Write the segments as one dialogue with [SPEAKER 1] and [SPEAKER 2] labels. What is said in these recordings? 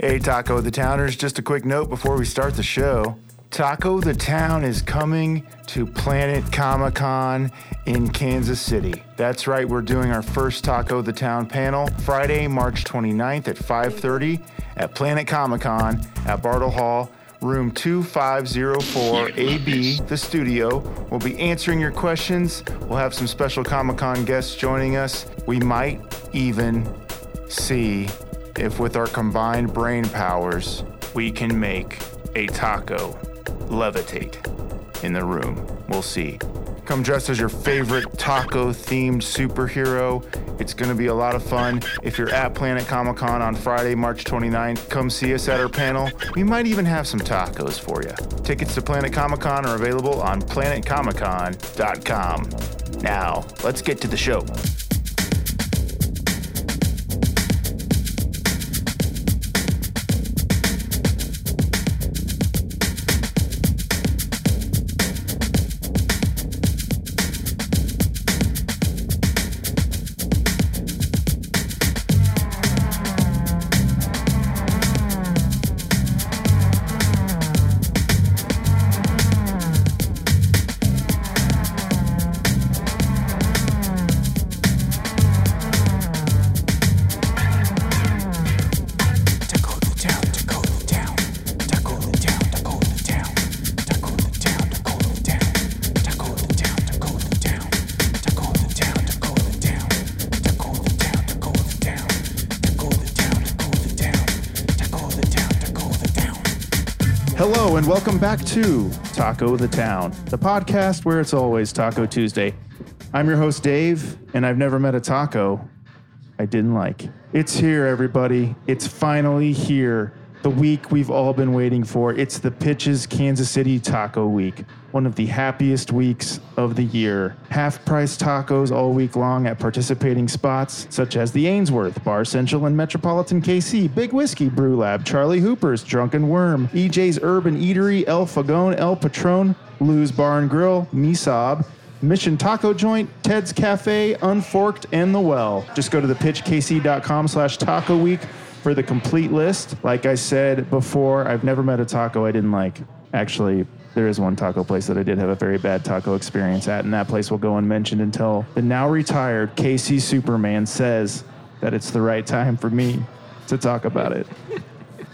[SPEAKER 1] Hey, Taco the Towners, just a quick note before we start the show. Taco the Town is coming to Planet Comic Con in Kansas City. That's right, we're doing our first Taco the Town panel Friday, March 29th at 5:30 at Planet Comic Con at Bartle Hall, room 2504 AB, the studio. We'll be answering your questions. We'll have some special Comic Con guests joining us. We might even see if with our combined brain powers we can make a taco levitate in the room. We'll see. Come dressed as your favorite taco themed superhero. It's going to be a lot of fun. If you're at Planet Comic Con on Friday, March 29th, come see us at our panel. We might even have some tacos for you. Tickets to Planet Comic Con are available on planetcomiccon.com. Now, let's get to the show.
[SPEAKER 2] Dakota Town, Dakota Town, Dakota Town, Dakota Town, Dakota Town, Dakota Town, Dakota Town, Dakota Town, Dakota Town, Dakota Town, Dakota Town, Dakota Town, Dakota Town, Dakota Town, Dakota Town, Dakota Town.
[SPEAKER 1] Hello and welcome back to Taco the Town, the podcast where it's always Taco Tuesday. I'm your host, Dave, and I've never met a taco I didn't like. It's here, everybody. It's finally here. The week we've all been waiting for. It's the Pitches Kansas City Taco Week, one of the happiest weeks of the year. Half price tacos all week long at participating spots such as the Ainsworth, Bar Central, and Metropolitan KC, Big Whiskey Brew Lab, Charlie Hooper's, Drunken Worm, EJ's Urban Eatery, El Fagone, El Patron, Lou's Bar and Grill, Misab, Mission Taco Joint, Ted's Cafe, Unforked, and The Well. Just go to thepitchkc.com slash taco week for the complete list. Like I said before, I've never met a taco I didn't like. Actually, there is one taco place that I did have a very bad taco experience at, and that place will go unmentioned until the now retired KC Superman says that it's the right time for me to talk about it.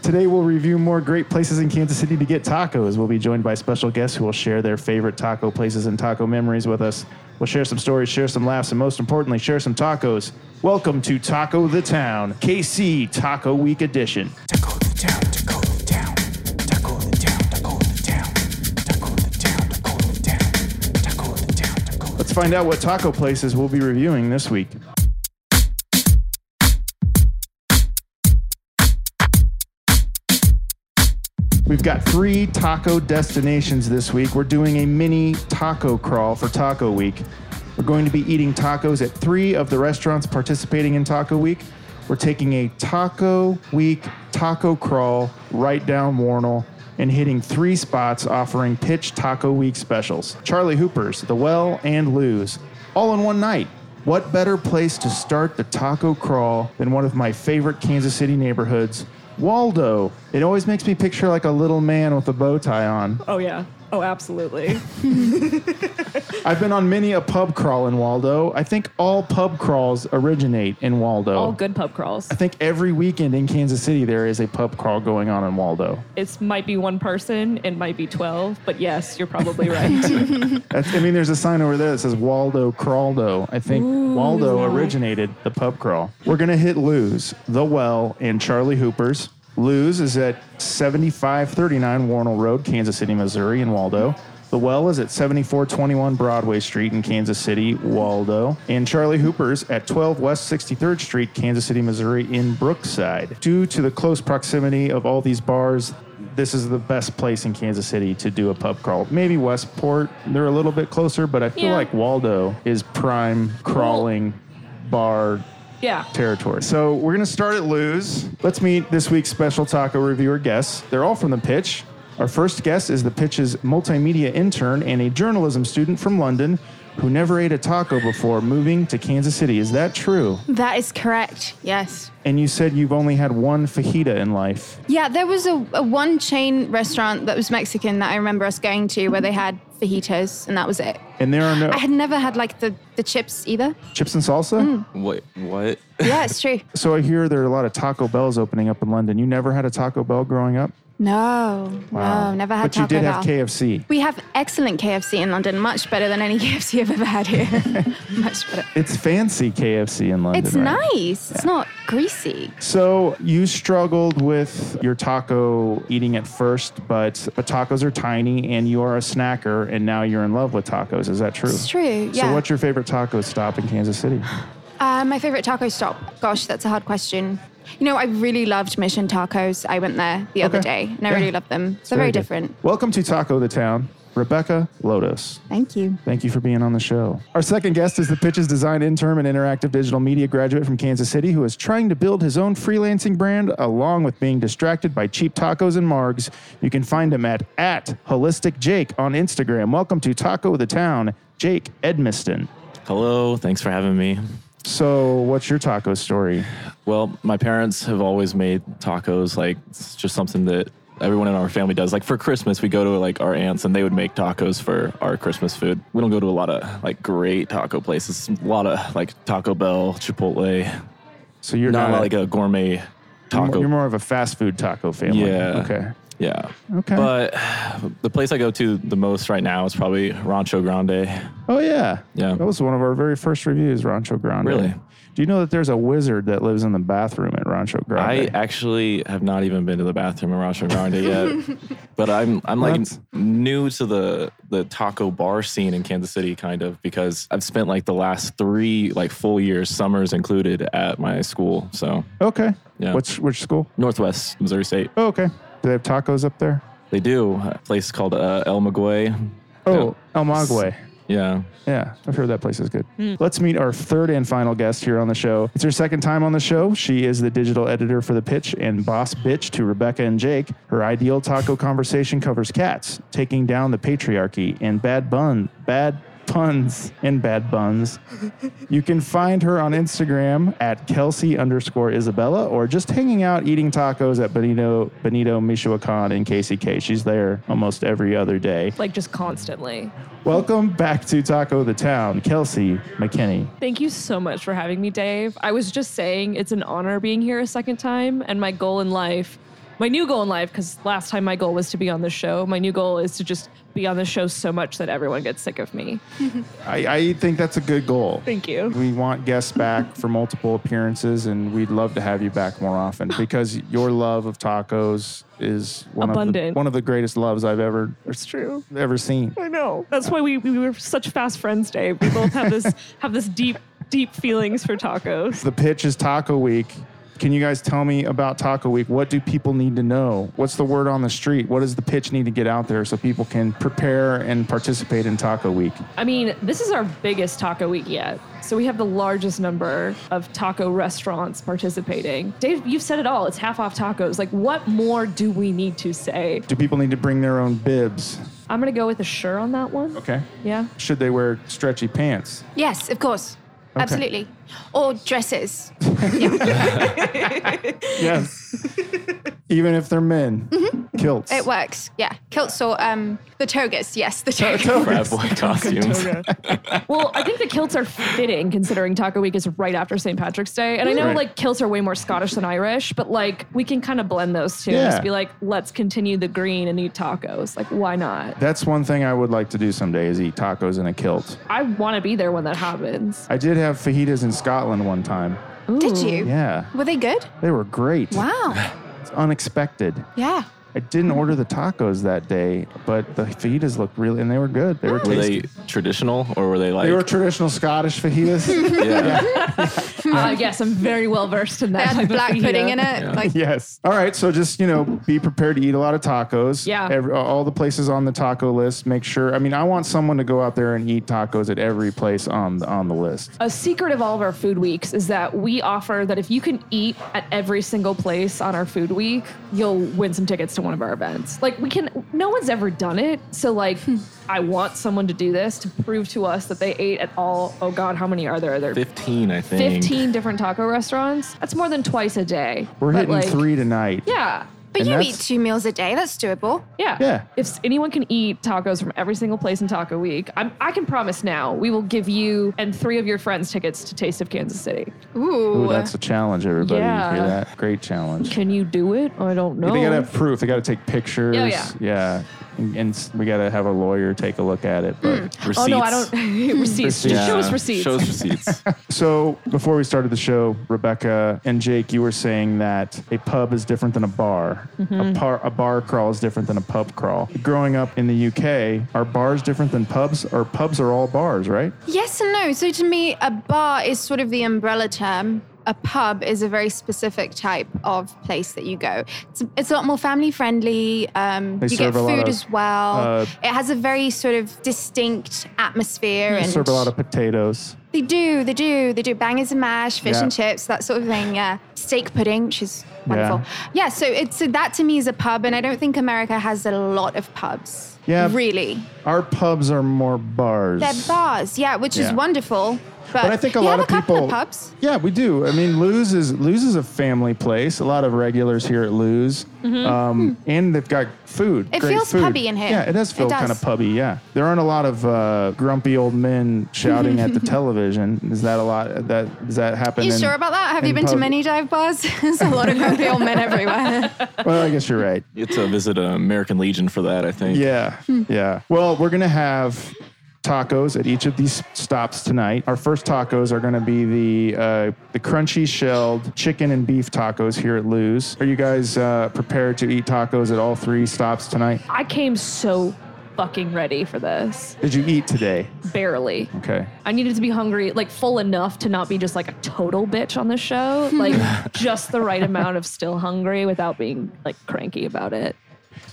[SPEAKER 1] Today, we'll review more great places in Kansas City to get tacos. We'll be joined by special guests who will share their favorite taco places and taco memories with us. We'll share some stories, share some laughs, and most importantly, share some tacos. Welcome to Taco the Town, KC Taco Week Edition.
[SPEAKER 2] Dakota Town, Dakota Town, Dakota Town, Dakota Town, Dakota Town, Dakota Town, Dakota Town, Dakota.
[SPEAKER 1] Let's find out what taco places we'll be reviewing this week. We've got three taco destinations this week. We're doing a mini taco crawl for Taco Week. We're going to be eating tacos at three of the restaurants participating in Taco Week. We're taking a Taco Week taco crawl right down Warnell and hitting three spots offering pitch Taco Week specials Charlie Hooper's, The Well, and Lou's, all in one night. What better place to start the taco crawl than one of my favorite Kansas City neighborhoods, Waldo. It always makes me picture like a little man with a bow tie on.
[SPEAKER 3] Oh yeah. Oh, absolutely.
[SPEAKER 1] I've been on many a pub crawl in Waldo. I think all pub crawls originate in Waldo.
[SPEAKER 3] All good pub crawls.
[SPEAKER 1] I think every weekend in Kansas City there is a pub crawl going on in Waldo.
[SPEAKER 3] It might be one person, it might be 12, but yes, you're probably right.
[SPEAKER 1] That's, I mean, there's a sign over there that says Waldo Crawldo. I think Waldo originated the pub crawl. We're going to hit Lou's, The Well, and Charlie Hooper's. Lou's is at 7539 Warnell Road, Kansas City, Missouri, in Waldo. The Well is at 7421 Broadway Street in Kansas City, Waldo. And Charlie Hooper's at 12 West 63rd Street, Kansas City, Missouri, in Brookside. Due to the close proximity of all these bars, this is the best place in Kansas City to do a pub crawl. Maybe Westport, they're a little bit closer, but I feel
[SPEAKER 3] Yeah.
[SPEAKER 1] like Waldo is prime crawling bar
[SPEAKER 3] yeah.
[SPEAKER 1] territory. So we're gonna start at Lou's. Let's meet this week's special taco reviewer guests. They're all from the pitch. Our first guest is the pitch's multimedia intern and a journalism student from London
[SPEAKER 4] who never ate a taco before moving to Kansas City. Is that true?
[SPEAKER 5] That is correct. Yes.
[SPEAKER 4] And you said you've only had one fajita in life.
[SPEAKER 5] Yeah, there was a, a one chain restaurant that was Mexican that I remember us going to where they had fajitas and that was it.
[SPEAKER 4] And there are no
[SPEAKER 5] I had never had like the, the chips either.
[SPEAKER 4] chips and salsa?
[SPEAKER 1] Wait, what?
[SPEAKER 5] Yeah, it's true.
[SPEAKER 4] So I hear there are a lot of Taco Bells opening up in London. You never had a Taco Bell growing up?
[SPEAKER 5] No, no, never had
[SPEAKER 4] But you
[SPEAKER 5] Taco
[SPEAKER 4] did
[SPEAKER 5] Bell.
[SPEAKER 4] have KFC.
[SPEAKER 5] we have excellent KFC in London, much better than any KFC I've ever had here. much better.
[SPEAKER 4] It's fancy KFC in London.
[SPEAKER 5] It's
[SPEAKER 4] right?
[SPEAKER 5] nice. It's not greasy.
[SPEAKER 4] So you struggled with your taco eating at first, but but tacos are tiny, and you are a snacker, and now you're in love with tacos. Is that true?
[SPEAKER 5] It's true,
[SPEAKER 4] So
[SPEAKER 5] yeah.
[SPEAKER 4] what's your favorite taco stop in Kansas City?
[SPEAKER 5] Uh, my favorite taco stop. Gosh, that's a hard question. You know, I really loved Mission Tacos. I went there the other
[SPEAKER 4] Okay.
[SPEAKER 5] day, and I
[SPEAKER 4] Yeah.
[SPEAKER 5] really loved them. They're very,
[SPEAKER 4] good.
[SPEAKER 5] different.
[SPEAKER 4] Welcome to Taco the Town, Rebecca Lotus.
[SPEAKER 5] Thank you.
[SPEAKER 4] Thank you for being on the show. Our second guest is the Pitches Design Intern and Interactive Digital Media graduate from Kansas City who is trying to build his own freelancing brand along with being distracted by cheap tacos and margs. You can find him at, at Holistic Jake on Instagram. Welcome to Taco the Town, Jake Edmiston.
[SPEAKER 1] Hello, thanks for having me.
[SPEAKER 4] So, what's your taco story?
[SPEAKER 1] Well, my parents have always made tacos. Like, it's just something that everyone in our family does. Like, for Christmas, we go to like our aunts and they would make tacos for our Christmas food. We don't go to a lot of like great taco places, a lot of like Taco Bell, Chipotle,
[SPEAKER 4] So, you're
[SPEAKER 1] not
[SPEAKER 4] not,
[SPEAKER 1] like a gourmet
[SPEAKER 4] you're
[SPEAKER 1] taco.
[SPEAKER 4] more- You're more of a fast food taco family.
[SPEAKER 1] Yeah.
[SPEAKER 4] Okay.
[SPEAKER 1] yeah.
[SPEAKER 4] Okay.
[SPEAKER 1] But the place I go to the most right now is probably Rancho Grande.
[SPEAKER 4] Oh yeah,
[SPEAKER 1] Yeah.
[SPEAKER 4] That was one of our very first reviews, Rancho Grande.
[SPEAKER 1] Really?
[SPEAKER 4] Do you know that there's a wizard that lives in the bathroom at Rancho
[SPEAKER 1] I
[SPEAKER 4] Grande?
[SPEAKER 1] actually have not even been to the bathroom in Rancho Grande yet, but I'm I'm like
[SPEAKER 4] What?
[SPEAKER 1] new to the the taco bar scene in Kansas City, kind of because I've spent like the last three like full years, summers included, at my school. So
[SPEAKER 4] okay.
[SPEAKER 1] Yeah.
[SPEAKER 4] Which which school?
[SPEAKER 1] Northwest Missouri State,
[SPEAKER 4] Oh, okay. Do they have tacos up there?
[SPEAKER 1] they do a place called uh, El Maguey.
[SPEAKER 4] Oh, El Maguey.
[SPEAKER 1] Yeah,
[SPEAKER 4] Yeah, I've heard that place is good. Let's meet our third and final guest here on the show. It's her second time on the show. She is the digital editor for The Pitch and boss bitch to Rebecca and Jake. Her ideal taco conversation covers cats, taking down the patriarchy, and bad bun, bad puns, and bad buns. You can find her on Instagram at Kelsey underscore Isabella or just hanging out eating tacos at Benito, Benito Michoacan in KCK. She's there almost every other day.
[SPEAKER 3] like just constantly.
[SPEAKER 4] Welcome back to Taco the Town, Kelsey McKinney.
[SPEAKER 3] Thank you so much for having me, Dave. I was just saying it's an honor being here a second time, and my goal in life, my new goal in life, because last time my goal was to be on the show, my new goal is to just be on the show so much that everyone gets sick of me.
[SPEAKER 4] I, I think that's a good goal.
[SPEAKER 3] Thank you.
[SPEAKER 4] We want guests back for multiple appearances, and we'd love to have you back more often because your love of tacos is one of
[SPEAKER 3] Abundant.
[SPEAKER 4] the, one of the greatest loves I've ever
[SPEAKER 3] It's true.
[SPEAKER 4] ever seen.
[SPEAKER 3] I know. That's why we, we were such fast friends, Dave. We both have this have this deep deep feelings for tacos.
[SPEAKER 4] The pitch is Taco Week. Can you guys tell me about Taco Week? What do people need to know? What's the word on the street? What does the pitch need to get out there so people can prepare and participate in Taco Week?
[SPEAKER 3] I mean, this is our biggest taco week yet. So we have the largest number of taco restaurants participating. Dave, you've said it all. It's half off tacos. Like what more do we need to say?
[SPEAKER 4] Do people need to bring their own bibs?
[SPEAKER 3] I'm going to go with a sure on that one.
[SPEAKER 4] Okay.
[SPEAKER 3] Yeah.
[SPEAKER 4] Should they wear stretchy pants?
[SPEAKER 5] Yes, of course. Absolutely. Or dresses.
[SPEAKER 4] Yes. Even if they're men, kilts.
[SPEAKER 5] It works. Yeah. Kilts or um, the togas. Yes, the togas.
[SPEAKER 1] frat boy costumes.
[SPEAKER 3] Well, I think the kilts are fitting considering Taco Week is right after St. Patrick's Day. And I know
[SPEAKER 4] Right.
[SPEAKER 3] like kilts are way more Scottish than Irish, but like we can kind of blend those two
[SPEAKER 4] Yeah.
[SPEAKER 3] and just be like, let's continue the green and eat tacos. Like, why not?
[SPEAKER 4] That's one thing I would like to do someday is eat tacos in a kilt.
[SPEAKER 3] I want to be there when that happens.
[SPEAKER 4] I did have fajitas in Scotland one time.
[SPEAKER 5] Did you?
[SPEAKER 4] Yeah.
[SPEAKER 5] Were they good?
[SPEAKER 4] They were great.
[SPEAKER 5] Wow.
[SPEAKER 4] It's unexpected.
[SPEAKER 5] Yeah.
[SPEAKER 4] I didn't order the tacos that day, but the fajitas looked really and they were good. They were
[SPEAKER 1] Were
[SPEAKER 4] tasty.
[SPEAKER 1] they traditional or were they like?
[SPEAKER 4] They were traditional Scottish fajitas.
[SPEAKER 1] yeah.
[SPEAKER 3] Uh, yes, I'm very well versed in
[SPEAKER 5] They
[SPEAKER 3] that.
[SPEAKER 5] had
[SPEAKER 3] type of
[SPEAKER 5] black
[SPEAKER 3] fajita.
[SPEAKER 5] pudding in it. Like,
[SPEAKER 4] yes. All right. So just you know, be prepared to eat a lot of tacos.
[SPEAKER 3] Yeah.
[SPEAKER 4] Every, all the places on the taco list. Make sure. I mean, I want someone to go out there and eat tacos at every place on the, on the list.
[SPEAKER 3] A secret of all of our food weeks is that we offer that if you can eat at every single place on our food week, you'll win some tickets to one of our events. Like we can, no one's ever done it, so like I want someone to do this to prove to us that they ate at all. Oh God, how many are there? Are there
[SPEAKER 6] 15, I think.
[SPEAKER 3] 15 different taco restaurants? That's more than twice a day.
[SPEAKER 4] We're
[SPEAKER 3] But,
[SPEAKER 4] hitting
[SPEAKER 3] like,
[SPEAKER 4] three tonight.
[SPEAKER 3] Yeah.
[SPEAKER 5] But
[SPEAKER 4] And
[SPEAKER 5] you eat
[SPEAKER 4] that's-
[SPEAKER 5] two meals a day. That's doable.
[SPEAKER 3] Yeah.
[SPEAKER 4] Yeah.
[SPEAKER 3] If s- anyone can eat tacos from every single place in Taco Week, I'm, I can promise now we will give you and three of your friends tickets to Taste of Kansas City.
[SPEAKER 5] Ooh.
[SPEAKER 4] Ooh, that's a challenge, everybody.
[SPEAKER 3] Yeah.
[SPEAKER 4] Hear that? Great challenge.
[SPEAKER 3] Can you do it? I don't know.
[SPEAKER 4] They gotta have proof. They gotta take pictures.
[SPEAKER 3] Oh, yeah.
[SPEAKER 4] Yeah. And, and s- we gotta have a lawyer take a look at it. But
[SPEAKER 6] Receipts.
[SPEAKER 3] oh no, I don't. receipts. Just show us receipts.
[SPEAKER 6] Show us receipts.
[SPEAKER 4] so before we started the show, Rebecca and Jake, you were saying that a pub is different than a bar. A, par- a bar crawl is different than a pub crawl. Growing up in the UK, are bars different than pubs? Or pubs are all bars, right?
[SPEAKER 5] Yes and no. So to me, a bar is sort of the umbrella term. A pub is a very specific type of place that you go. It's, it's a lot more family friendly. Um,
[SPEAKER 4] They
[SPEAKER 5] you get
[SPEAKER 4] serve a lot
[SPEAKER 5] food
[SPEAKER 4] of,
[SPEAKER 5] as well.
[SPEAKER 4] uh,
[SPEAKER 5] it has a very sort of distinct atmosphere.
[SPEAKER 4] They
[SPEAKER 5] and
[SPEAKER 4] serve a lot of potatoes.
[SPEAKER 5] They do, they do, they do bangers and mash, fish
[SPEAKER 4] Yeah.
[SPEAKER 5] and chips, that sort of thing. Yeah, steak pudding, which is wonderful. Yeah, so it's so that to me is a pub, and I don't think America has a lot of pubs.
[SPEAKER 4] Yeah.
[SPEAKER 5] really,
[SPEAKER 4] Our pubs are more bars.
[SPEAKER 5] they're bars. Yeah, which
[SPEAKER 4] Yeah.
[SPEAKER 5] is wonderful. But,
[SPEAKER 4] But I think a
[SPEAKER 5] Uh, you have
[SPEAKER 4] lot of
[SPEAKER 5] a couple
[SPEAKER 4] people.
[SPEAKER 5] of pubs.
[SPEAKER 4] Yeah, we do. I mean, Lou's is Lou's is a family place. A lot of regulars here at Lou's, um, and they've got food.
[SPEAKER 5] Mm-hmm. Hmm. It
[SPEAKER 4] great
[SPEAKER 5] feels
[SPEAKER 4] food.
[SPEAKER 5] pubby in here.
[SPEAKER 4] Yeah, it does
[SPEAKER 5] It
[SPEAKER 4] feel kind of
[SPEAKER 5] does.
[SPEAKER 4] pubby. Yeah, there aren't a lot of uh, grumpy old men shouting at the television. Is that a lot? That does that happen?
[SPEAKER 5] Are you
[SPEAKER 4] in-
[SPEAKER 5] sure about that? Have you
[SPEAKER 4] in
[SPEAKER 5] been to
[SPEAKER 4] pub-
[SPEAKER 5] many dive bars? There's a lot of grumpy old men everywhere.
[SPEAKER 4] Well, I guess you're right.
[SPEAKER 6] You have to
[SPEAKER 1] uh,
[SPEAKER 6] visit an American Legion for that, I think.
[SPEAKER 4] Yeah. Yeah. Well, we're going to have tacos at each of these stops tonight. Our first tacos are going to be the uh, the crunchy shelled chicken and beef tacos here at Lou's. Are you guys uh, prepared to eat tacos at all three stops tonight?
[SPEAKER 3] I came so fucking ready for this.
[SPEAKER 4] Did you eat today?
[SPEAKER 3] Barely.
[SPEAKER 4] Okay.
[SPEAKER 3] I needed to be hungry, like full enough to not be just like a total bitch on the show. Like just the right amount of still hungry without being like cranky about it.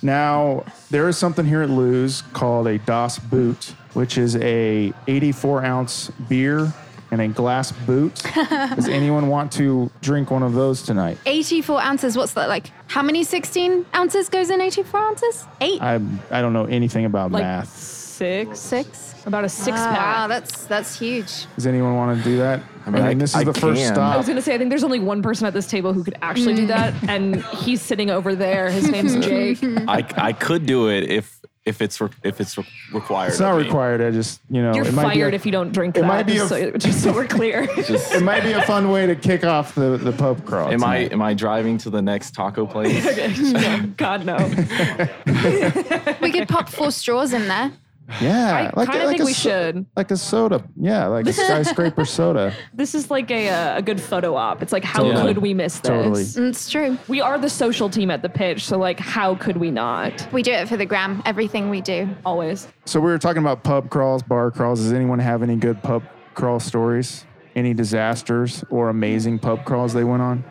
[SPEAKER 4] Now, there is something here at Lou's called a Das Boot, which is a 84 ounce beer and a glass boot. Does anyone want to drink one of those tonight?
[SPEAKER 5] 84 ounces. What's that like? How many 16 ounces goes in 84 ounces? Eight,
[SPEAKER 4] I I don't know anything about
[SPEAKER 3] Like
[SPEAKER 4] math.
[SPEAKER 3] six,
[SPEAKER 5] six. Ah,
[SPEAKER 3] about a six
[SPEAKER 5] Wow,
[SPEAKER 3] pack.
[SPEAKER 5] that's that's huge.
[SPEAKER 4] Does anyone want to do that? I
[SPEAKER 6] mean, I-
[SPEAKER 4] this is
[SPEAKER 6] I
[SPEAKER 4] the first
[SPEAKER 6] can.
[SPEAKER 3] I
[SPEAKER 4] stop.
[SPEAKER 3] was gonna say, I think there's only one person at this table who could actually
[SPEAKER 4] Mm.
[SPEAKER 3] do that, and he's sitting over there. His name's Jake.
[SPEAKER 6] I, I could do it if if it's re- if it's re- required.
[SPEAKER 4] It's not
[SPEAKER 6] of me.
[SPEAKER 4] required. I just, you know,
[SPEAKER 3] You're
[SPEAKER 4] it might
[SPEAKER 3] fired
[SPEAKER 4] be a,
[SPEAKER 3] if you don't drink
[SPEAKER 4] it
[SPEAKER 3] that.
[SPEAKER 4] might be
[SPEAKER 3] just,
[SPEAKER 4] a-
[SPEAKER 3] so, just so we're clear.
[SPEAKER 6] Just-
[SPEAKER 4] It might be a fun way to kick off the, the pub crawl.
[SPEAKER 6] am I
[SPEAKER 4] tonight.
[SPEAKER 6] am I driving to the next taco place?
[SPEAKER 3] No, God no.
[SPEAKER 5] We could pop four straws in there.
[SPEAKER 4] Yeah,
[SPEAKER 3] I kinda think we
[SPEAKER 4] so-
[SPEAKER 3] should.
[SPEAKER 4] Like a soda. Yeah, like a skyscraper soda.
[SPEAKER 3] This is like a uh, a good photo op. It's like how
[SPEAKER 6] Totally.
[SPEAKER 3] could we miss this?
[SPEAKER 4] Totally.
[SPEAKER 5] It's true.
[SPEAKER 3] We are the social team at the pitch, so like how could we not?
[SPEAKER 5] We do it for the gram. Everything we do.
[SPEAKER 3] Always.
[SPEAKER 4] So we were talking about pub crawls, bar crawls. Does anyone have any good pub crawl stories? Any disasters or amazing pub crawls they went on?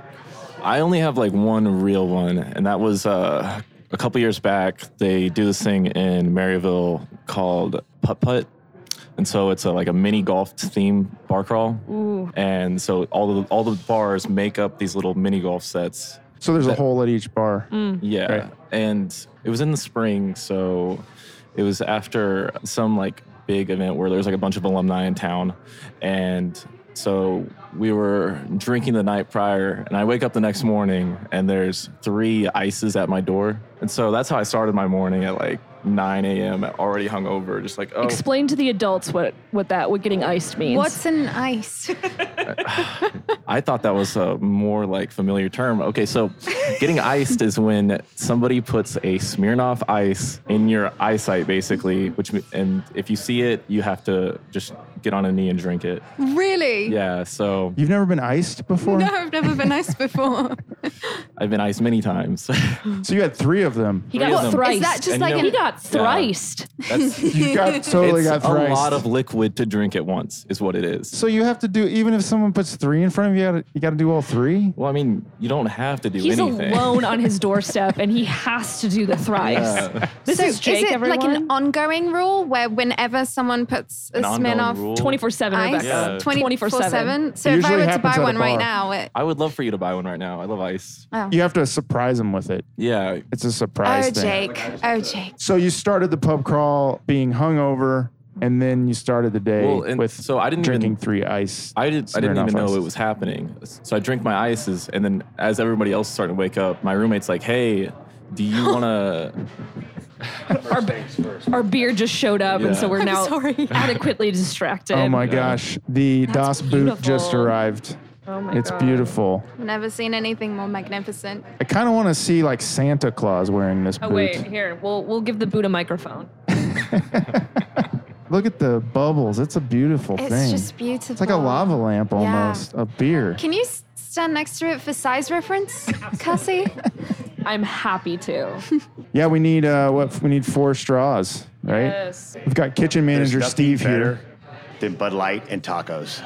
[SPEAKER 6] I only have like one real one, and that was uh, a couple years back. They do this thing in Maryville called Putt Putt. And so it's a, like a mini golf theme bar crawl, and so all the all the bars make up these little mini golf sets.
[SPEAKER 4] So there's a hole at each bar.
[SPEAKER 3] Mm.
[SPEAKER 6] Yeah,
[SPEAKER 4] Right.
[SPEAKER 6] and it was in the spring, so it was after some like big event where there was like a bunch of alumni in town, and so we were drinking the night prior, and I wake up the next morning and there's three ices at my door, and so that's how I started my morning at like 9 a.m. already hungover, just like oh,
[SPEAKER 3] Explain to the adults what what that what getting iced means.
[SPEAKER 5] What's an ice?
[SPEAKER 6] I thought that was a more like familiar term. Okay, so getting iced is when somebody puts a Smirnoff ice in your eyesight, basically. Which me- and if you see it, you have to just get on a knee and drink it.
[SPEAKER 5] Hmm. really?
[SPEAKER 6] Yeah. So
[SPEAKER 4] You've never been iced before?
[SPEAKER 5] No, I've never been iced before.
[SPEAKER 6] I've been iced many times.
[SPEAKER 4] So you had three of them.
[SPEAKER 3] he
[SPEAKER 6] Three of
[SPEAKER 3] got
[SPEAKER 6] them.
[SPEAKER 3] thrice.
[SPEAKER 5] Is that just
[SPEAKER 6] And
[SPEAKER 5] like
[SPEAKER 6] you know-
[SPEAKER 3] he
[SPEAKER 5] an,
[SPEAKER 3] got thriced.
[SPEAKER 6] That's
[SPEAKER 4] You got totally
[SPEAKER 6] it's
[SPEAKER 4] got
[SPEAKER 6] a
[SPEAKER 4] thrice.
[SPEAKER 6] lot of liquid to drink at once, is what it is.
[SPEAKER 4] So you have to do even if someone puts three in front of you, you gotta, you gotta do all three.
[SPEAKER 6] Well, I mean, you don't have to do
[SPEAKER 3] He's
[SPEAKER 6] anything.
[SPEAKER 3] alone on his doorstep and he has to do the thrice.
[SPEAKER 6] Yeah.
[SPEAKER 3] This
[SPEAKER 5] so
[SPEAKER 3] is Jake,
[SPEAKER 5] it
[SPEAKER 3] everyone.
[SPEAKER 5] like an ongoing rule where whenever someone puts a
[SPEAKER 6] An ongoing
[SPEAKER 5] smin off
[SPEAKER 6] rule.
[SPEAKER 3] 24-7 Rebecca.
[SPEAKER 5] ice,
[SPEAKER 6] Yeah.
[SPEAKER 3] 24/7.
[SPEAKER 5] 24/7? So
[SPEAKER 4] It
[SPEAKER 5] if I
[SPEAKER 4] usually
[SPEAKER 5] were to
[SPEAKER 4] happens
[SPEAKER 5] buy
[SPEAKER 4] at a
[SPEAKER 5] one right
[SPEAKER 4] bar.
[SPEAKER 5] now, it,
[SPEAKER 6] I would love for you to buy one right now. I love ice.
[SPEAKER 5] oh.
[SPEAKER 4] You have to surprise them with it.
[SPEAKER 6] Yeah.
[SPEAKER 4] It's a
[SPEAKER 5] Oh,
[SPEAKER 4] surprise thing.
[SPEAKER 5] Jake. Oh, Jake.
[SPEAKER 4] So you started the pub crawl being hungover, and then you started the day
[SPEAKER 1] Well, and
[SPEAKER 4] with
[SPEAKER 1] so I didn't even-
[SPEAKER 4] drinking three ice.
[SPEAKER 1] I did. I didn't
[SPEAKER 4] Smirnoff
[SPEAKER 1] even know
[SPEAKER 4] ices.
[SPEAKER 1] it was happening. So I drank my ices, and then as everybody else started to wake up, my roommate's like, "Hey, do you want to?"
[SPEAKER 3] Our beer just showed up, and so
[SPEAKER 1] Yeah.
[SPEAKER 3] we're
[SPEAKER 1] I'm
[SPEAKER 3] now
[SPEAKER 6] sorry.
[SPEAKER 3] adequately distracted.
[SPEAKER 4] oh my gosh, the Das Boot just
[SPEAKER 3] beautiful.
[SPEAKER 4] arrived.
[SPEAKER 3] Oh my
[SPEAKER 4] It's
[SPEAKER 3] God.
[SPEAKER 4] beautiful.
[SPEAKER 5] Never seen anything more magnificent.
[SPEAKER 4] I kind of want to see like Santa Claus wearing this
[SPEAKER 3] Oh
[SPEAKER 4] boot.
[SPEAKER 3] wait, here we'll we'll give the boot a microphone.
[SPEAKER 4] Look at the bubbles. It's a beautiful
[SPEAKER 5] It's
[SPEAKER 4] thing.
[SPEAKER 5] just beautiful.
[SPEAKER 4] It's like a lava lamp almost, a beer.
[SPEAKER 5] Can you s- stand next to it for size reference, Cassie?
[SPEAKER 3] I'm happy to.
[SPEAKER 4] Yeah, we need uh, what we need four straws, right?
[SPEAKER 3] Yes.
[SPEAKER 4] We've got kitchen manager
[SPEAKER 7] There's nothing
[SPEAKER 4] Steve
[SPEAKER 7] better
[SPEAKER 4] here.
[SPEAKER 7] Than Bud Light and tacos.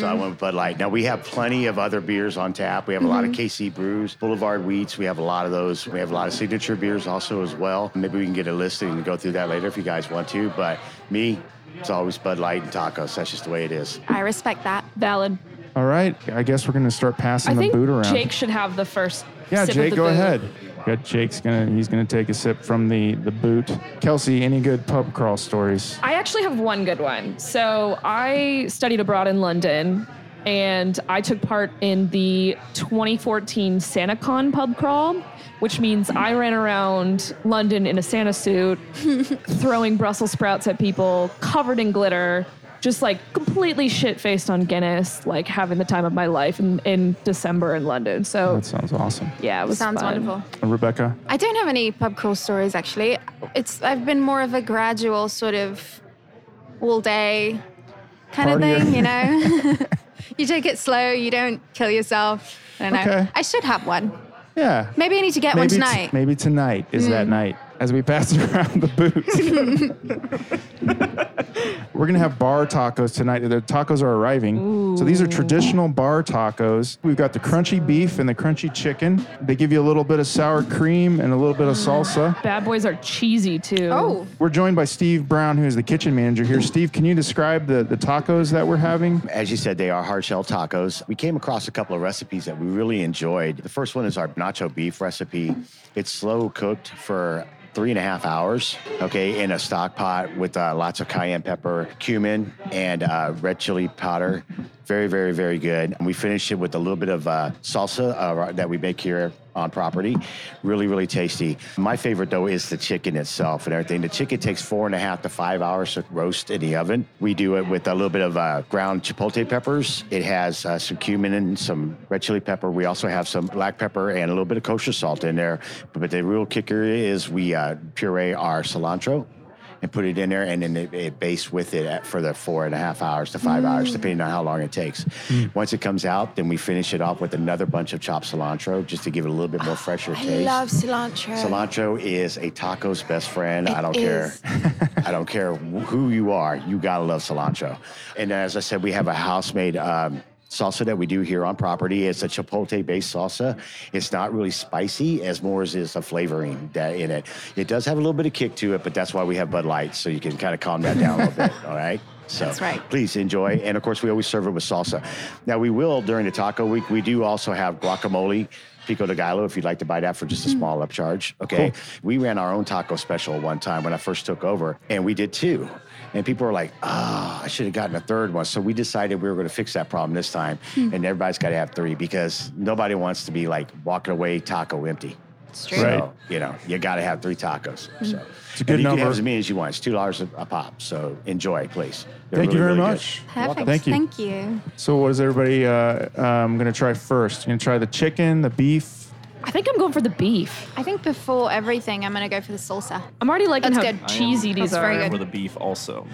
[SPEAKER 7] So I went with Bud Light. Now we have plenty of other beers on tap. We have a lot
[SPEAKER 4] Mm-hmm.
[SPEAKER 7] of KC Brews, Boulevard Wheats. We have a lot of those. We have a lot of signature beers also as well. Maybe we can get a listing and go through that later if you guys want to. But me, it's always Bud Light and tacos. That's just the way it is.
[SPEAKER 5] I respect that.
[SPEAKER 3] Valid.
[SPEAKER 4] All right, I guess we're gonna start passing
[SPEAKER 3] I
[SPEAKER 4] the
[SPEAKER 3] think
[SPEAKER 4] boot around.
[SPEAKER 3] Jake should have the first.
[SPEAKER 4] yeah,
[SPEAKER 3] sip of
[SPEAKER 4] Jake,
[SPEAKER 3] the
[SPEAKER 4] go
[SPEAKER 3] boot.
[SPEAKER 4] ahead. Got Jake's gonna he's gonna take a sip from the the boot. Kelsey, any good pub crawl stories?
[SPEAKER 3] I actually have one good one. So I studied abroad in London and I took part in the 2014 SantaCon pub crawl, which means I ran around London in a Santa suit, throwing Brussels sprouts at people, covered in glitter, just like completely shit faced on Guinness, like having the time of my life in, in December in London. So
[SPEAKER 4] That sounds awesome.
[SPEAKER 3] yeah, it was
[SPEAKER 5] Sounds
[SPEAKER 3] fun.
[SPEAKER 5] wonderful.
[SPEAKER 4] Rebecca,
[SPEAKER 5] I don't have any pub crawl stories actually. It's I've been more of a gradual sort of all day kind
[SPEAKER 4] Partier.
[SPEAKER 5] of thing, you know. you take it slow, you don't kill yourself. I don't know.
[SPEAKER 4] Okay.
[SPEAKER 5] I should have one.
[SPEAKER 4] yeah.
[SPEAKER 5] Maybe I need to get one
[SPEAKER 4] Maybe t-
[SPEAKER 5] tonight.
[SPEAKER 4] maybe tonight is that
[SPEAKER 5] Mm.
[SPEAKER 4] night as we pass around the boot. We're gonna have bar tacos tonight. The tacos are arriving. So these are traditional bar tacos. We've got the crunchy beef and the crunchy chicken. They give you a little bit of sour cream and a little bit of salsa.
[SPEAKER 3] Bad boys are cheesy too.
[SPEAKER 5] oh,
[SPEAKER 4] We're joined by Steve Brown, who is the kitchen manager here. Steve, can you describe the, the tacos that we're having?
[SPEAKER 7] As you said, they are hard shell tacos. We came across a couple of recipes that we really enjoyed. The first one is our nacho beef recipe. It's slow cooked for three and a half hours, okay, in a stock pot with uh, lots of cayenne pepper, cumin, and uh, red chili powder. Very, very, very good. And we finished it with a little bit of uh, salsa uh, that we make here on property. Really, really tasty. My favorite though is the chicken itself and everything. The chicken takes four and a half to five hours to roast in the oven. We do it with a little bit of uh, ground chipotle peppers. It has uh, some cumin and some red chili pepper. We also have some black pepper and a little bit of kosher salt in there. But the real kicker is we uh, puree our cilantro. And put it in there, and then it, it bastes with it at, for the four and a half hours to five
[SPEAKER 5] Mm.
[SPEAKER 7] hours, depending on how long it takes. Once it comes out, then we finish it off with another bunch of chopped cilantro, just to give it a little bit more fresher
[SPEAKER 5] I
[SPEAKER 7] taste.
[SPEAKER 5] love cilantro.
[SPEAKER 7] Cilantro is a taco's best friend. I
[SPEAKER 5] It
[SPEAKER 7] don't
[SPEAKER 5] is.
[SPEAKER 7] care. I don't care wh- who you are. You gotta love cilantro. And as I said, we have a house-made um, salsa that we do here on property. It's a chipotle-based salsa. It's not really spicy as more as is the flavoring that in it. It does have a little bit of kick to it, but that's why we have Bud Light, so you can kind of calm that down a little bit. All right. So
[SPEAKER 5] That's right.
[SPEAKER 7] please enjoy. And of course, we always serve it with salsa. Now, we will during the taco week, we do also have guacamole, pico de gallo, if you'd like to buy that for just a small upcharge. Okay. We ran our own taco special one time when I first took over, and we did two. And people were like, ah, I should have gotten a third one. So we decided we were going to fix that problem this time. And everybody's got to have three because nobody wants to be like walking away taco empty.
[SPEAKER 5] It's true.
[SPEAKER 4] Right.
[SPEAKER 7] So, you know, you got to have three tacos.
[SPEAKER 8] Mm-hmm.
[SPEAKER 7] So it's
[SPEAKER 4] a good
[SPEAKER 7] you can
[SPEAKER 4] number.
[SPEAKER 7] have as many as you want. It's two dollars a a pop. So enjoy, please. They're
[SPEAKER 4] Thank you very
[SPEAKER 7] really, really
[SPEAKER 4] much.
[SPEAKER 5] Perfect.
[SPEAKER 4] Thank you.
[SPEAKER 5] Thank you.
[SPEAKER 4] So what is everybody uh, um, gonna try first? You're gonna try the chicken, the beef.
[SPEAKER 3] I think I'm going for the beef.
[SPEAKER 5] I think before everything, I'm gonna go for the salsa.
[SPEAKER 3] I'm already liking
[SPEAKER 5] That's
[SPEAKER 3] how
[SPEAKER 5] good.
[SPEAKER 3] cheesy these
[SPEAKER 5] That's very
[SPEAKER 3] are.
[SPEAKER 1] For
[SPEAKER 5] good.
[SPEAKER 1] the beef, also.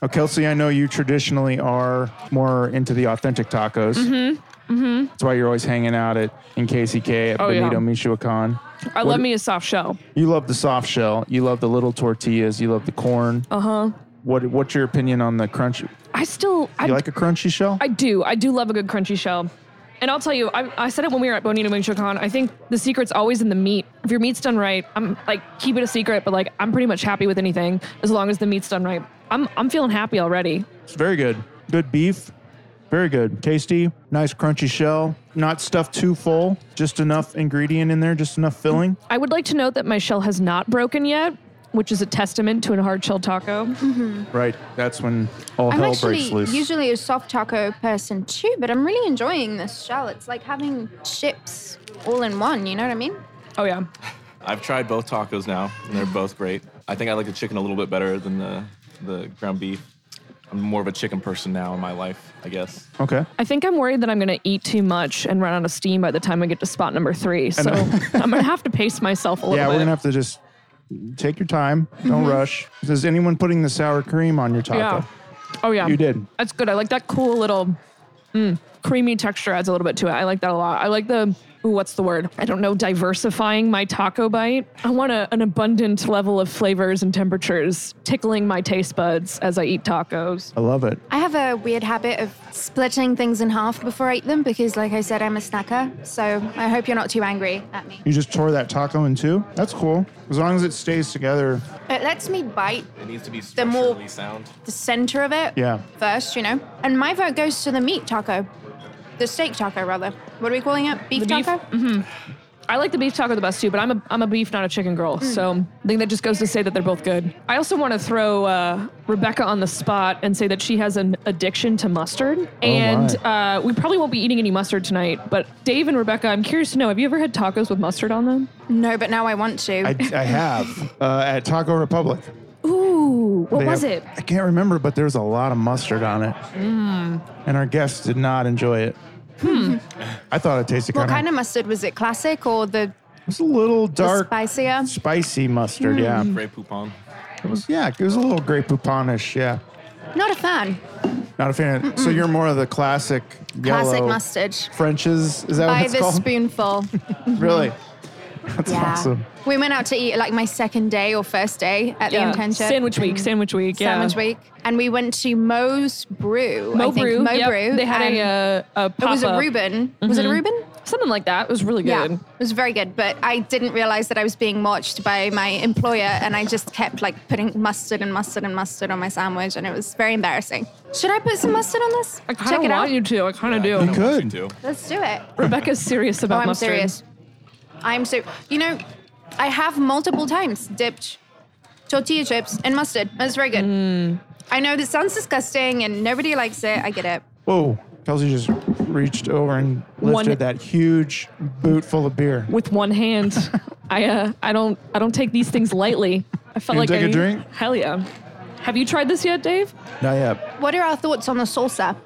[SPEAKER 4] Oh, Kelsey, I know you traditionally are more into the authentic tacos. Mm-hmm. Mm-hmm. That's why you're always hanging out at in KCK at
[SPEAKER 3] Oh, yeah.
[SPEAKER 4] Benito Michoacan.
[SPEAKER 3] I
[SPEAKER 4] What-
[SPEAKER 3] love me a soft shell.
[SPEAKER 4] You love the soft shell. You love the little tortillas. You love the corn. Uh huh. What What's your opinion on the crunch? You
[SPEAKER 3] I still I,
[SPEAKER 4] like a crunchy shell?
[SPEAKER 3] I do. I do love a good crunchy shell. And I'll tell you, I, I said it when we were at Bonito Michoacan. I think the secret's always in the meat. If your meat's done right, I'm like keep it a secret, but like I'm pretty much happy with anything as long as the meat's done right. I'm I'm feeling happy already.
[SPEAKER 4] it's very good. Good beef. Very good. Tasty, nice crunchy shell, not stuffed too full, just enough ingredient in there, just enough filling.
[SPEAKER 3] I would like to note that my shell has not broken yet, which is a testament to an hard shell taco.
[SPEAKER 4] Right. That's when all
[SPEAKER 5] I'm
[SPEAKER 4] hell
[SPEAKER 5] actually
[SPEAKER 4] breaks loose.
[SPEAKER 5] usually a soft taco person too, but I'm really enjoying this shell. It's like having chips all in one, you know what I mean?
[SPEAKER 3] Oh yeah.
[SPEAKER 1] I've tried both tacos now, and they're both great. I think I like the chicken a little bit better than the the ground beef. I'm more of a chicken person now in my life, I guess.
[SPEAKER 4] okay.
[SPEAKER 3] I think I'm worried that I'm gonna eat too much and run out of steam by the time I get to spot number three. So I'm gonna have to pace myself a little
[SPEAKER 4] Yeah,
[SPEAKER 3] bit.
[SPEAKER 4] we're gonna have to just take your time. Don't rush. Is anyone putting the sour cream on your taco?
[SPEAKER 3] yeah. Oh yeah.
[SPEAKER 4] You did.
[SPEAKER 3] That's good. I like that cool little mm, creamy texture adds a little bit to it. I like that a lot. I like the ooh, what's the word? I don't know, diversifying my taco bite. I want a, an abundant level of flavors and temperatures tickling my taste buds as I eat tacos.
[SPEAKER 4] I love it.
[SPEAKER 5] I have a weird habit of splitting things in half before I eat them because, like I said, I'm a snacker. So I hope you're not too angry at me.
[SPEAKER 4] You just tore that taco in two. That's cool. As long as it stays together.
[SPEAKER 5] It lets me bite
[SPEAKER 1] It needs to be
[SPEAKER 5] The more-
[SPEAKER 1] structurally sound.
[SPEAKER 5] the center of it
[SPEAKER 4] Yeah.
[SPEAKER 5] first, you know? And my vote goes to the meat taco, the steak taco, rather. What are we calling it? Beef
[SPEAKER 3] The beef?
[SPEAKER 5] taco?
[SPEAKER 3] I like the beef taco the best too, but I'm a I'm a beef, not a chicken girl.
[SPEAKER 5] Mm.
[SPEAKER 3] So I think that just goes to say that they're both good. I also want to throw uh, Rebecca on the spot and say that she has an addiction to
[SPEAKER 4] Oh,
[SPEAKER 3] mustard, and uh, we probably won't be eating any mustard tonight. But Dave and Rebecca, I'm curious to know: have you ever had tacos with mustard on them?
[SPEAKER 5] No, but now I want to.
[SPEAKER 4] I, I have uh, at Taco Republic.
[SPEAKER 3] Ooh, what
[SPEAKER 4] They
[SPEAKER 3] was
[SPEAKER 4] have-
[SPEAKER 3] it?
[SPEAKER 4] I can't remember, but there's a lot of mustard on it. And our guests did not enjoy it. I thought it tasted
[SPEAKER 5] what kind
[SPEAKER 4] kind
[SPEAKER 5] of mustard was it? Classic or the,
[SPEAKER 4] It's a little
[SPEAKER 5] the
[SPEAKER 4] dark,
[SPEAKER 5] spicier?
[SPEAKER 4] spicy mustard.
[SPEAKER 6] Hmm.
[SPEAKER 4] Yeah,
[SPEAKER 1] Great poupon.
[SPEAKER 4] it was. Yeah, it was a little Grey Pouponish. Yeah,
[SPEAKER 5] Not a fan.
[SPEAKER 4] not a fan. of So you're more of the classic yellow Oh,
[SPEAKER 5] Classic mustard.
[SPEAKER 4] Frenches. Is that what
[SPEAKER 5] By
[SPEAKER 4] it's
[SPEAKER 5] the
[SPEAKER 4] called?
[SPEAKER 5] spoonful.
[SPEAKER 4] Really? That's
[SPEAKER 5] yeah.
[SPEAKER 4] awesome.
[SPEAKER 5] We went out to eat like my second day or first day at
[SPEAKER 3] Yeah,
[SPEAKER 5] the internship.
[SPEAKER 3] Sandwich week, sandwich week, yeah.
[SPEAKER 5] Mm. Sandwich week. And we went to Moe's Brew.
[SPEAKER 3] Mo
[SPEAKER 5] I think
[SPEAKER 3] brew,
[SPEAKER 5] Mo
[SPEAKER 3] yep.
[SPEAKER 5] Brew.
[SPEAKER 3] They had
[SPEAKER 5] and
[SPEAKER 3] a uh, Mm-hmm. a
[SPEAKER 5] It
[SPEAKER 3] pop
[SPEAKER 5] was a Reuben. Was it a Reuben?
[SPEAKER 3] something like that. It was really good.
[SPEAKER 5] Yeah, it was very good, but I didn't realize that I was being watched by my employer, and I just kept like putting mustard and mustard and mustard on my sandwich, and it was very embarrassing. Should I put some mustard on this?
[SPEAKER 3] I kind
[SPEAKER 5] Check
[SPEAKER 3] of
[SPEAKER 5] it
[SPEAKER 3] want
[SPEAKER 5] out.
[SPEAKER 3] you to. I kind of
[SPEAKER 1] I
[SPEAKER 3] do.
[SPEAKER 1] don't want
[SPEAKER 4] Good.
[SPEAKER 1] You to.
[SPEAKER 5] Let's do it.
[SPEAKER 3] Rebecca's serious
[SPEAKER 5] Oh,
[SPEAKER 3] about
[SPEAKER 5] I'm
[SPEAKER 3] mustard.
[SPEAKER 5] serious. I'm so. You know, I have multiple times dipped tortilla chips in mustard. It's very good.
[SPEAKER 3] Hmm.
[SPEAKER 5] I know this sounds disgusting, and nobody likes it. I get it.
[SPEAKER 4] Whoa. Kelsey just reached over and lifted
[SPEAKER 3] One-
[SPEAKER 4] that huge boot full of beer.
[SPEAKER 3] with one hand. I uh, I don't I don't take these things lightly. I felt
[SPEAKER 4] You
[SPEAKER 3] like
[SPEAKER 4] take
[SPEAKER 3] I,
[SPEAKER 4] a drink?
[SPEAKER 3] Hell yeah. Have you tried this yet, Dave?
[SPEAKER 4] Not yet.
[SPEAKER 5] What are our thoughts on the salsa?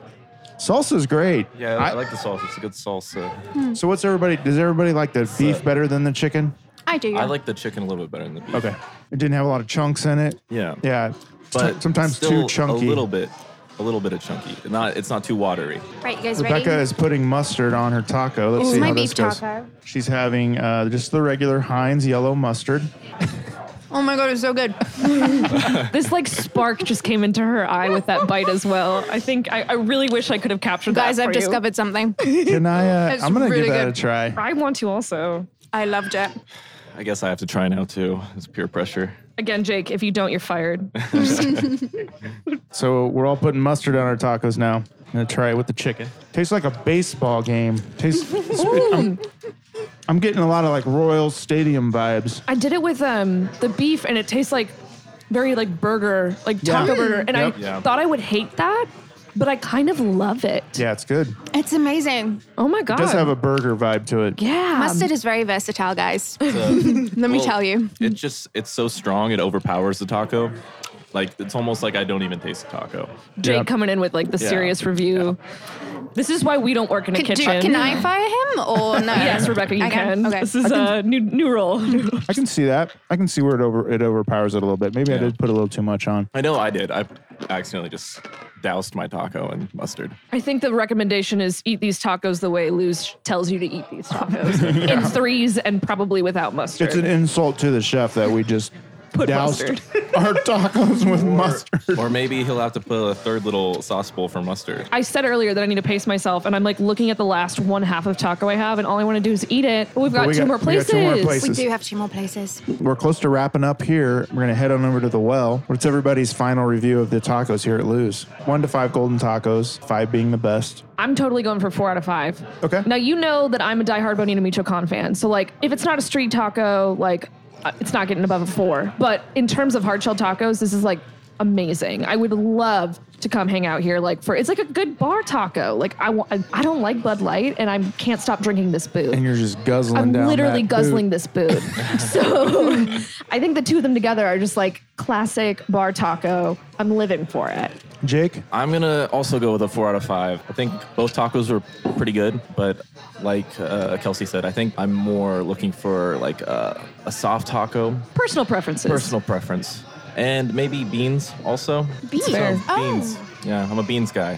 [SPEAKER 4] Salsa's great.
[SPEAKER 1] Yeah, I, like the sauce. uh, It's a good salsa.
[SPEAKER 4] So what's everybody? Does everybody like the beef better than the chicken?
[SPEAKER 5] I do.
[SPEAKER 1] I like the chicken a little bit better than the beef.
[SPEAKER 4] Okay. It didn't have a lot of chunks in it.
[SPEAKER 1] Yeah.
[SPEAKER 4] Yeah. T- sometimes
[SPEAKER 1] still
[SPEAKER 4] too chunky.
[SPEAKER 1] A little bit, a little bit of chunky. Not, it's not too watery.
[SPEAKER 5] Right, you guys
[SPEAKER 4] Rebecca
[SPEAKER 5] ready?
[SPEAKER 4] is putting mustard on her taco. Let's
[SPEAKER 5] Ooh,
[SPEAKER 4] see
[SPEAKER 5] my
[SPEAKER 4] how this
[SPEAKER 5] beef
[SPEAKER 4] goes.
[SPEAKER 5] taco.
[SPEAKER 4] She's having uh, just the regular Heinz yellow mustard.
[SPEAKER 5] oh my god, it's so good.
[SPEAKER 3] This like spark just came into her eye with that bite as well. I think I, I really wish I could have captured
[SPEAKER 5] Guys,
[SPEAKER 3] that.
[SPEAKER 5] I've
[SPEAKER 3] for you.
[SPEAKER 5] discovered something.
[SPEAKER 4] Can I? Uh,
[SPEAKER 5] It's
[SPEAKER 4] I'm gonna
[SPEAKER 5] really
[SPEAKER 4] give that
[SPEAKER 5] good.
[SPEAKER 4] a try.
[SPEAKER 3] I want to also.
[SPEAKER 5] I loved it.
[SPEAKER 1] I guess I have to try now too. It's peer pressure.
[SPEAKER 3] Again, Jake, if you don't, you're fired.
[SPEAKER 4] So we're all putting mustard on our tacos now. I'm gonna try it with the chicken. Tastes like a baseball game. Tastes. I'm, I'm getting a lot of like Royal Stadium vibes.
[SPEAKER 3] I did it with um the beef, and it tastes like very like burger, like
[SPEAKER 4] Yeah.
[SPEAKER 3] taco burger, and
[SPEAKER 4] Yep.
[SPEAKER 3] I
[SPEAKER 1] Yeah.
[SPEAKER 3] thought I would hate that, but I kind of love it.
[SPEAKER 4] Yeah, it's good.
[SPEAKER 5] It's amazing.
[SPEAKER 3] Oh my god.
[SPEAKER 4] It does have a burger vibe to it.
[SPEAKER 3] yeah.
[SPEAKER 5] Mustard is very versatile, guys. Um, Let me
[SPEAKER 1] Well,
[SPEAKER 5] tell you.
[SPEAKER 1] It just it's so strong it overpowers the taco. Like it's almost like I don't even taste the taco.
[SPEAKER 3] Jake
[SPEAKER 4] Yep.
[SPEAKER 3] coming in with like the
[SPEAKER 1] Yeah.
[SPEAKER 3] serious review. This is why we don't work in a
[SPEAKER 5] Can, do,
[SPEAKER 3] kitchen.
[SPEAKER 5] can I fire him or no?
[SPEAKER 3] Yes, Rebecca, you
[SPEAKER 5] I
[SPEAKER 3] can.
[SPEAKER 5] Okay.
[SPEAKER 3] This is uh, a new new role.
[SPEAKER 4] I can see that. I can see where it over it overpowers it a little bit. Maybe I
[SPEAKER 1] Yeah.
[SPEAKER 4] did put a little too much on.
[SPEAKER 1] I know I did. I accidentally just doused my taco in mustard.
[SPEAKER 3] I think the recommendation is eat these tacos the way Luz tells you to eat these tacos in threes and probably without mustard.
[SPEAKER 4] It's an insult to the chef that we just
[SPEAKER 3] Put
[SPEAKER 4] doused
[SPEAKER 3] mustard.
[SPEAKER 4] our tacos with mustard.
[SPEAKER 6] or maybe he'll have to put a third little sauce bowl for mustard.
[SPEAKER 3] I said earlier that I need to pace myself, and I'm like looking at the last one half of taco I have, and all I want to do is eat it. But we've got,
[SPEAKER 4] we
[SPEAKER 3] two,
[SPEAKER 4] got-
[SPEAKER 3] more
[SPEAKER 4] we got two more places.
[SPEAKER 5] We do have two more places.
[SPEAKER 4] We're close to wrapping up here. We're going to head on over to the well. It's everybody's final review of the tacos here at Lou's. One to five golden tacos, five being the best.
[SPEAKER 3] I'm totally going for four out of five.
[SPEAKER 4] Okay.
[SPEAKER 3] Now you know that I'm a diehard Bonito Micho Con fan, so like if it's not a street taco, like uh, it's not getting above a four. But in terms of hard shell tacos, this is like amazing. I would love to come hang out here. Like for it's like a good bar taco. Like I want, I don't like Bud Light, and I can't stop drinking this booze.
[SPEAKER 4] And you're just guzzling
[SPEAKER 3] I'm
[SPEAKER 4] down.
[SPEAKER 3] literally
[SPEAKER 4] that
[SPEAKER 3] guzzling
[SPEAKER 4] boot.
[SPEAKER 3] this boot. so I think the two of them together are just like classic bar taco. I'm living for it.
[SPEAKER 4] Jake,
[SPEAKER 1] I'm gonna also go with a four out of five. I think both tacos were pretty good, but like uh, Kelsey said, I think I'm more looking for like uh, a soft taco,
[SPEAKER 3] Personal preferences.
[SPEAKER 1] personal preference, and maybe beans also.
[SPEAKER 3] Beans. Oh. Hmm. Fair.
[SPEAKER 1] Beans. Yeah, I'm a beans guy.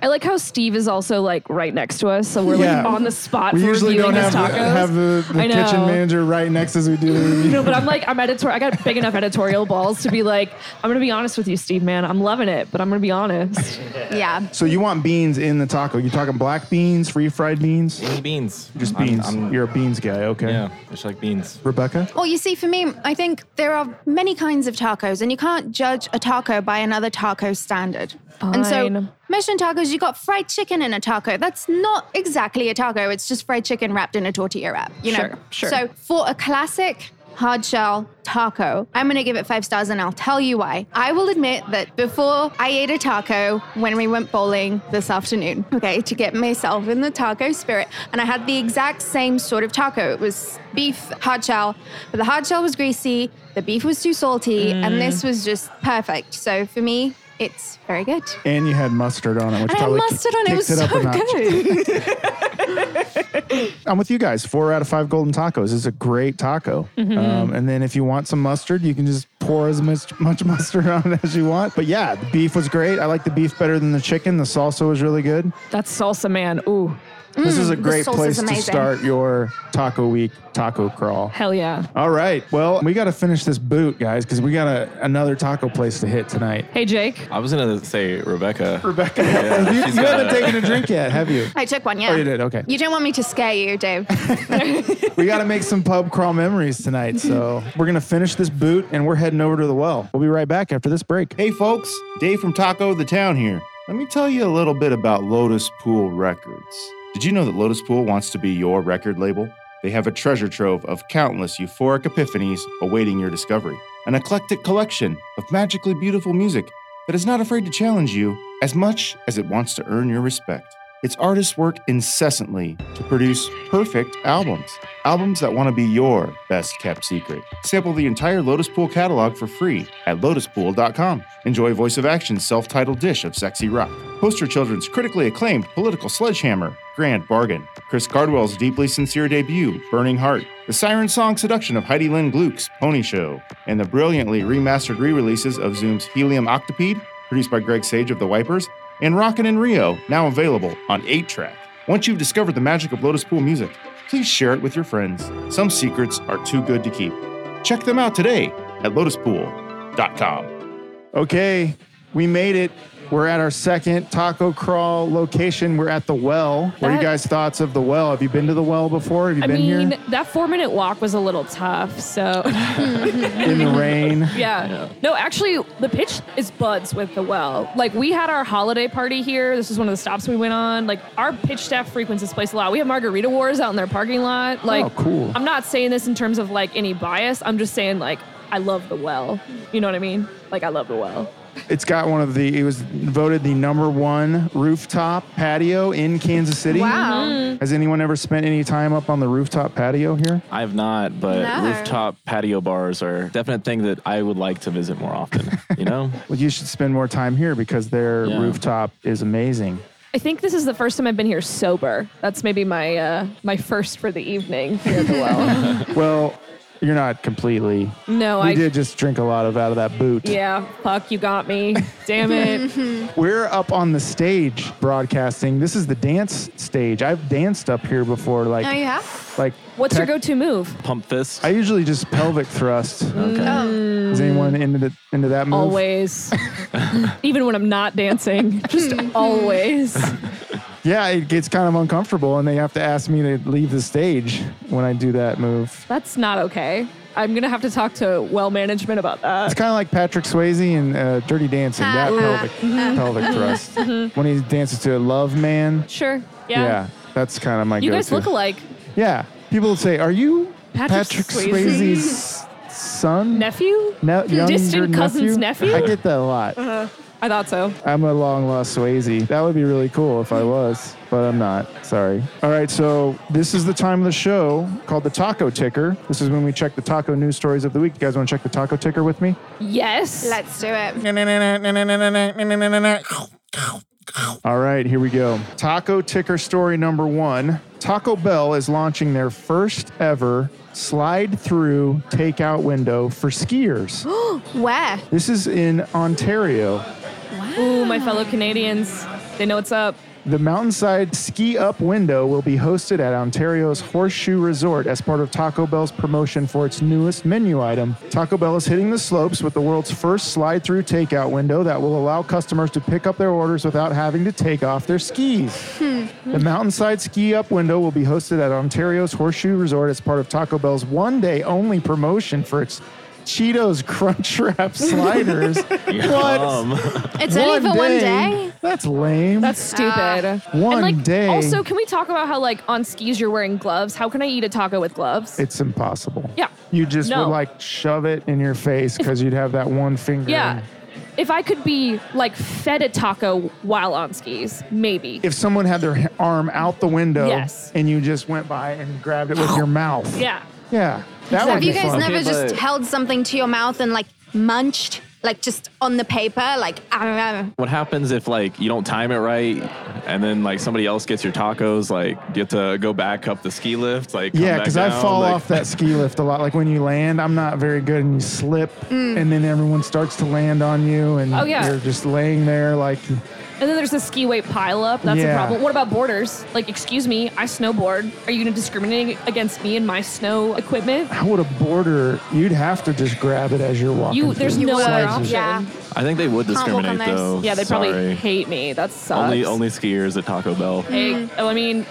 [SPEAKER 3] I like how Steve is also like right next to us, so we're
[SPEAKER 4] Yeah.
[SPEAKER 3] like on the spot
[SPEAKER 4] we
[SPEAKER 3] for
[SPEAKER 4] usually
[SPEAKER 3] reviewing
[SPEAKER 4] don't
[SPEAKER 3] his
[SPEAKER 4] have,
[SPEAKER 3] tacos.
[SPEAKER 4] have the, the
[SPEAKER 3] I know.
[SPEAKER 4] kitchen manager right next as we do the review.
[SPEAKER 3] No, but I'm like I'm editor. I got big enough editorial balls to be like I'm gonna be honest with you, Steve. Man, I'm loving it, but I'm gonna be honest.
[SPEAKER 5] Yeah.
[SPEAKER 4] So you want beans in the taco? You talking black beans, free fried beans,
[SPEAKER 1] Any beans?
[SPEAKER 4] just
[SPEAKER 1] I'm-
[SPEAKER 4] beans?
[SPEAKER 1] I'm-
[SPEAKER 4] You're a beans guy, okay?
[SPEAKER 1] yeah, just like beans.
[SPEAKER 4] Rebecca,
[SPEAKER 5] Well, you see, for me, I think there are many kinds of tacos, and you can't judge a taco by another taco standard. And so,
[SPEAKER 3] Fine.
[SPEAKER 5] Michelin tacos, you got fried chicken in a taco. That's not exactly a taco. It's just fried chicken wrapped in a tortilla wrap. You know.
[SPEAKER 3] Sure, sure.
[SPEAKER 5] So for a classic. Hard shell taco. I'm gonna give it five stars and I'll tell you why. I will admit that before I ate a taco when we went bowling this afternoon, okay, to get myself in the taco spirit, and I had the exact same sort of taco. It was beef hard shell, but the hard shell was greasy, the beef was too salty, and this was just perfect. So for me, it's very good.
[SPEAKER 4] and you had mustard on it,
[SPEAKER 5] And
[SPEAKER 4] which
[SPEAKER 5] I had
[SPEAKER 4] probably ki-
[SPEAKER 5] mustard on it, it was
[SPEAKER 4] kicks
[SPEAKER 5] so
[SPEAKER 4] up a notch.
[SPEAKER 5] good.
[SPEAKER 4] I'm with you guys. Four out of five golden tacos is a great taco.
[SPEAKER 5] Mm-hmm.
[SPEAKER 4] Um, and then if you want some mustard, you can just pour as much, much mustard on it as you want. But yeah, the beef was great. I like the beef better than the chicken. The salsa was really good.
[SPEAKER 3] That's salsa, man. Ooh,
[SPEAKER 4] this is a great
[SPEAKER 5] Mm, salsa's
[SPEAKER 4] place to
[SPEAKER 5] amazing.
[SPEAKER 4] start your taco week taco crawl.
[SPEAKER 3] hell yeah.
[SPEAKER 4] All right. Well, we got to finish this boot, guys, because we got a, another taco place to hit tonight.
[SPEAKER 3] Hey, Jake.
[SPEAKER 1] I was gonna say Rebecca.
[SPEAKER 4] Rebecca, have you,
[SPEAKER 1] she's
[SPEAKER 4] you haven't
[SPEAKER 1] gotta-
[SPEAKER 4] taken a drink yet, have you?
[SPEAKER 5] I took one, yeah.
[SPEAKER 4] Oh, you did? Okay.
[SPEAKER 5] You don't want me to scare you, Dave.
[SPEAKER 4] We got to make some pub crawl memories tonight. So we're going to finish this boot and we're heading over to the well. We'll be right back after this break.
[SPEAKER 8] Hey folks, Dave from Taco the Town here. Let me tell you a little bit about Lotus Pool Records. Did you know that Lotus Pool wants to be your record label? They have a treasure trove of countless euphoric epiphanies awaiting your discovery, an eclectic collection of magically beautiful music that is not afraid to challenge you as much as it wants to earn your respect. Its artists work incessantly to produce perfect albums, albums that want to be your best kept secret. Sample the entire Lotus Pool catalog for free at lotuspool.com. Enjoy Voice of Action's self titled dish of sexy rock. Poster Children's critically acclaimed political sledgehammer, Grand Bargain. Chris Cardwell's deeply sincere debut, Burning Heart. The siren song seduction of Heidi Lynn Gluck's Pony Show. And the brilliantly remastered re releases of Zoom's Helium Octopede, produced by Greg Sage of The Wipers, and Rockin' in Rio, now available on 8 track. Once you've discovered the magic of Lotus Pool music, please share it with your friends. Some secrets are too good to keep. Check them out today at lotuspool.com.
[SPEAKER 4] Okay, we made it. We're at our second taco crawl location. We're at the well. What are you
[SPEAKER 3] That-
[SPEAKER 4] guys' thoughts of the well? Have you been to the well before? Have you
[SPEAKER 3] I
[SPEAKER 4] been
[SPEAKER 3] mean,
[SPEAKER 4] here
[SPEAKER 3] that four minute walk was a little tough. So, yeah.
[SPEAKER 4] in the rain?
[SPEAKER 3] No, actually, the pitch is buds with the well. Like, we had our holiday party here. This was one of the stops we went on. Like, our pitch staff frequents this place a lot. We have margarita wars out in their parking lot. Like,
[SPEAKER 4] Oh, cool.
[SPEAKER 3] I'm not saying this in terms of like any bias. I'm just saying, like, I love the well. You know what I mean? Like, I love the well.
[SPEAKER 4] It's got one of the. It was voted the number one rooftop patio in Kansas City.
[SPEAKER 5] Wow.
[SPEAKER 4] Has anyone ever spent any time up on the rooftop patio here?
[SPEAKER 1] I've not, but
[SPEAKER 5] No.
[SPEAKER 1] rooftop patio bars are a definite thing that I would like to visit more often. You know,
[SPEAKER 4] Well, you should spend more time here because their
[SPEAKER 1] Yeah.
[SPEAKER 4] rooftop is amazing.
[SPEAKER 3] I think this is the first time I've been here sober. That's maybe my uh, my first for the evening here at the well.
[SPEAKER 4] Well, You're not completely.
[SPEAKER 3] No,
[SPEAKER 4] we
[SPEAKER 3] I
[SPEAKER 4] did just drink a lot of out of that boot.
[SPEAKER 3] Yeah, fuck, you got me. Damn it.
[SPEAKER 4] We're up on the stage broadcasting. This is the dance stage. I've danced up here before. Like,
[SPEAKER 5] Oh, you have?
[SPEAKER 4] like
[SPEAKER 3] What's your
[SPEAKER 4] tech-
[SPEAKER 3] go-to move?
[SPEAKER 1] Pump fist.
[SPEAKER 4] I usually just pelvic thrust.
[SPEAKER 5] Oh,
[SPEAKER 4] Is anyone into the, into that move?
[SPEAKER 3] Mm. Always. Even when I'm not dancing, just always.
[SPEAKER 4] Yeah, it gets kind of uncomfortable, and they have to ask me to leave the stage when I do that move.
[SPEAKER 3] That's not okay. I'm going to have to talk to well management about that.
[SPEAKER 4] It's kind of like Patrick Swayze in uh, Dirty Dancing.
[SPEAKER 5] Ah,
[SPEAKER 4] That pelvic,
[SPEAKER 3] Mm-hmm.
[SPEAKER 4] pelvic thrust. When he dances to Love Man.
[SPEAKER 3] Sure. Yeah.
[SPEAKER 4] Yeah, that's kind of my
[SPEAKER 3] You
[SPEAKER 4] go-to.
[SPEAKER 3] guys look alike.
[SPEAKER 4] Yeah, people would say, "Are you
[SPEAKER 3] Patrick
[SPEAKER 4] Patrick,
[SPEAKER 3] Swayze."
[SPEAKER 4] Swayze's son?"
[SPEAKER 3] Nephew?
[SPEAKER 4] Ne- younger
[SPEAKER 3] Distant cousin's nephew? Uh-huh.
[SPEAKER 4] I get that a lot.
[SPEAKER 3] I thought so.
[SPEAKER 4] I'm a long lost Swayze. That would be really cool if I was, but I'm not. Sorry. All right, so this is the time of the show called the Taco Ticker. This is when we check the taco news stories of the week. You guys want to check the Taco Ticker with me?
[SPEAKER 3] Yes.
[SPEAKER 5] let's do it.
[SPEAKER 4] All right, here we go. Taco Ticker story number one Taco Bell is launching their first ever slide through takeout window for skiers.
[SPEAKER 5] Where?
[SPEAKER 4] This is in Ontario.
[SPEAKER 3] Ooh, my fellow Canadians. They know what's up.
[SPEAKER 4] The Mountainside Ski Up window will be hosted at Ontario's Horseshoe Resort as part of Taco Bell's promotion for its newest menu item. Taco Bell is hitting the slopes with the world's first slide through takeout window that will allow customers to pick up their orders without having to take off their skis. The Mountainside Ski Up window will be hosted at Ontario's Horseshoe Resort as part of Taco Bell's one day only promotion for its Cheetos Crunch Wrap Sliders. what?
[SPEAKER 1] Um,
[SPEAKER 5] It's only for one day.
[SPEAKER 4] That's lame.
[SPEAKER 3] That's stupid.
[SPEAKER 4] one
[SPEAKER 3] and like,
[SPEAKER 4] day.
[SPEAKER 3] Also, can we talk about how like on skis you're wearing gloves? How can I eat a taco with gloves?
[SPEAKER 4] It's impossible.
[SPEAKER 3] Yeah.
[SPEAKER 4] You just
[SPEAKER 3] No.
[SPEAKER 4] would like shove it in your face because you'd have that one finger.
[SPEAKER 3] yeah.
[SPEAKER 4] in.
[SPEAKER 3] If I could be like fed a taco while on skis, maybe.
[SPEAKER 4] If someone had their h- arm out the window
[SPEAKER 3] Yes.
[SPEAKER 4] and you just went by and grabbed it with your mouth.
[SPEAKER 3] yeah.
[SPEAKER 4] Yeah. That would
[SPEAKER 5] Have you
[SPEAKER 4] be
[SPEAKER 5] guys
[SPEAKER 4] fun.
[SPEAKER 5] never just
[SPEAKER 1] but-
[SPEAKER 5] held something to your mouth and like munched, like just on the paper, like I don't know.
[SPEAKER 1] what happens if like you don't time it right, and then like somebody else gets your tacos? Like you have to go back up the ski lift? Like come
[SPEAKER 4] yeah,
[SPEAKER 1] back
[SPEAKER 4] because I
[SPEAKER 1] down,
[SPEAKER 4] fall
[SPEAKER 1] like-
[SPEAKER 4] off that ski lift a lot. Like when you land, I'm not very good and you slip and then everyone starts to land on you and
[SPEAKER 3] Mm. Oh, yeah.
[SPEAKER 4] you're just laying there like
[SPEAKER 3] And then there's the ski weight pile up. That's
[SPEAKER 4] Yeah.
[SPEAKER 3] a problem. What about borders? Like, excuse me, I snowboard. Are you going to discriminate against me and my snow equipment?
[SPEAKER 4] how would a border you'd have to just grab it as you're walking.
[SPEAKER 3] You, there's
[SPEAKER 4] through.
[SPEAKER 3] no
[SPEAKER 4] It's
[SPEAKER 3] other
[SPEAKER 4] like
[SPEAKER 3] option.
[SPEAKER 4] just-
[SPEAKER 5] Yeah.
[SPEAKER 1] I think they would
[SPEAKER 5] Can't walk on
[SPEAKER 1] discriminate
[SPEAKER 5] ice.
[SPEAKER 1] though.
[SPEAKER 3] Yeah, they'd probably
[SPEAKER 1] Sorry.
[SPEAKER 3] hate me. That sucks.
[SPEAKER 1] Only only skiers at Taco Bell.
[SPEAKER 3] Hey, I mean,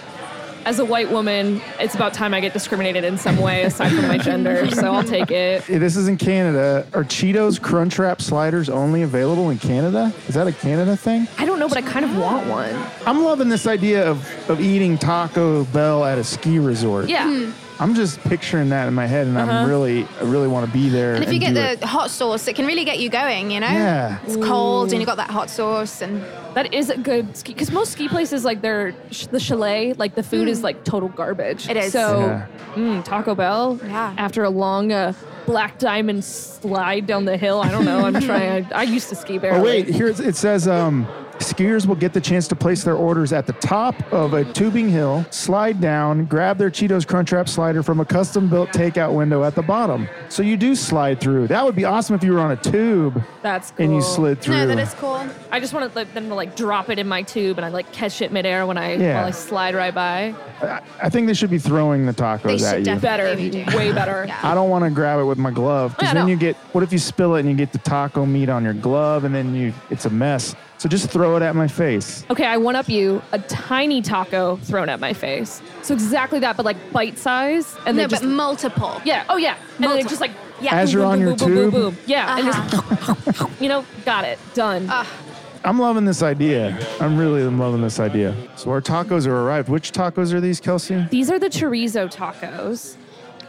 [SPEAKER 3] as a white woman, it's about time I get discriminated in some way aside from my gender. So I'll take it.
[SPEAKER 4] This is in Canada. Are Cheetos Crunchwrap sliders only available in Canada? Is that a Canada thing?
[SPEAKER 3] I don't know, but I kind of want one.
[SPEAKER 4] I'm loving this idea of, of eating Taco Bell at a ski resort.
[SPEAKER 3] Yeah.
[SPEAKER 4] I'm just picturing that in my head, and I'm really, I really want to be there.
[SPEAKER 5] Uh-huh. And if you get
[SPEAKER 4] do
[SPEAKER 5] the
[SPEAKER 4] it.
[SPEAKER 5] hot sauce, it can really get you going, you know?
[SPEAKER 4] Yeah.
[SPEAKER 5] It's cold and you got that hot sauce and
[SPEAKER 3] That is a good ski because most ski places like their sh- the chalet like the food is like total garbage.
[SPEAKER 5] Mm. It is.
[SPEAKER 3] So
[SPEAKER 4] Yeah.
[SPEAKER 3] mm, Taco Bell.
[SPEAKER 5] Yeah.
[SPEAKER 3] After a long uh, black diamond slide down the hill, I don't know. I'm trying. I, I used to ski there.
[SPEAKER 4] Oh wait, here it's- it says um, skiers will get the chance to place their orders at the top of a tubing hill, slide down, grab their Cheetos Crunchwrap slider from a custom-built takeout window at the bottom. So you do slide through. That would be awesome if you were on a tube
[SPEAKER 3] That's cool.
[SPEAKER 4] and you slid through.
[SPEAKER 5] no, that is cool.
[SPEAKER 3] I just wanted like, them to like drop it in my tube and I like catch it midair when I
[SPEAKER 4] Yeah.
[SPEAKER 3] while I slide right by.
[SPEAKER 4] I think they should be throwing the tacos
[SPEAKER 5] They
[SPEAKER 4] at
[SPEAKER 5] should
[SPEAKER 4] you.
[SPEAKER 5] definitely
[SPEAKER 3] Better,
[SPEAKER 5] we do.
[SPEAKER 3] way better.
[SPEAKER 5] Yeah.
[SPEAKER 4] I don't want to grab it with my glove because
[SPEAKER 3] Yeah,
[SPEAKER 4] then
[SPEAKER 3] no.
[SPEAKER 4] you get what if you spill it and you get the taco meat on your glove and then you it's a mess. So just throw it at my face.
[SPEAKER 3] Okay, I one up you a tiny taco thrown at my face. So exactly that, but like bite size, and
[SPEAKER 5] No,
[SPEAKER 3] then just
[SPEAKER 5] but multiple.
[SPEAKER 3] Yeah. Oh yeah. And then it
[SPEAKER 5] Multiple.
[SPEAKER 3] just like
[SPEAKER 5] Yeah.
[SPEAKER 4] As you're
[SPEAKER 3] boom,
[SPEAKER 4] on
[SPEAKER 3] boom,
[SPEAKER 4] your
[SPEAKER 3] boom,
[SPEAKER 4] tube,
[SPEAKER 3] Boom, boom, boom. Yeah. And
[SPEAKER 5] Uh-huh. Uh.
[SPEAKER 3] just you know, got it. Done.
[SPEAKER 4] I'm loving this idea. I'm really loving this idea. So our tacos are arrived. Which tacos are these, Kelsey?
[SPEAKER 3] These are the chorizo tacos,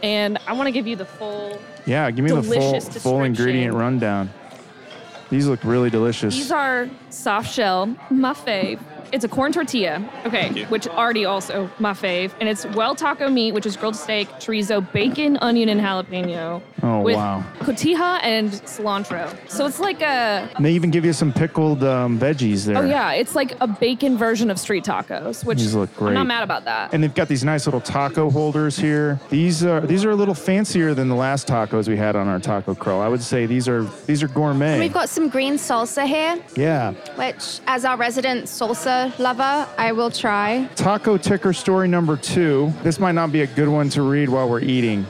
[SPEAKER 3] and I want to give you the full.
[SPEAKER 4] Yeah, give me the full
[SPEAKER 3] Delicious
[SPEAKER 4] full ingredient
[SPEAKER 3] description.
[SPEAKER 4] rundown. These look really delicious.
[SPEAKER 3] These are soft shell, my fave, It's a corn tortilla, okay,
[SPEAKER 6] you.
[SPEAKER 3] which already also my fave, and it's well taco meat, which is grilled steak, chorizo, bacon, onion, and jalapeno.
[SPEAKER 4] Oh,
[SPEAKER 3] with
[SPEAKER 4] wow.
[SPEAKER 3] Cotija and cilantro. So it's like a
[SPEAKER 4] And they even give you some pickled um, veggies there.
[SPEAKER 3] oh yeah, it's like a bacon version of street tacos, which
[SPEAKER 4] These look
[SPEAKER 3] I'm
[SPEAKER 4] great.
[SPEAKER 3] not mad about that.
[SPEAKER 4] And they've got these nice little taco holders here. These are these are a little fancier than the last tacos we had on our taco crawl. I would say these are these are gourmet.
[SPEAKER 5] We've got some green salsa here,
[SPEAKER 4] yeah.
[SPEAKER 5] which, as our resident salsa lover, I will try.
[SPEAKER 4] Taco ticker story number two. This might not be a good one to read while we're eating.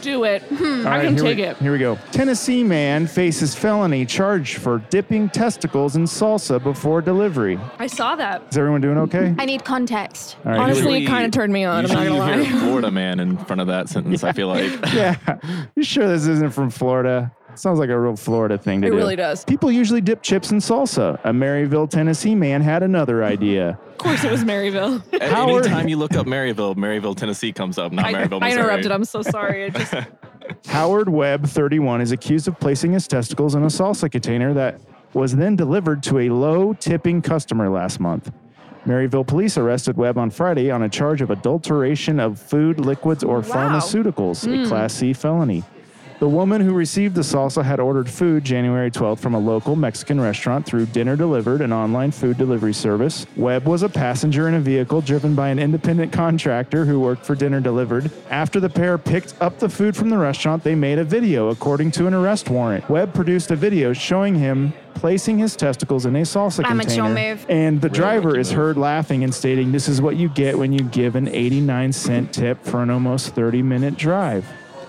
[SPEAKER 3] Do it.
[SPEAKER 4] All
[SPEAKER 3] Mm, I
[SPEAKER 4] right,
[SPEAKER 3] can
[SPEAKER 4] here
[SPEAKER 3] take
[SPEAKER 4] we,
[SPEAKER 3] it.
[SPEAKER 4] Here we go. Tennessee man faces felony charge for dipping testicles in salsa before delivery.
[SPEAKER 3] I saw that.
[SPEAKER 4] Is everyone doing okay?
[SPEAKER 5] I need context.
[SPEAKER 4] All right, here we
[SPEAKER 3] Honestly,
[SPEAKER 6] Usually-
[SPEAKER 3] it kind of turned me on. I'm not
[SPEAKER 6] usually
[SPEAKER 3] gonna
[SPEAKER 6] you hear
[SPEAKER 3] lie.
[SPEAKER 6] a Florida man in front of that sentence. I feel like
[SPEAKER 4] yeah. You sure this isn't from Florida? Sounds like a real Florida thing to
[SPEAKER 3] It
[SPEAKER 4] do.
[SPEAKER 3] really does.
[SPEAKER 4] People usually dip chips in salsa. A Maryville, Tennessee man had another idea.
[SPEAKER 3] Of course, it was Maryville.
[SPEAKER 4] Howard-
[SPEAKER 6] anytime you look up Maryville, Maryville, Tennessee comes up. Not
[SPEAKER 3] I,
[SPEAKER 6] Maryville,
[SPEAKER 3] I
[SPEAKER 6] Missouri.
[SPEAKER 3] interrupted. I'm so sorry. It just
[SPEAKER 4] Howard Webb, 31, is accused of placing his testicles in a salsa container that was then delivered to a low tipping customer last month. Maryville police arrested Webb on Friday on a charge of adulteration of food, liquids, or pharmaceuticals,
[SPEAKER 5] Hmm.
[SPEAKER 4] a Class C felony. The woman who received the salsa had ordered food January 12th from a local Mexican restaurant through Dinner Delivered, an online food delivery service. Webb was a passenger in a vehicle driven by an independent contractor who worked for Dinner Delivered. After the pair picked up the food from the restaurant, they made a video, according to an arrest warrant. Webb produced a video showing him placing his testicles in a salsa
[SPEAKER 5] Amateur
[SPEAKER 4] container.
[SPEAKER 5] move.
[SPEAKER 4] And the driver
[SPEAKER 6] rookie
[SPEAKER 4] is
[SPEAKER 6] move.
[SPEAKER 4] heard laughing and stating, This is what you get when you give an 89 cent tip for an almost 30 minute drive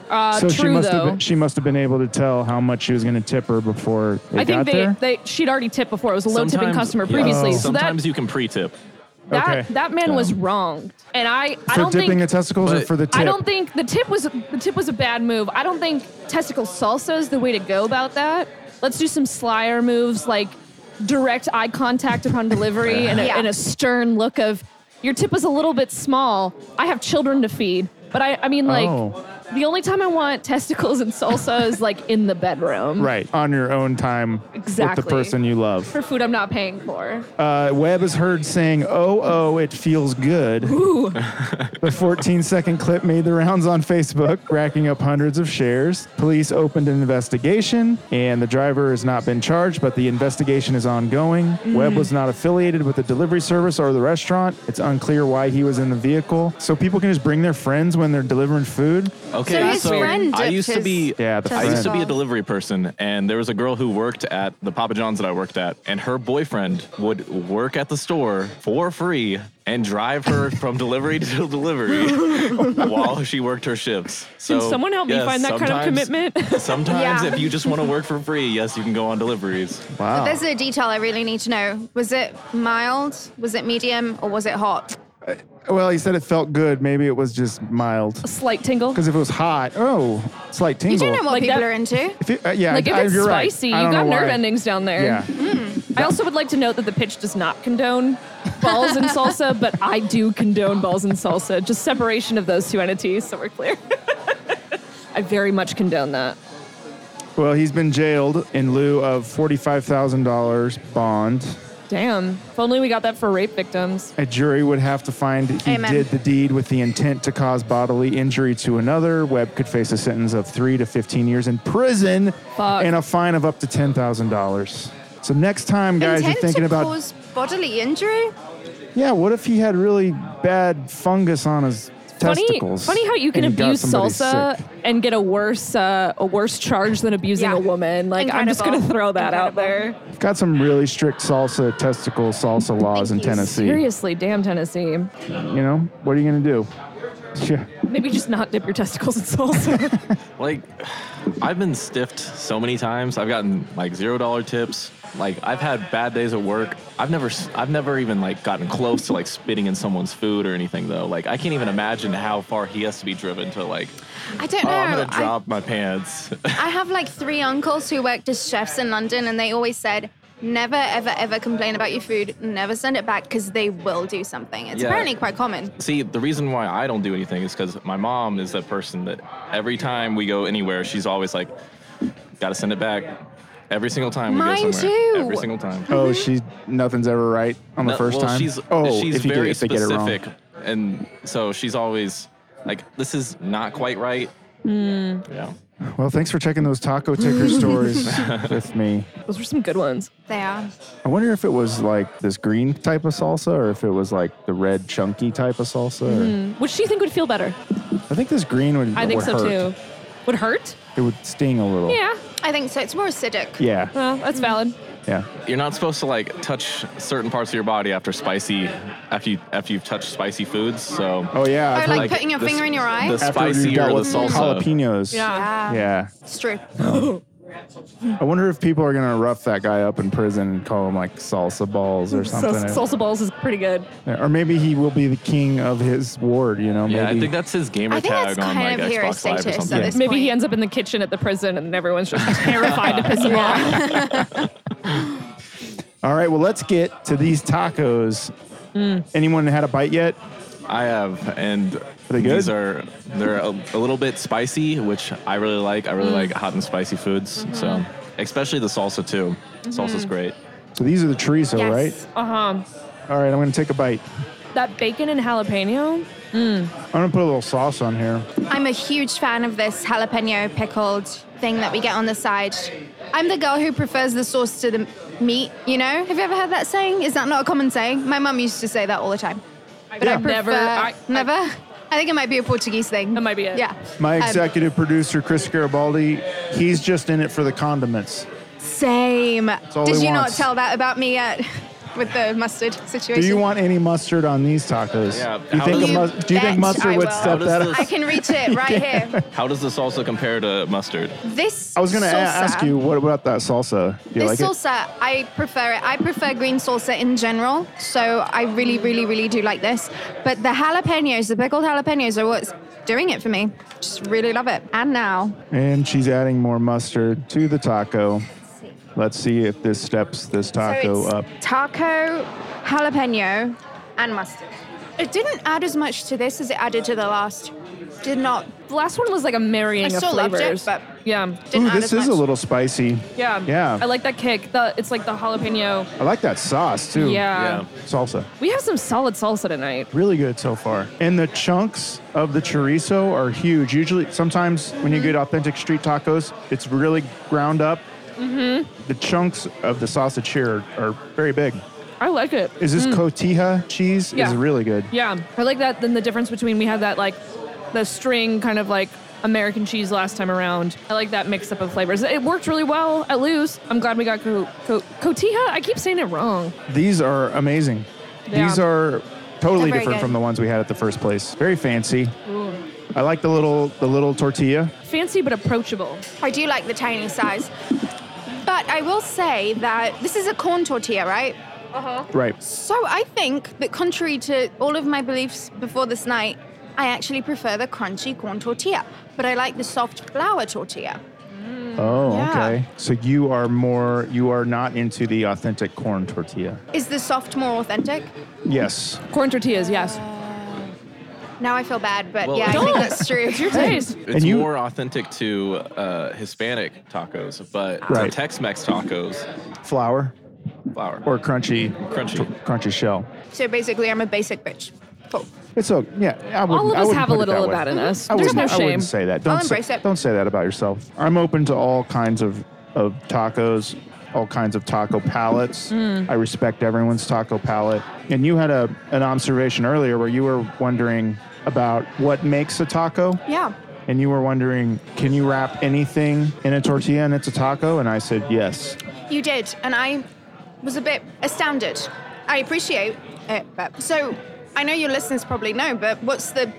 [SPEAKER 3] uh,
[SPEAKER 4] so she
[SPEAKER 3] true
[SPEAKER 4] must have
[SPEAKER 3] though.
[SPEAKER 4] been, she must have been able to tell how much she was going to tip her before they
[SPEAKER 3] I think
[SPEAKER 4] got
[SPEAKER 3] they,
[SPEAKER 4] there.
[SPEAKER 3] they she'd already tipped before. It was a low tipping
[SPEAKER 6] Sometimes-
[SPEAKER 3] customer
[SPEAKER 6] yeah.
[SPEAKER 3] previously. So that
[SPEAKER 6] Oh. Sometimes you can pre-tip.
[SPEAKER 3] that,
[SPEAKER 4] Okay.
[SPEAKER 3] that man was wronged, and I I
[SPEAKER 4] for
[SPEAKER 3] don't
[SPEAKER 4] dipping
[SPEAKER 3] think
[SPEAKER 4] the testicles or
[SPEAKER 6] but-
[SPEAKER 4] for the tip.
[SPEAKER 3] I don't think the tip was the tip was a bad move. I don't think testicle salsa is the way to go about that. Let's do some slyer moves like direct eye contact upon delivery and, a,
[SPEAKER 5] Yeah.
[SPEAKER 3] and a stern look of your tip is a little bit small. I have children to feed, but I I mean like
[SPEAKER 4] Oh.
[SPEAKER 3] the only time I want testicles and salsa is like in the bedroom
[SPEAKER 4] right on your own time
[SPEAKER 3] Exactly.
[SPEAKER 4] with the person you love.
[SPEAKER 3] for food I'm not paying for.
[SPEAKER 4] Uh, Webb is heard saying, "Oh oh, it feels good." the 14-second clip made the rounds on Facebook, racking up hundreds of shares. Police opened an investigation, and the driver has not been charged, but the investigation is ongoing. Webb was not affiliated with the delivery service or the restaurant. It's unclear why he was in the vehicle. So people can just bring their friends when they're delivering food.
[SPEAKER 6] Okay,
[SPEAKER 5] So his friend
[SPEAKER 6] I
[SPEAKER 5] dipped
[SPEAKER 6] used to
[SPEAKER 5] his
[SPEAKER 6] be
[SPEAKER 4] Yeah, the
[SPEAKER 6] I used to be a
[SPEAKER 5] friend.
[SPEAKER 6] delivery person, and there was a girl who worked at the Papa John's that I worked at, and her boyfriend would work at the store for free and drive her from delivery to delivery while she worked her shifts. So,
[SPEAKER 3] Can someone help me
[SPEAKER 6] yes,
[SPEAKER 3] find that kind of
[SPEAKER 6] sometimes-
[SPEAKER 3] commitment?
[SPEAKER 6] Sometimes,
[SPEAKER 5] Yeah.
[SPEAKER 6] if you just want to work for free, yes, you can go on deliveries.
[SPEAKER 4] Wow.
[SPEAKER 5] There's a detail I really need to know. Was it mild? Was it medium? Or was it hot?
[SPEAKER 4] Well, he said it felt good. Maybe it was just mild.
[SPEAKER 3] Slight tingle.
[SPEAKER 4] Because if it was hot, oh, slight
[SPEAKER 5] You
[SPEAKER 4] tingle.
[SPEAKER 5] don't know what
[SPEAKER 3] Like
[SPEAKER 5] people
[SPEAKER 3] that-
[SPEAKER 5] are into.
[SPEAKER 4] If it- uh, yeah,
[SPEAKER 3] Like if
[SPEAKER 4] I-
[SPEAKER 3] it's
[SPEAKER 4] you're right.
[SPEAKER 3] spicy,
[SPEAKER 4] I
[SPEAKER 3] you
[SPEAKER 4] don't
[SPEAKER 3] got
[SPEAKER 4] know
[SPEAKER 3] nerve
[SPEAKER 4] why.
[SPEAKER 3] endings down there.
[SPEAKER 4] Yeah.
[SPEAKER 3] I also would like to note that the pitch does not condone balls and salsa, but I do condone balls and salsa. Just separation of those two entities, so we're clear. I very much condone that.
[SPEAKER 4] Well, he's been jailed in lieu of $45,000 bond.
[SPEAKER 3] Damn. If only we got that for rape victims.
[SPEAKER 4] A jury would have to find he
[SPEAKER 5] Amen.
[SPEAKER 4] did the deed with the intent to cause bodily injury to another. Webb could face a sentence of three to 15 years in prison
[SPEAKER 3] Fuck.
[SPEAKER 4] and a fine of up to $10,000. So next time, guys,
[SPEAKER 5] Intent
[SPEAKER 4] you're thinking
[SPEAKER 5] to
[SPEAKER 4] about
[SPEAKER 5] cause bodily injury?
[SPEAKER 4] yeah, what if he had really bad fungus on his testicles?
[SPEAKER 3] Funny, funny how you can
[SPEAKER 4] and he got
[SPEAKER 3] abuse
[SPEAKER 4] somebody
[SPEAKER 3] salsa
[SPEAKER 4] sick?
[SPEAKER 3] and get a worse uh, a worse charge than abusing
[SPEAKER 5] Yeah.
[SPEAKER 3] a woman. Like I'm just gonna
[SPEAKER 5] Incredible.
[SPEAKER 3] throw that out there.
[SPEAKER 5] Incredible.
[SPEAKER 4] Got some really strict salsa testicle salsa laws in
[SPEAKER 5] Thank you.
[SPEAKER 4] Tennessee.
[SPEAKER 3] Seriously, damn Tennessee.
[SPEAKER 4] You know what are you gonna do? Yeah.
[SPEAKER 3] Maybe just not dip your testicles in salsa.
[SPEAKER 6] Like, I've been stiffed so many times. I've gotten like zero dollar tips. Like, I've had bad days at work. I've never, I've never even like gotten close to like spitting in someone's food or anything though. Like, I can't even imagine how far he has to be driven to like,
[SPEAKER 5] I don't
[SPEAKER 6] oh,
[SPEAKER 5] know.
[SPEAKER 6] I'm gonna
[SPEAKER 5] I-
[SPEAKER 6] drop my pants.
[SPEAKER 5] I have like three uncles who worked as chefs in London, and they always said, never, ever, ever complain about your food. Never send it back because they will do something. It's
[SPEAKER 6] Yeah.
[SPEAKER 5] apparently quite common.
[SPEAKER 6] See, the reason why I don't do anything is because my mom is that person that every time we go anywhere, she's always like, gotta send it back. Every single time we go
[SPEAKER 5] Mine too.
[SPEAKER 6] somewhere. Every single time.
[SPEAKER 4] Oh, she nothing's ever right on the
[SPEAKER 6] No,
[SPEAKER 4] first
[SPEAKER 6] well,
[SPEAKER 4] time.
[SPEAKER 6] She's,
[SPEAKER 4] oh,
[SPEAKER 6] she's
[SPEAKER 4] if you
[SPEAKER 6] very
[SPEAKER 4] get, if they get it wrong.
[SPEAKER 6] specific, and so she's always like, "This is not quite right."
[SPEAKER 5] Hmm.
[SPEAKER 6] Yeah.
[SPEAKER 4] Well, thanks for checking those taco ticker stories with me.
[SPEAKER 3] Those were some good ones.
[SPEAKER 5] They are.
[SPEAKER 4] I wonder if it was like this green type of salsa or if it was like the red chunky type of salsa. or-
[SPEAKER 3] Which do you think would feel better?
[SPEAKER 4] I think this green would.
[SPEAKER 3] Mm-hmm. I think
[SPEAKER 4] would
[SPEAKER 3] so
[SPEAKER 4] hurt.
[SPEAKER 3] too. Would hurt?
[SPEAKER 4] It would sting a little.
[SPEAKER 3] Yeah.
[SPEAKER 5] I think so. It's more acidic.
[SPEAKER 4] Yeah.
[SPEAKER 3] Well, that's valid.
[SPEAKER 4] Yeah.
[SPEAKER 6] You're not supposed to like touch certain parts of your body after spicy, after you after you've touched spicy foods. So
[SPEAKER 4] Oh yeah. I've
[SPEAKER 5] Or like
[SPEAKER 4] heard-
[SPEAKER 5] putting your
[SPEAKER 6] the s-
[SPEAKER 5] finger in your eye.
[SPEAKER 6] The
[SPEAKER 4] after you've
[SPEAKER 6] spicy
[SPEAKER 4] got
[SPEAKER 6] or the
[SPEAKER 4] with
[SPEAKER 6] salsa.
[SPEAKER 4] jalapenos.
[SPEAKER 5] Yeah.
[SPEAKER 4] Yeah.
[SPEAKER 5] It's true.
[SPEAKER 4] I wonder if people are gonna rough that guy up in prison and call him like salsa balls or
[SPEAKER 3] Sal-
[SPEAKER 4] something.
[SPEAKER 3] Salsa balls is pretty good.
[SPEAKER 4] or maybe he will be the king of his ward. You know. Maybe.
[SPEAKER 6] Yeah, I think that's his gamer
[SPEAKER 5] I think
[SPEAKER 6] tag
[SPEAKER 5] that's
[SPEAKER 6] on like
[SPEAKER 5] kind of hero
[SPEAKER 6] Xbox Live or
[SPEAKER 5] status at
[SPEAKER 6] something.
[SPEAKER 5] this
[SPEAKER 3] Maybe he
[SPEAKER 5] point.
[SPEAKER 3] ends up in the kitchen at the prison and everyone's just terrified to piss him off.
[SPEAKER 4] All right. Well, let's get to these tacos.
[SPEAKER 5] Mm.
[SPEAKER 4] Anyone had a bite yet?
[SPEAKER 6] I have, and
[SPEAKER 4] they good?
[SPEAKER 6] these are they're a, a little bit spicy, which I really like. I really
[SPEAKER 5] Mm.
[SPEAKER 6] like hot and spicy foods.
[SPEAKER 5] Mm-hmm.
[SPEAKER 6] So especially the salsa too. Salsa's great.
[SPEAKER 4] So these are the chorizo,
[SPEAKER 5] Yes.
[SPEAKER 4] right?
[SPEAKER 3] Uh huh.
[SPEAKER 4] All right. I'm gonna take a bite.
[SPEAKER 3] That bacon and jalapeno.
[SPEAKER 4] I'm gonna put a little sauce on here.
[SPEAKER 5] I'm a huge fan of this jalapeno pickled thing that we get on the side. I'm the girl who prefers the sauce to the meat, you know? Have you ever heard that saying? Is that not a common saying? My mum used to say that all the time. But I
[SPEAKER 4] Yeah.
[SPEAKER 5] prefer,
[SPEAKER 3] Never- I-
[SPEAKER 5] never. I, think it might be a Portuguese thing.
[SPEAKER 3] That might be it.
[SPEAKER 5] Yeah.
[SPEAKER 4] My
[SPEAKER 5] Um,
[SPEAKER 4] executive producer, Chris Garibaldi, he's just in it for the condiments.
[SPEAKER 5] same.
[SPEAKER 4] all
[SPEAKER 5] Did
[SPEAKER 4] he
[SPEAKER 5] you not
[SPEAKER 4] wants.
[SPEAKER 5] tell that about me yet with the mustard situation?
[SPEAKER 4] Do you want any mustard on these tacos?
[SPEAKER 6] Yeah,
[SPEAKER 4] You
[SPEAKER 6] how
[SPEAKER 4] think a
[SPEAKER 6] does-
[SPEAKER 4] mus- do you think
[SPEAKER 5] Bet
[SPEAKER 4] mustard
[SPEAKER 5] I
[SPEAKER 4] would
[SPEAKER 5] will.
[SPEAKER 4] step
[SPEAKER 6] How
[SPEAKER 4] that
[SPEAKER 6] does
[SPEAKER 4] up?
[SPEAKER 5] I can reach it right here.
[SPEAKER 6] How does the salsa compare to mustard?
[SPEAKER 5] This
[SPEAKER 4] I was going to
[SPEAKER 5] salsa,
[SPEAKER 4] ask you, what about that salsa? Do you
[SPEAKER 5] this
[SPEAKER 4] like it?
[SPEAKER 5] salsa, I prefer it. I prefer green salsa in general, so I really, really, really do like this. But the jalapenos, the pickled jalapenos, are what's doing it for me. Just really love it. And now,
[SPEAKER 4] And she's adding more mustard to the taco. Let's see if this steps this taco
[SPEAKER 5] so it's
[SPEAKER 4] up.
[SPEAKER 5] taco, jalapeno, and mustard. It didn't add as much to this as it added to the last. Did not.
[SPEAKER 3] The last one was like a marrying
[SPEAKER 5] I
[SPEAKER 3] of
[SPEAKER 5] still loved it,
[SPEAKER 3] flavors.
[SPEAKER 5] but-
[SPEAKER 3] yeah.
[SPEAKER 5] Didn't
[SPEAKER 4] Ooh,
[SPEAKER 5] add
[SPEAKER 4] this
[SPEAKER 5] as
[SPEAKER 4] is a
[SPEAKER 5] much.
[SPEAKER 4] little spicy.
[SPEAKER 3] Yeah.
[SPEAKER 4] Yeah.
[SPEAKER 3] I like that kick. The it's like the jalapeno.
[SPEAKER 4] I like that sauce too.
[SPEAKER 5] Uh,
[SPEAKER 3] Yeah.
[SPEAKER 6] Yeah.
[SPEAKER 4] Salsa.
[SPEAKER 3] We have some solid salsa tonight.
[SPEAKER 4] Really good so far. And the chunks of the chorizo are huge. Usually, sometimes when you
[SPEAKER 3] Mm-hmm.
[SPEAKER 4] get authentic street tacos, it's really ground up.
[SPEAKER 3] Mm-hmm.
[SPEAKER 4] The chunks of the sausage here are, are very big.
[SPEAKER 3] I like it.
[SPEAKER 4] Is this cotija cheese?
[SPEAKER 3] Mm. Yeah.
[SPEAKER 4] Is really good.
[SPEAKER 3] Yeah. I like that then the difference between we had that like the string kind of like American cheese last time around. I like that mix up of flavors. It worked really well at Lou's. I'm glad we got co- co- cotija. I keep saying it wrong.
[SPEAKER 4] These are amazing.
[SPEAKER 3] They
[SPEAKER 4] These are
[SPEAKER 5] They're
[SPEAKER 4] totally
[SPEAKER 5] very
[SPEAKER 4] different
[SPEAKER 5] good.
[SPEAKER 4] from the ones we had at the first place. Very fancy. I like the little the little tortilla.
[SPEAKER 3] Fancy but approachable.
[SPEAKER 5] I do like the tiny size. But I will say that this is a corn tortilla, right?
[SPEAKER 4] Right.
[SPEAKER 5] So I think that contrary to all of my beliefs before this night, I actually prefer the crunchy corn tortilla, but I like the soft flour tortilla.
[SPEAKER 4] Oh,
[SPEAKER 5] Yeah.
[SPEAKER 4] okay. So you are more you are not into the authentic corn tortilla.
[SPEAKER 5] Is the soft more authentic?
[SPEAKER 4] Yes.
[SPEAKER 3] Corn tortillas, yes.
[SPEAKER 5] Now I feel bad, but
[SPEAKER 6] Well,
[SPEAKER 5] yeah, I think
[SPEAKER 3] Don't.
[SPEAKER 5] that's true.
[SPEAKER 3] It's your taste.
[SPEAKER 6] It's
[SPEAKER 4] you-
[SPEAKER 6] more authentic to uh, Hispanic tacos, but
[SPEAKER 4] Right.
[SPEAKER 6] to Tex-Mex tacos,
[SPEAKER 4] Flour
[SPEAKER 6] flour
[SPEAKER 4] or crunchy
[SPEAKER 6] crunchy.
[SPEAKER 4] crunchy shell.
[SPEAKER 5] So basically, I'm a basic bitch. Cool.
[SPEAKER 4] It's okay. Yeah, I wouldn't,
[SPEAKER 3] All of
[SPEAKER 4] I
[SPEAKER 3] us
[SPEAKER 4] wouldn't
[SPEAKER 3] have a
[SPEAKER 4] put
[SPEAKER 3] little
[SPEAKER 4] it
[SPEAKER 3] of
[SPEAKER 4] way.
[SPEAKER 3] that in us.
[SPEAKER 4] I
[SPEAKER 3] There's
[SPEAKER 4] wouldn't,
[SPEAKER 3] no
[SPEAKER 4] I wouldn't
[SPEAKER 3] shame.
[SPEAKER 4] say that. Don't
[SPEAKER 5] I'll
[SPEAKER 4] say,
[SPEAKER 5] embrace it.
[SPEAKER 4] Don't say that about yourself. I'm open to all kinds of, of tacos, all kinds of taco palettes.
[SPEAKER 3] Hmm.
[SPEAKER 4] I respect everyone's taco palette. And you had a an observation earlier where you were wondering about what makes a taco.
[SPEAKER 5] Yeah.
[SPEAKER 4] And you were wondering, can you wrap anything in a tortilla and it's a taco? And I said yes.
[SPEAKER 5] You did, and I was a bit astounded. I appreciate it, but so I know your listeners probably know, but what's the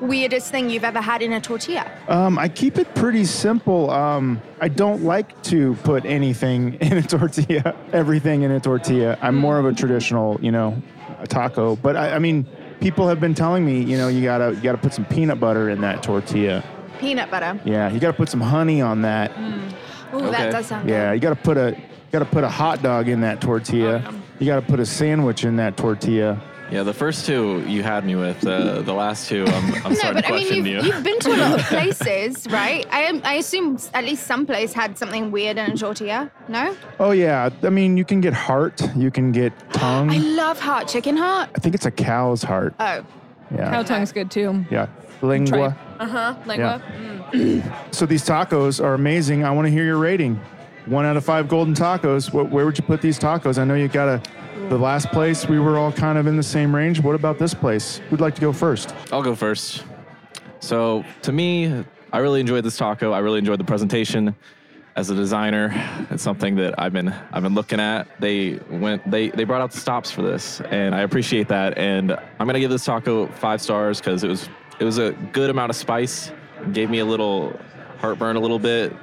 [SPEAKER 5] weirdest thing you've ever had in a tortilla?
[SPEAKER 4] Um, I keep it pretty simple. Um, I don't like to put anything in a tortilla, everything in a tortilla. I'm more of a traditional, you know, a taco. But I, I mean, people have been telling me, you know, you gotta you gotta put some peanut butter in that tortilla.
[SPEAKER 5] Peanut butter.
[SPEAKER 4] Yeah, you gotta put some honey on that.
[SPEAKER 5] Ooh,
[SPEAKER 6] Okay.
[SPEAKER 5] that does sound good.
[SPEAKER 4] Yeah, you gotta put a gotta put a hot dog in that tortilla. You gotta put a sandwich in that tortilla.
[SPEAKER 6] Yeah, the first two you had me with. Uh, the last two, I'm, I'm
[SPEAKER 5] No,
[SPEAKER 6] starting
[SPEAKER 5] but
[SPEAKER 6] to
[SPEAKER 5] I mean,
[SPEAKER 6] question
[SPEAKER 5] you've,
[SPEAKER 6] you.
[SPEAKER 5] you've been to a lot of places, right? I, am- I assume s- at least some place had something weird in a tortilla. No?
[SPEAKER 4] Oh yeah, I mean you can get heart, you can get tongue.
[SPEAKER 5] I
[SPEAKER 4] I
[SPEAKER 5] love heart, chicken heart.
[SPEAKER 4] think it's a cow's heart.
[SPEAKER 5] Oh,
[SPEAKER 4] Yeah,
[SPEAKER 3] Cow tongue's good too.
[SPEAKER 4] yeah, lingua.
[SPEAKER 3] Uh huh. Like
[SPEAKER 4] Yeah. Mm.
[SPEAKER 3] what?
[SPEAKER 4] So these tacos are amazing. I want to hear your rating. One out of five golden tacos. What, where would you put these tacos? I know you got a. The last place we were all kind of in the same range. What about this place? Who'd like to go first?
[SPEAKER 6] I'll go first. So to me, I really enjoyed this taco. I really enjoyed the presentation. As a designer, it's something that I've been I've been looking at. They went they they brought out the stops for this, and I appreciate that. And I'm gonna give this taco five stars because it was it was a good amount of spice. Gave me a little heartburn a little bit,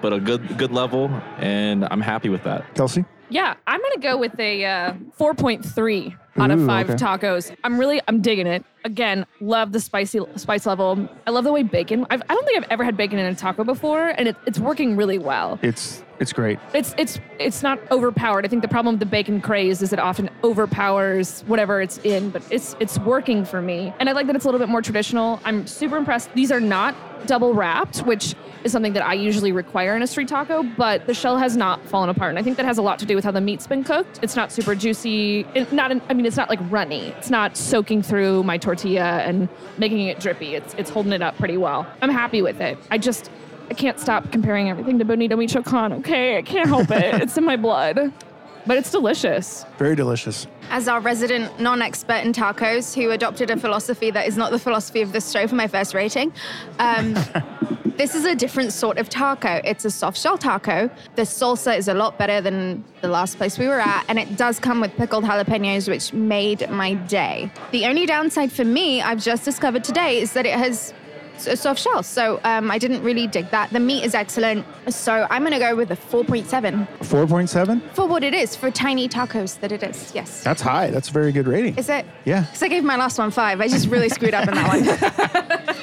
[SPEAKER 6] but a good good level, and I'm happy with that.
[SPEAKER 4] Kelsey?
[SPEAKER 3] Yeah, I'm gonna go with a uh, 4.3 out of
[SPEAKER 4] Ooh,
[SPEAKER 3] five
[SPEAKER 4] okay.
[SPEAKER 3] tacos. I'm really, I'm digging it. Again, love the spicy spice level. I love the way bacon. I've, I don't think I've ever had bacon in a taco before, and it, it's working really well.
[SPEAKER 4] It's it's great.
[SPEAKER 3] It's it's it's not overpowered. I think the problem with the bacon craze is it often overpowers whatever it's in, but it's it's working for me. And I like that it's a little bit more traditional. I'm super impressed. These are not double wrapped, which is something that I usually require in a street taco, but the shell has not fallen apart. And I think that has a lot to do with how the meat's been cooked. It's not super juicy. It, not an, I mean it's not like runny. It's not soaking through my tortilla and making it drippy. It's it's holding it up pretty well. I'm happy with it. I just I can't stop comparing everything to Bonito Micho Khan, okay? I can't help it. it's in my blood. But it's delicious.
[SPEAKER 4] Very delicious.
[SPEAKER 5] as our resident non expert in tacos who adopted a philosophy that is not the philosophy of this show for my first rating, um, this is a different sort of taco. It's a soft shell taco. The salsa is a lot better than the last place we were at, and it does come with pickled jalapenos, which made my day. The only downside for me, I've just discovered today, is that it has s- a soft shell. So um, I didn't really dig that. The meat is excellent. So I'm going to go with a 4.7
[SPEAKER 4] Four point seven.
[SPEAKER 5] for what it is, for tiny tacos that it is. Yes.
[SPEAKER 4] That's high. That's a very good rating.
[SPEAKER 5] Is it?
[SPEAKER 4] Yeah.
[SPEAKER 5] Because I gave my last one five. I just really screwed up in that one.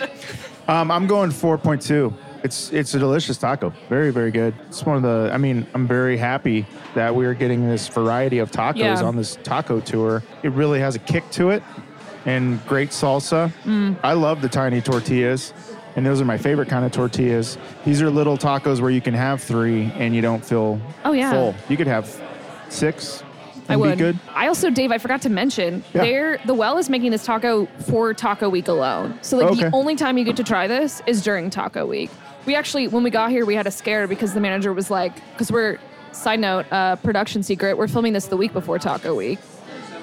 [SPEAKER 4] Um, I'm going 4.2. It's it's a delicious taco. Very very good. It's one of the. I mean, I'm very happy that we're getting this variety of tacos
[SPEAKER 3] Yeah.
[SPEAKER 4] on this taco tour. It really has a kick to it, and great salsa.
[SPEAKER 3] Mm.
[SPEAKER 4] I love the tiny tortillas, and those are my favorite kind of tortillas. These are little tacos where you can have three and you don't feel
[SPEAKER 3] Oh, yeah.
[SPEAKER 4] full. You could have six.
[SPEAKER 3] I
[SPEAKER 4] and
[SPEAKER 3] would.
[SPEAKER 4] be good.
[SPEAKER 3] I also, Dave, I forgot to mention,
[SPEAKER 4] Yeah.
[SPEAKER 3] there the well is making this taco for Taco Week alone. So like
[SPEAKER 4] Okay.
[SPEAKER 3] the only time you get to try this is during Taco Week. We actually, when we got here, we had a scare because the manager was like, because we're side note, uh, production secret, we're filming this the week before Taco Week.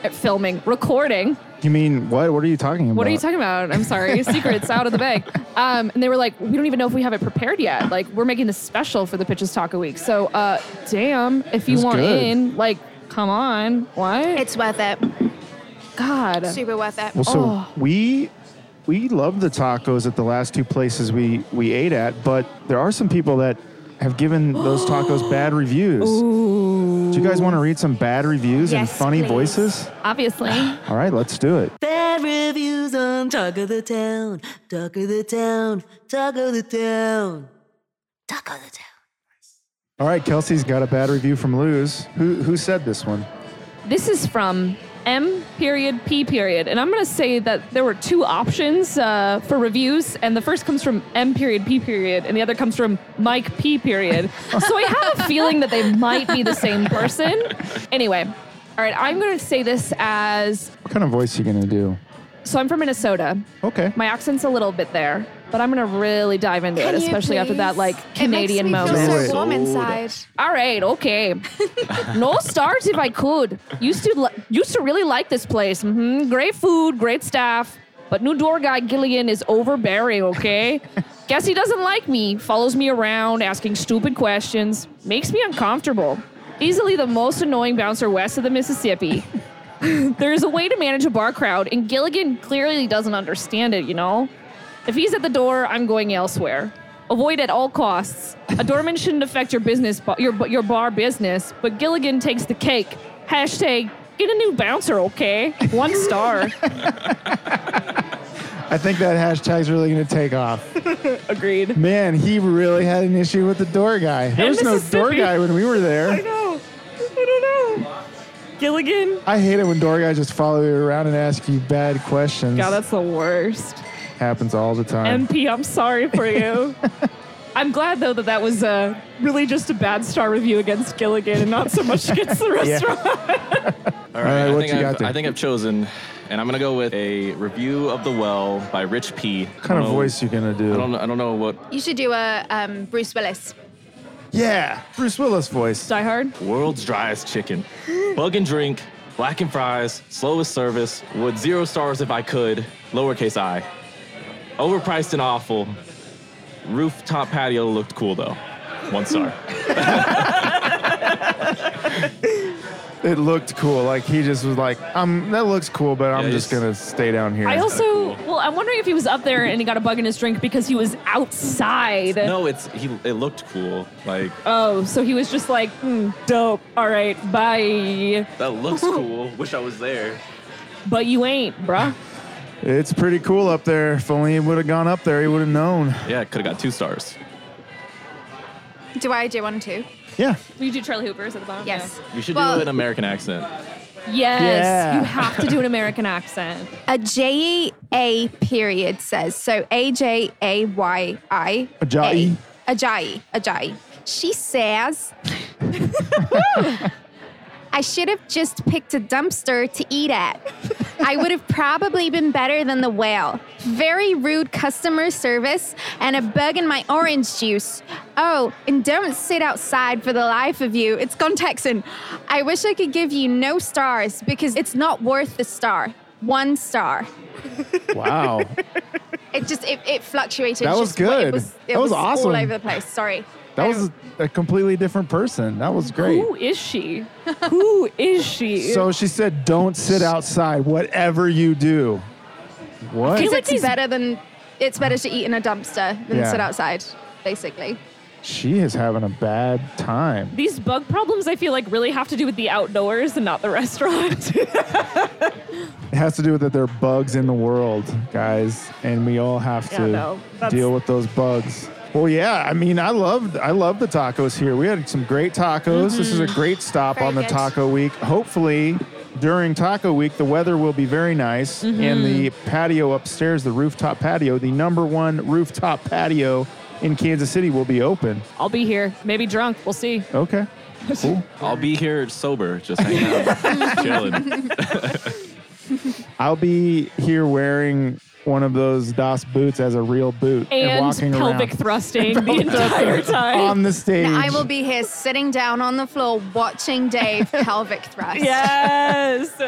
[SPEAKER 3] Uh, Filming, recording.
[SPEAKER 4] You mean what? What are you talking about?
[SPEAKER 3] What are you talking about? I'm sorry. Secrets out of the bag. Um, and they were like, we don't even know if we have it prepared yet. Like, we're making this special for the Pitches Taco Week. So, uh, damn, if you
[SPEAKER 4] That's
[SPEAKER 3] want
[SPEAKER 4] good.
[SPEAKER 3] in, like, come on. What?
[SPEAKER 5] it's worth it.
[SPEAKER 3] God.
[SPEAKER 5] Super worth it.
[SPEAKER 4] Well, so
[SPEAKER 3] Oh.
[SPEAKER 4] we we love the tacos at the last two places we we ate at, but there are some people that have given those tacos bad reviews. Do you guys want to read some bad reviews and
[SPEAKER 5] Yes,
[SPEAKER 4] funny
[SPEAKER 5] please.
[SPEAKER 4] voices?
[SPEAKER 3] Obviously.
[SPEAKER 4] All right, let's do it.
[SPEAKER 9] Bad reviews on Talk of the Town, Talk of the Town, Talk of the Town, Talk of the Town.
[SPEAKER 4] All right, Kelsey's got a bad review from Luz. Who who said this one?
[SPEAKER 3] This is from M period P period. And I'm going to say that there were two options uh, for reviews. And the first comes from M period P period. And the other comes from Mike P period. so I have a feeling that they might be the same person. Anyway. All right, I'm going to say this as
[SPEAKER 4] What kind of voice you gonna do?
[SPEAKER 3] so I'm from Minnesota.
[SPEAKER 4] Okay.
[SPEAKER 3] My accent's a little bit there, but I'm going to really dive into it,
[SPEAKER 5] Can you
[SPEAKER 3] especially after that
[SPEAKER 5] please?
[SPEAKER 3] like Canadian
[SPEAKER 5] it makes me
[SPEAKER 3] moment.
[SPEAKER 5] Feel
[SPEAKER 4] Right.
[SPEAKER 5] so warm inside.
[SPEAKER 3] All right, okay. no stars if I could. Used to li- used to really like this place. hmm Great food, great staff, but new door guy Gillian is overbearing. Okay, guess he doesn't like me. Follows me around, asking stupid questions, makes me uncomfortable. Easily the most annoying bouncer west of the Mississippi. There's a way to manage a bar crowd, and Gilligan clearly doesn't understand it. You know. If he's at the door, I'm going elsewhere. Avoid at all costs. A doorman shouldn't affect your business, your your bar business. But Gilligan takes the cake. Hashtag get a new bouncer, okay? One star.
[SPEAKER 4] I think that hashtag's really gonna take off.
[SPEAKER 3] Agreed.
[SPEAKER 4] Man, he really had an issue with the door guy. There
[SPEAKER 3] And
[SPEAKER 4] was no door
[SPEAKER 3] Mississippi.
[SPEAKER 4] guy when we were there.
[SPEAKER 3] know. I don't know. Gilligan?
[SPEAKER 4] I hate it when door guys just follow you around and ask you bad questions.
[SPEAKER 3] God, that's the worst.
[SPEAKER 4] happens all the time.
[SPEAKER 3] MP, I'm sorry for you. I'm glad though that that was uh, really just a bad star review against Gilligan and not so much against the restaurant.
[SPEAKER 6] All
[SPEAKER 4] right,
[SPEAKER 6] I
[SPEAKER 4] what
[SPEAKER 6] think
[SPEAKER 4] you got
[SPEAKER 6] I've-
[SPEAKER 4] there?
[SPEAKER 6] I think I've chosen, and I'm gonna go with a review of the well by Rich P.
[SPEAKER 4] what kind of voice you gonna
[SPEAKER 6] I
[SPEAKER 4] do?
[SPEAKER 6] don't. I don't know what
[SPEAKER 5] You should do a um, Bruce Willis.
[SPEAKER 4] Yeah, Bruce Willis voice.
[SPEAKER 3] Die Hard.
[SPEAKER 6] World's driest chicken. Bug and drink, black and fries, slowest service, would zero stars if I could, lowercase i. Overpriced and awful. Rooftop patio looked cool though. One star.
[SPEAKER 4] It looked cool. Like he just was like, um, that looks cool, but I'm
[SPEAKER 6] Yeah,
[SPEAKER 4] just
[SPEAKER 6] he's-
[SPEAKER 4] gonna stay down here.
[SPEAKER 3] I also, well, I'm wondering if he was up there and he got a bug in his drink because he was outside.
[SPEAKER 6] no, it's he it looked cool. Like
[SPEAKER 3] Oh, so he was just like, hmm, dope. All right, bye.
[SPEAKER 6] that looks cool. Wish I was there.
[SPEAKER 3] But you ain't, bruh.
[SPEAKER 4] it's pretty cool up there. If only he would have gone up there, he would have known.
[SPEAKER 6] Yeah, could have got two stars.
[SPEAKER 5] Do I do one too?
[SPEAKER 4] Yeah,
[SPEAKER 3] We do Charlie Hooper's at the bottom.
[SPEAKER 5] Yes.
[SPEAKER 6] You should
[SPEAKER 5] Well-
[SPEAKER 6] do an American accent.
[SPEAKER 3] Yes.
[SPEAKER 4] Yeah.
[SPEAKER 3] You have to do an American accent.
[SPEAKER 5] A J E A period says so. A J A Y I.
[SPEAKER 4] Ajayi.
[SPEAKER 5] A- Ajayi. Ajayi. She says, "I should have just picked a dumpster to eat at. I would have probably been better than the whale. Very rude customer service and a bug in my orange juice. Oh, and don't sit outside for the life of you. It's gone Texan. I wish I could give you no stars because it's not worth the star. One star."
[SPEAKER 4] wow.
[SPEAKER 5] It just it, it fluctuated.
[SPEAKER 4] That
[SPEAKER 5] It's
[SPEAKER 4] was
[SPEAKER 5] just what-
[SPEAKER 4] good.
[SPEAKER 5] It was, it
[SPEAKER 4] That was
[SPEAKER 5] was,
[SPEAKER 4] awesome.
[SPEAKER 5] All over the place. Sorry. Um,
[SPEAKER 4] That
[SPEAKER 5] I
[SPEAKER 4] was
[SPEAKER 5] don't-
[SPEAKER 4] a completely different person. That was great.
[SPEAKER 3] Who is she? Who is she?
[SPEAKER 4] So she said, "Don't sit outside. Whatever you do." What?
[SPEAKER 3] feel like
[SPEAKER 5] it's
[SPEAKER 3] these-
[SPEAKER 5] better than it's better to eat in a dumpster than
[SPEAKER 4] Yeah.
[SPEAKER 5] sit outside, basically.
[SPEAKER 4] She is having a bad time.
[SPEAKER 3] These bug problems, I feel like, really have to do with the outdoors and not the restaurant.
[SPEAKER 4] It has to do with that there are bugs in the world, guys, and we all have
[SPEAKER 3] Yeah,
[SPEAKER 4] to
[SPEAKER 3] no, that's-
[SPEAKER 4] deal with those bugs. Well, yeah. I mean, I loved I love the tacos here. We had some great tacos. This is a great stop
[SPEAKER 5] Very
[SPEAKER 4] on the
[SPEAKER 5] good.
[SPEAKER 4] Taco Week. Hopefully, during Taco Week, the weather will be very nice, and the patio upstairs, the rooftop patio, the number one rooftop patio in Kansas City, will be open.
[SPEAKER 3] I'll be here, maybe drunk. We'll see.
[SPEAKER 4] Okay. Cool.
[SPEAKER 6] I'll be here sober, just hanging out, chilling.
[SPEAKER 4] I'll be here wearing one of those DOS boots as a real boot and,
[SPEAKER 3] And
[SPEAKER 4] walking
[SPEAKER 3] pelvic
[SPEAKER 4] around Um,
[SPEAKER 3] thrusting the entire time.
[SPEAKER 4] on the stage.
[SPEAKER 5] I will be here sitting down on the floor watching Dave pelvic thrust.
[SPEAKER 3] yes.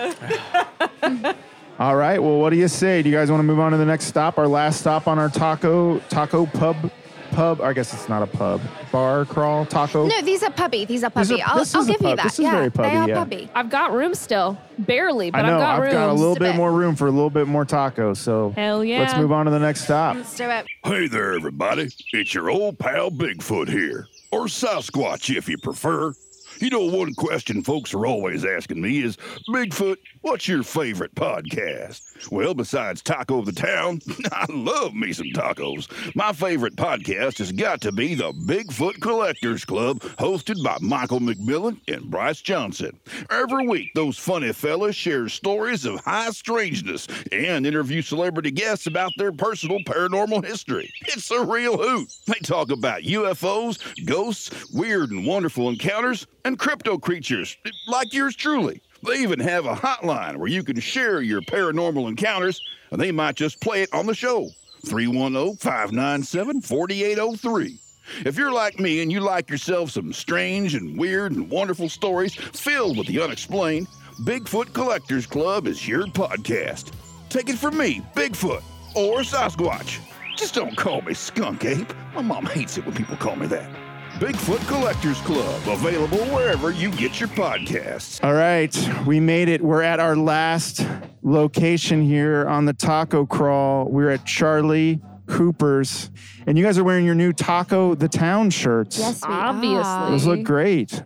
[SPEAKER 4] All right. Well, what do you say? Do you guys want to move on to the next stop? Our last stop on our taco taco pub pub. I guess it's not a pub bar crawl taco.
[SPEAKER 5] No, these are puppy. These are
[SPEAKER 4] These are-
[SPEAKER 5] puppy. I'll,
[SPEAKER 4] this
[SPEAKER 5] I'll
[SPEAKER 4] is a
[SPEAKER 5] give you
[SPEAKER 4] pub.
[SPEAKER 5] that.
[SPEAKER 4] This is
[SPEAKER 5] yeah,
[SPEAKER 4] very puppy,
[SPEAKER 5] They are
[SPEAKER 4] yeah.
[SPEAKER 5] puppy.
[SPEAKER 3] I've got room still, barely, but
[SPEAKER 4] I know.
[SPEAKER 3] I've got
[SPEAKER 4] I've
[SPEAKER 3] room.
[SPEAKER 4] got a little
[SPEAKER 5] Just a
[SPEAKER 4] bit
[SPEAKER 5] bit.
[SPEAKER 4] more room for a little bit more taco. So
[SPEAKER 3] Hell
[SPEAKER 4] let's
[SPEAKER 3] yeah.
[SPEAKER 4] move on to the next stop.
[SPEAKER 5] Let's do it.
[SPEAKER 10] Hey there, everybody. It's your old pal Bigfoot here, or Sasquatch if you prefer. You know, one question folks are always asking me is Bigfoot, what's your favorite podcast? Well, besides Taco of the Town, I love me some tacos. My favorite podcast has got to be the Bigfoot Collectors Club, hosted by Michael McMillan and Bryce Johnson. Every week, those funny fellas share stories of high strangeness and interview celebrity guests about their personal paranormal history. It's a real hoot. They talk about UFOs, ghosts, weird and wonderful encounters, and crypto creatures like yours truly. They even have a hotline where you can share your paranormal encounters, and they might just play it on the show. oh, 310 597 4803. If you're like me and you like yourself some strange and weird and wonderful stories filled with the unexplained, Bigfoot Collectors Club is your podcast. Take it from me, Bigfoot or Sasquatch. Just don't call me Skunk Ape. My mom hates it when people call me that. Bigfoot Collectors Club, available wherever you get your podcasts.
[SPEAKER 4] All right, we made it. We're at our last location here on the taco crawl. We're at Charlie Hooper's, and you guys are wearing your new Taco the Town shirts.
[SPEAKER 5] Yes, we
[SPEAKER 3] Obviously.
[SPEAKER 5] Are.
[SPEAKER 4] Those look great.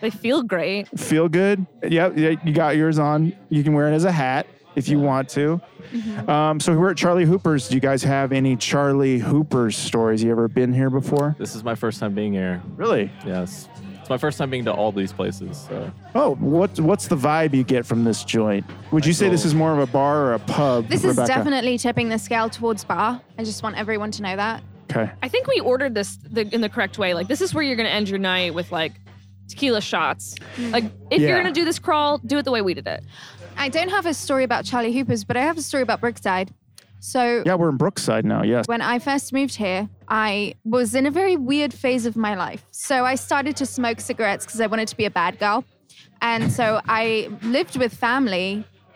[SPEAKER 3] They feel great.
[SPEAKER 4] Feel good. Yep, yeah, you got yours on. You can wear it as a hat if you want to.
[SPEAKER 5] Mm-hmm.
[SPEAKER 4] Um, so we're at Charlie Hooper's. Do you guys have any Charlie Hooper's stories? You ever been here before?
[SPEAKER 6] This is my first time being here.
[SPEAKER 4] Really?
[SPEAKER 6] Yes. It's
[SPEAKER 1] It's my first time being to all these places. So.
[SPEAKER 4] Oh, what what's the vibe you get from this joint? Would you say this is more of a bar or a pub?
[SPEAKER 5] This is
[SPEAKER 4] Rebecca?
[SPEAKER 5] definitely tipping the scale towards bar. I just want everyone to know that.
[SPEAKER 4] okay.
[SPEAKER 3] I think we ordered this the, in the correct way. Like, this is where you're going to end your night with like tequila shots. Like, if
[SPEAKER 4] Yeah.
[SPEAKER 3] you're going to do this crawl, do it the way we did it.
[SPEAKER 5] I don't have a story about Charlie Hooper's, but I have a story about Brookside. So
[SPEAKER 4] Yeah, we're in Brookside now. Yes.
[SPEAKER 5] when I first moved here, I was in a very weird phase of my life. So I started to smoke cigarettes because I wanted to be a bad girl. And so I lived with family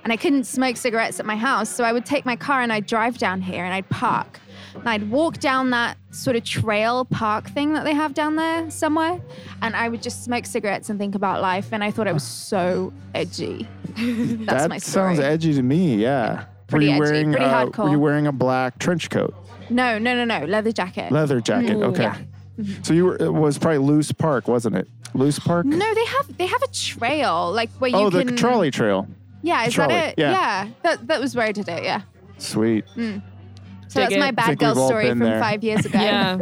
[SPEAKER 5] and I couldn't smoke cigarettes at my house. So I would take my car and I'd drive down here and I'd park. And I'd walk down that sort of trail park thing that they have down there somewhere. And I would just smoke cigarettes and think about life. And I thought it was so edgy. That's
[SPEAKER 4] that
[SPEAKER 5] my story.
[SPEAKER 4] sounds edgy to me. Yeah.
[SPEAKER 5] Pretty
[SPEAKER 4] were you
[SPEAKER 5] edgy,
[SPEAKER 4] wearing
[SPEAKER 5] pretty
[SPEAKER 4] uh,
[SPEAKER 5] hardcore.
[SPEAKER 4] were you wearing a black trench coat,
[SPEAKER 5] no, no, no, no. Leather jacket.
[SPEAKER 4] leather jacket? okay. So you were it was probably Loose Park, wasn't it? Loose Park.
[SPEAKER 5] Mm-hmm. No, they have they have a trail like where you
[SPEAKER 4] oh, the
[SPEAKER 5] can
[SPEAKER 4] trolley trail.
[SPEAKER 5] Yeah, is
[SPEAKER 4] trolley,
[SPEAKER 5] that it?
[SPEAKER 4] yeah.
[SPEAKER 5] that that was where I did it. Yeah,
[SPEAKER 4] Sweet.
[SPEAKER 5] Mm. so
[SPEAKER 3] Dig
[SPEAKER 5] that's
[SPEAKER 3] it.
[SPEAKER 5] my
[SPEAKER 3] I
[SPEAKER 5] bad
[SPEAKER 4] think
[SPEAKER 5] girl
[SPEAKER 4] we've all
[SPEAKER 5] story
[SPEAKER 4] been
[SPEAKER 5] from
[SPEAKER 4] there.
[SPEAKER 5] five years ago.
[SPEAKER 3] Yeah.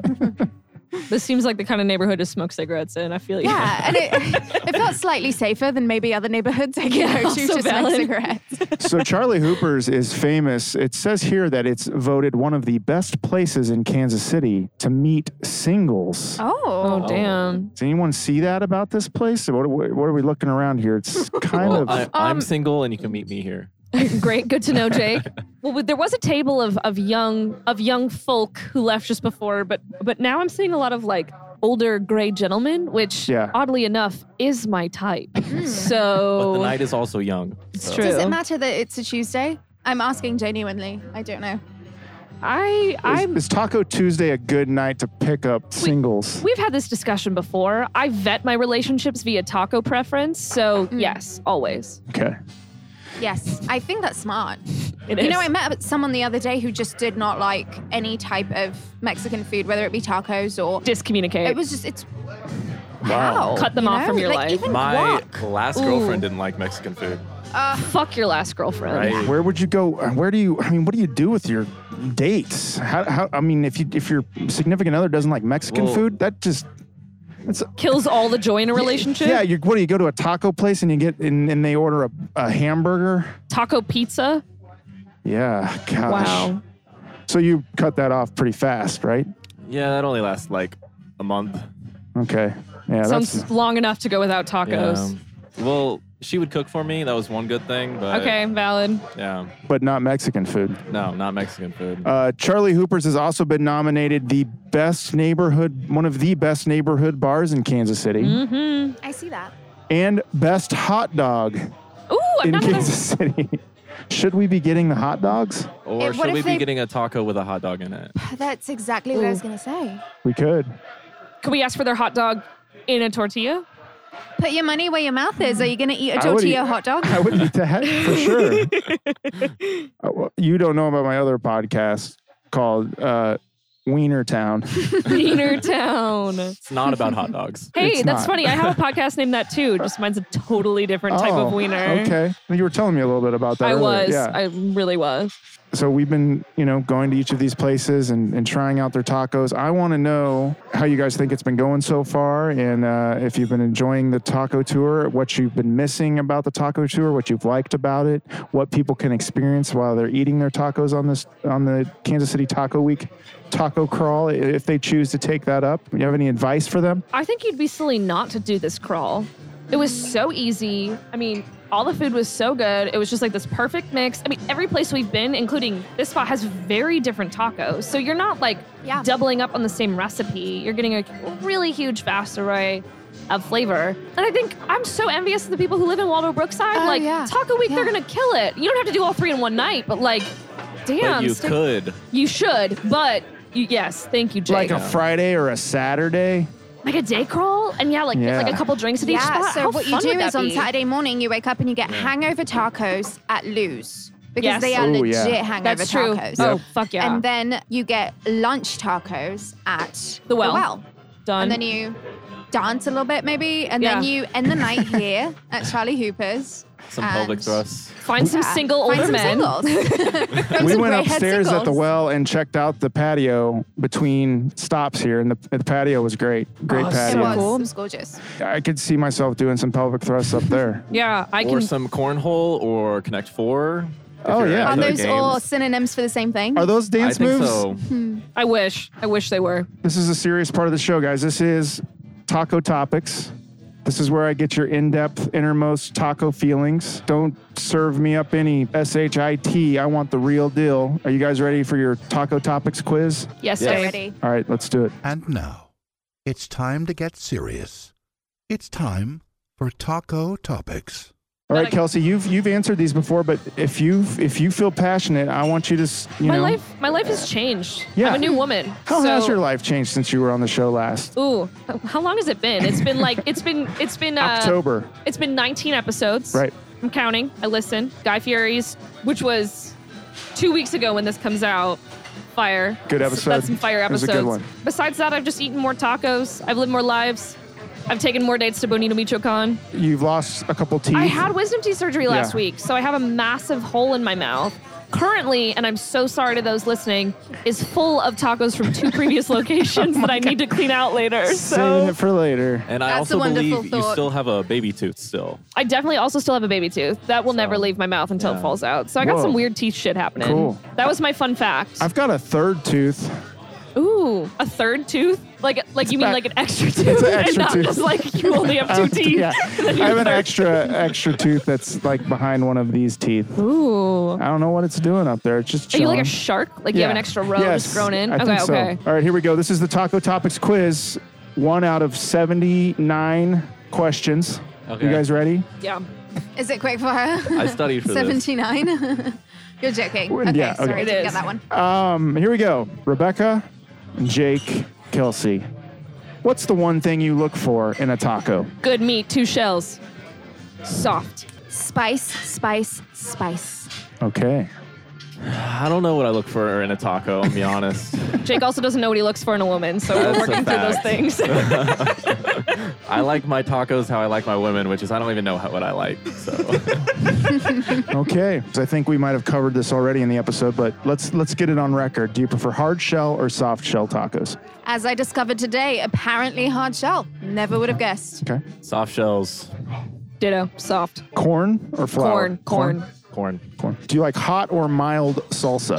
[SPEAKER 3] this seems like the kind of neighborhood to smoke cigarettes in. I feel you.
[SPEAKER 5] Yeah, and it, it felt slightly safer than maybe other neighborhoods I
[SPEAKER 3] Yeah,
[SPEAKER 5] go to
[SPEAKER 3] also
[SPEAKER 5] to smoke
[SPEAKER 3] valid.
[SPEAKER 5] cigarettes.
[SPEAKER 4] so Charlie Hooper's is famous. It says here that it's voted one of the best places in Kansas City to meet singles.
[SPEAKER 5] Oh,
[SPEAKER 3] Oh, damn.
[SPEAKER 4] Does anyone see that about this place? What, what, what are we looking around here? It's kind
[SPEAKER 1] Well,
[SPEAKER 4] of.
[SPEAKER 5] um,
[SPEAKER 1] I, I'm single and you can meet me here.
[SPEAKER 3] Great. Good to know, Jake. well, there was a table of, of young of young folk who left just before, but but now I'm seeing a lot of like older gray gentlemen, which
[SPEAKER 4] Yeah.
[SPEAKER 3] oddly enough is my type. so
[SPEAKER 1] But the
[SPEAKER 5] oh.
[SPEAKER 1] night is also young.
[SPEAKER 3] it's
[SPEAKER 1] so-
[SPEAKER 3] true.
[SPEAKER 5] does it matter that it's a Tuesday? I'm asking genuinely. I don't know.
[SPEAKER 3] I
[SPEAKER 4] is,
[SPEAKER 3] I'm
[SPEAKER 4] is Taco Tuesday a good night to pick up singles?
[SPEAKER 3] We've had this discussion before. I vet my relationships via taco preference. So, yes, always.
[SPEAKER 4] okay.
[SPEAKER 5] Yes, I think that's smart.
[SPEAKER 3] It
[SPEAKER 5] You
[SPEAKER 3] is.
[SPEAKER 5] know, I met someone the other day who just did not like any type of Mexican food, whether it be tacos or.
[SPEAKER 3] discommunicate.
[SPEAKER 5] It was just it's. Wow.
[SPEAKER 3] Cut them
[SPEAKER 5] you
[SPEAKER 3] off
[SPEAKER 5] know?
[SPEAKER 3] from your
[SPEAKER 5] Like,
[SPEAKER 3] life.
[SPEAKER 5] even
[SPEAKER 1] My
[SPEAKER 5] guac.
[SPEAKER 1] last girlfriend didn't like Mexican food.
[SPEAKER 3] Fuck your last girlfriend.
[SPEAKER 1] Right.
[SPEAKER 4] Where would you go? uh, Where do you? I mean, what do you do with your dates? How? how I mean, if you if your significant other doesn't like Mexican
[SPEAKER 1] Well-
[SPEAKER 4] food, that just
[SPEAKER 3] Kills all the joy in a relationship.
[SPEAKER 4] yeah. You what do you go to a taco place and you get and, and they order a, a hamburger?
[SPEAKER 3] Taco pizza.
[SPEAKER 4] Yeah. Gosh.
[SPEAKER 3] Wow.
[SPEAKER 4] So you cut that off pretty fast, right?
[SPEAKER 1] Yeah, that only lasts like a month.
[SPEAKER 4] Okay. Yeah. that's
[SPEAKER 3] Sounds long enough to go without tacos.
[SPEAKER 1] Yeah. Um, Well, she would cook for me. That was one good thing. But
[SPEAKER 3] Okay, valid.
[SPEAKER 1] Yeah.
[SPEAKER 4] but not Mexican food.
[SPEAKER 1] No, not Mexican food.
[SPEAKER 4] Uh, Charlie Hooper's has also been nominated the best neighborhood, one of the best neighborhood bars in Kansas City,
[SPEAKER 3] Mm-hmm.
[SPEAKER 5] I see that.
[SPEAKER 4] and best hot dog
[SPEAKER 3] Ooh, I'm
[SPEAKER 4] in
[SPEAKER 3] not gonna-
[SPEAKER 4] Kansas City. Should we be getting the hot dogs?
[SPEAKER 1] or
[SPEAKER 5] if- what
[SPEAKER 1] should
[SPEAKER 5] if
[SPEAKER 1] we
[SPEAKER 5] they-
[SPEAKER 1] be getting a taco with a hot dog in it?
[SPEAKER 5] That's exactly what I was going to say.
[SPEAKER 4] We could.
[SPEAKER 3] Can we ask for their hot dog in a tortilla?
[SPEAKER 5] Put your money where your mouth is. Are you going to eat a
[SPEAKER 4] I would
[SPEAKER 5] tortilla
[SPEAKER 4] eat-
[SPEAKER 5] hot dog?
[SPEAKER 4] I would eat that for sure. Uh, well, you don't know about my other podcast called uh, Wiener Town.
[SPEAKER 3] Wiener Town.
[SPEAKER 1] It's not about hot dogs.
[SPEAKER 3] Hey,
[SPEAKER 4] It's
[SPEAKER 3] that's
[SPEAKER 4] not.
[SPEAKER 3] funny. I have a podcast named that too. Just mine's a totally different type of
[SPEAKER 4] Oh,
[SPEAKER 3] wiener.
[SPEAKER 4] Okay, you were telling me a little bit about that.
[SPEAKER 3] I
[SPEAKER 4] earlier.
[SPEAKER 3] was.
[SPEAKER 4] Yeah.
[SPEAKER 3] I really was.
[SPEAKER 4] so we've been you know going to each of these places and, and trying out their tacos i want to know how you guys think it's been going so far and uh, if you've been enjoying the taco tour what you've been missing about the taco tour what you've liked about it what people can experience while they're eating their tacos on this on the kansas city taco week taco crawl i- if they choose to take that up you have any advice for them
[SPEAKER 3] I think you'd be silly not to do this crawl. It was so easy. I mean, all the food was so good. It was just like this perfect mix. I mean, every place we've been, including this spot, has very different tacos. So you're not like
[SPEAKER 5] Yeah.
[SPEAKER 3] doubling up on the same recipe. You're getting a really huge, vast array of flavor. And I think I'm so envious of the people who live in Waldo Brookside.
[SPEAKER 5] Oh,
[SPEAKER 3] like,
[SPEAKER 5] yeah.
[SPEAKER 3] Taco Week, they're
[SPEAKER 5] Yeah.
[SPEAKER 3] going to kill it. You don't have to do all three in one night, but like,
[SPEAKER 1] but
[SPEAKER 3] damn.
[SPEAKER 1] you
[SPEAKER 3] stick-
[SPEAKER 1] could.
[SPEAKER 3] You should, but you, yes, thank you, Jake.
[SPEAKER 4] like a friday or a saturday
[SPEAKER 3] Like a day crawl, and yeah, like
[SPEAKER 4] Yeah.
[SPEAKER 3] like a couple drinks at each
[SPEAKER 5] yeah,
[SPEAKER 3] spot.
[SPEAKER 5] so
[SPEAKER 3] How
[SPEAKER 5] what you
[SPEAKER 3] fun
[SPEAKER 5] do
[SPEAKER 3] would that
[SPEAKER 5] is on
[SPEAKER 3] be?
[SPEAKER 5] Saturday morning, you wake up and you get hangover tacos at Lou's because
[SPEAKER 3] Yes.
[SPEAKER 5] they are
[SPEAKER 4] Ooh, yeah.
[SPEAKER 5] legit hangover
[SPEAKER 3] That's true.
[SPEAKER 5] tacos.
[SPEAKER 3] Oh fuck yeah!
[SPEAKER 5] And then you get lunch tacos at
[SPEAKER 3] The Well.
[SPEAKER 5] The well.
[SPEAKER 3] Done.
[SPEAKER 5] And then you dance a little bit maybe, and then
[SPEAKER 3] Yeah.
[SPEAKER 5] you end the night here at Charlie Hooper's.
[SPEAKER 6] Some pelvic
[SPEAKER 5] and-
[SPEAKER 6] thrusts.
[SPEAKER 3] Find some
[SPEAKER 5] Yeah,
[SPEAKER 3] single
[SPEAKER 5] find
[SPEAKER 3] older
[SPEAKER 5] some
[SPEAKER 3] men.
[SPEAKER 5] singles. Find
[SPEAKER 4] we
[SPEAKER 5] some
[SPEAKER 4] went
[SPEAKER 5] grey-haired
[SPEAKER 4] upstairs at the
[SPEAKER 5] singles.
[SPEAKER 4] well and checked out the patio between stops here, and the, the patio was great. Great
[SPEAKER 3] Oh, so
[SPEAKER 5] It
[SPEAKER 4] patio.
[SPEAKER 5] was,
[SPEAKER 3] Cool.
[SPEAKER 5] it was gorgeous.
[SPEAKER 4] I could see myself doing some pelvic thrusts up there.
[SPEAKER 3] Yeah, I
[SPEAKER 6] or
[SPEAKER 3] can.
[SPEAKER 6] some cornhole or Connect Four. if
[SPEAKER 4] Oh,
[SPEAKER 6] you're
[SPEAKER 4] yeah.
[SPEAKER 5] Are
[SPEAKER 6] into
[SPEAKER 5] those all
[SPEAKER 6] games.
[SPEAKER 5] synonyms for the same thing?
[SPEAKER 4] Are those
[SPEAKER 6] I
[SPEAKER 4] dance
[SPEAKER 6] think
[SPEAKER 4] moves?
[SPEAKER 6] so.
[SPEAKER 3] I wish. I wish they were.
[SPEAKER 4] This is a serious part of the show, guys. This is Taco Topics. This is where I get your in depth, innermost taco feelings. Don't serve me up any S H I T. I want the real deal. Are you guys ready for your Taco Topics quiz?
[SPEAKER 3] Yes,
[SPEAKER 6] Yes.
[SPEAKER 3] Dave.
[SPEAKER 5] Ready.
[SPEAKER 4] All right, let's do it.
[SPEAKER 10] And now, it's time to get serious. It's time for Taco Topics.
[SPEAKER 4] All right,
[SPEAKER 3] Like-
[SPEAKER 4] Kelsey, you've you've answered these before, but if you if you feel passionate, I want you to s- you
[SPEAKER 3] my
[SPEAKER 4] know.
[SPEAKER 3] life, my life has changed.
[SPEAKER 4] Yeah.
[SPEAKER 3] I'm a new woman.
[SPEAKER 4] How
[SPEAKER 3] so,
[SPEAKER 4] has your life changed since you were on the show last?
[SPEAKER 3] Ooh, how- how long has it been? It's been like it's been it's been uh,
[SPEAKER 4] October.
[SPEAKER 3] It's been 19 episodes.
[SPEAKER 4] Right.
[SPEAKER 3] I'm counting. I listen. Guy Fieri's, which was two weeks ago when this comes out. Fire.
[SPEAKER 4] Good
[SPEAKER 3] That's-
[SPEAKER 4] episode.
[SPEAKER 3] That's some fire
[SPEAKER 4] It was
[SPEAKER 3] episodes.
[SPEAKER 4] a good one.
[SPEAKER 3] Besides that, I've just eaten more tacos. I've lived more lives. I've taken more dates to Bonito Michoacan.
[SPEAKER 4] You've lost a couple teeth.
[SPEAKER 3] I had wisdom teeth surgery last
[SPEAKER 4] Yeah.
[SPEAKER 3] week, so I have a massive hole in my mouth. Currently, and I'm so sorry to those listening, is full of tacos from two previous
[SPEAKER 4] Oh
[SPEAKER 3] locations that I need to clean out later.
[SPEAKER 4] saving
[SPEAKER 3] So
[SPEAKER 4] it for later.
[SPEAKER 6] And I
[SPEAKER 5] That's a
[SPEAKER 6] also
[SPEAKER 5] wonderful
[SPEAKER 6] believe you
[SPEAKER 5] thought.
[SPEAKER 6] still have a baby tooth still.
[SPEAKER 3] I definitely also still have a baby tooth that will never leave my mouth until it
[SPEAKER 6] Yeah.
[SPEAKER 3] falls out. So I got
[SPEAKER 4] Whoa.
[SPEAKER 3] some weird teeth shit happening.
[SPEAKER 4] Cool.
[SPEAKER 3] That was my fun fact.
[SPEAKER 4] I've got a third tooth.
[SPEAKER 3] Ooh, a third tooth? Like like you mean
[SPEAKER 4] back-
[SPEAKER 3] like an extra tooth,
[SPEAKER 4] an
[SPEAKER 3] and
[SPEAKER 4] extra
[SPEAKER 3] not
[SPEAKER 4] tooth.
[SPEAKER 3] just like you only have two teeth.
[SPEAKER 4] Yeah,
[SPEAKER 3] and then
[SPEAKER 4] I have
[SPEAKER 3] your
[SPEAKER 4] an
[SPEAKER 3] third-
[SPEAKER 4] extra extra tooth that's like behind one of these teeth.
[SPEAKER 3] Ooh.
[SPEAKER 4] I don't know what it's doing up there. It's just
[SPEAKER 3] Are you
[SPEAKER 4] chilling.
[SPEAKER 3] like a shark? Like you have an extra row just grown in?
[SPEAKER 4] I
[SPEAKER 3] okay,
[SPEAKER 4] think so.
[SPEAKER 3] okay.
[SPEAKER 4] All right, here we go. This is the Taco Topics quiz. One out of seventy-nine questions.
[SPEAKER 6] Okay.
[SPEAKER 4] You guys ready?
[SPEAKER 3] Yeah.
[SPEAKER 5] Is it quick fire?
[SPEAKER 6] I studied for this.
[SPEAKER 5] 79? You're joking.
[SPEAKER 4] Well,
[SPEAKER 5] Okay,
[SPEAKER 4] yeah, okay.
[SPEAKER 5] sorry, I
[SPEAKER 4] It
[SPEAKER 5] didn't
[SPEAKER 3] is.
[SPEAKER 5] get that one.
[SPEAKER 4] Um, here we go. Rebecca, Jake, Kelsey. What's the one thing you look for in a taco?
[SPEAKER 3] Good meat, two shells. Soft.
[SPEAKER 5] Spice, spice, spice.
[SPEAKER 4] Okay.
[SPEAKER 6] I don't know what I look for in a taco. I'll be honest.
[SPEAKER 3] Jake also doesn't know what he looks for in a woman, so we're
[SPEAKER 6] That's a
[SPEAKER 3] working through those
[SPEAKER 6] fact.
[SPEAKER 3] things.
[SPEAKER 6] I like my tacos how I like my women, which is I don't even know how, what I like. So.
[SPEAKER 4] Okay. So I think we might have covered this already in the episode, but let's let's get it on record. Do you prefer hard shell or soft shell tacos?
[SPEAKER 5] As I discovered today, apparently hard shell. Never would have guessed.
[SPEAKER 4] Okay.
[SPEAKER 6] Soft shells,
[SPEAKER 3] Ditto. Soft.
[SPEAKER 4] Corn or flour?
[SPEAKER 3] Corn. Corn.
[SPEAKER 6] corn.
[SPEAKER 4] Corn. Do you like hot or mild salsa?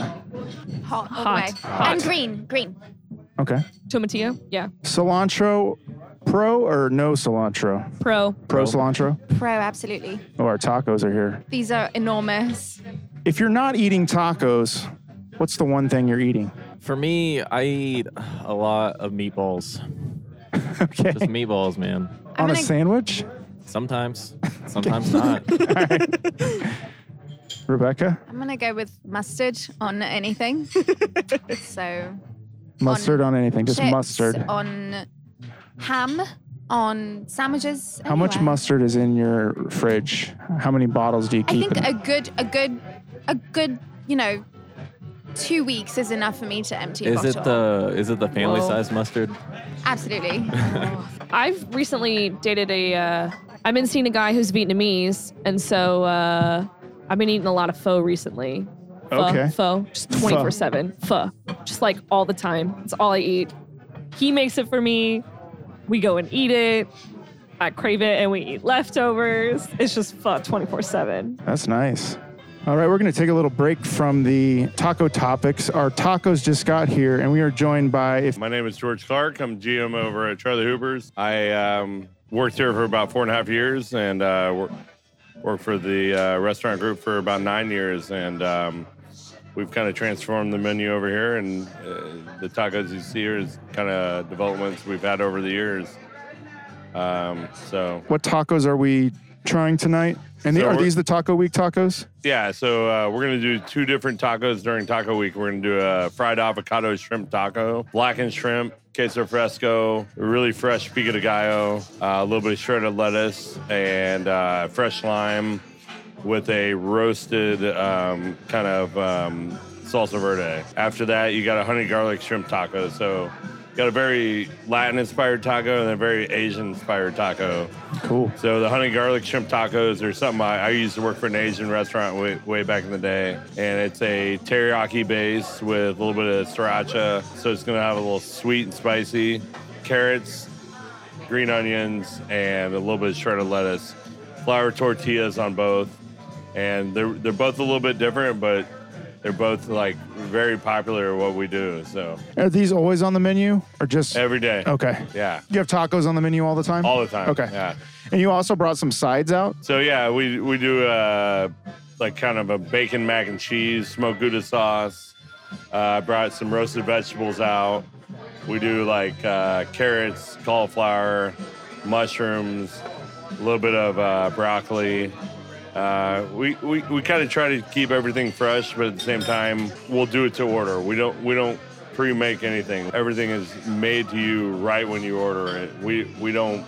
[SPEAKER 5] Hot, all the
[SPEAKER 3] Hot,
[SPEAKER 5] way.
[SPEAKER 3] hot.
[SPEAKER 5] And green, green.
[SPEAKER 4] Okay.
[SPEAKER 3] Tomatillo. Yeah.
[SPEAKER 4] Cilantro pro or no cilantro?
[SPEAKER 3] Pro.
[SPEAKER 4] Pro cilantro?
[SPEAKER 5] Pro, absolutely.
[SPEAKER 4] Oh, our tacos are here.
[SPEAKER 5] These are enormous.
[SPEAKER 4] If you're not eating tacos, what's the one thing you're eating?
[SPEAKER 6] For me, I eat a lot of meatballs.
[SPEAKER 4] Okay.
[SPEAKER 6] Just meatballs, man.
[SPEAKER 4] on a
[SPEAKER 5] gonna-
[SPEAKER 4] sandwich?
[SPEAKER 6] Sometimes, sometimes not.
[SPEAKER 4] Rebecca?
[SPEAKER 5] I'm going to go with mustard on anything. so,
[SPEAKER 4] Mustard on, anything, just
[SPEAKER 5] chips,
[SPEAKER 4] mustard.
[SPEAKER 5] On ham, on sandwiches.
[SPEAKER 4] How much
[SPEAKER 5] anywhere.
[SPEAKER 4] mustard is in your fridge? How many bottles do you
[SPEAKER 5] I
[SPEAKER 4] keep?
[SPEAKER 5] think
[SPEAKER 4] in-
[SPEAKER 5] a good, a good, a good, you know, two weeks is enough for me to empty. a
[SPEAKER 6] Is it
[SPEAKER 5] bottle.
[SPEAKER 6] the is it the family
[SPEAKER 3] Whoa.
[SPEAKER 6] size mustard?
[SPEAKER 5] Absolutely.
[SPEAKER 3] I've recently dated a. Uh, I've been seeing a guy who's Vietnamese, and so uh, I've been eating a lot of pho recently. Pho,
[SPEAKER 4] Okay.
[SPEAKER 3] Pho, just twenty four seven. Pho, just like all the time. It's all I eat. He makes it for me. We go and eat it. I crave it, and we eat leftovers. It's just pho twenty four seven.
[SPEAKER 4] That's nice. All right, we're going to take a little break from the taco topics. Our tacos just got here, and we are joined by if
[SPEAKER 7] My name is George Clark. I'm GM over at Charlie Hoopers. I um, worked here for about four and a half years and uh, wor- worked for the uh, restaurant group for about nine years. And um, we've kind of transformed the menu over here. And uh, the tacos you see here is kind of developments we've had over the years. Um, so
[SPEAKER 4] what tacos are we trying tonight? And the-
[SPEAKER 7] So
[SPEAKER 4] are
[SPEAKER 7] we're-
[SPEAKER 4] these the Taco Week tacos?
[SPEAKER 7] Yeah, so uh, we're gonna do two different tacos during Taco Week. We're gonna do a fried avocado shrimp taco, blackened shrimp, queso fresco, really fresh pico de gallo, uh, a little bit of shredded lettuce, and uh, fresh lime with a roasted um, kind of um, salsa verde. After that, you got a honey garlic shrimp taco. So got a very Latin inspired taco and a very Asian inspired taco.
[SPEAKER 4] Cool.
[SPEAKER 7] So the honey garlic shrimp tacos are something I, I used to work for an Asian restaurant way, way back in the day, and it's a teriyaki base with a little bit of sriracha, so it's gonna have a little sweet and spicy, carrots, green onions, and a little bit of shredded lettuce, flour tortillas on both, and they're they're both a little bit different, but they're both like very popular at what we do. So
[SPEAKER 4] Are these always on the menu or just?
[SPEAKER 7] every day,
[SPEAKER 4] okay.
[SPEAKER 7] yeah,
[SPEAKER 4] You have tacos on the menu all the time.
[SPEAKER 7] all the time,
[SPEAKER 4] Oh. Okay.
[SPEAKER 7] yeah.
[SPEAKER 4] And you also brought some sides out.
[SPEAKER 7] So yeah, we we do uh, like kind of a bacon mac and cheese, smoked gouda sauce. Uh, I brought some roasted vegetables out. We do like uh, carrots, cauliflower, mushrooms, a little bit of uh, broccoli. Uh, we we, we kind of try to keep everything fresh, but at the same time, we'll do it to order. We don't we don't pre-make anything. Everything is made to you right when you order it. We we don't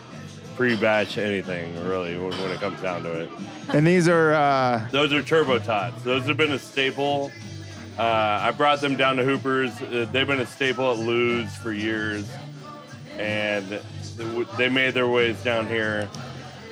[SPEAKER 7] pre-batch anything really when, when it comes down to it.
[SPEAKER 4] And these are uh,
[SPEAKER 7] Those are turbo tots. Those have been a staple. Uh, I brought them down to Hoopers. Uh, they've been a staple at Lou's for years, and they w- they made their ways down here.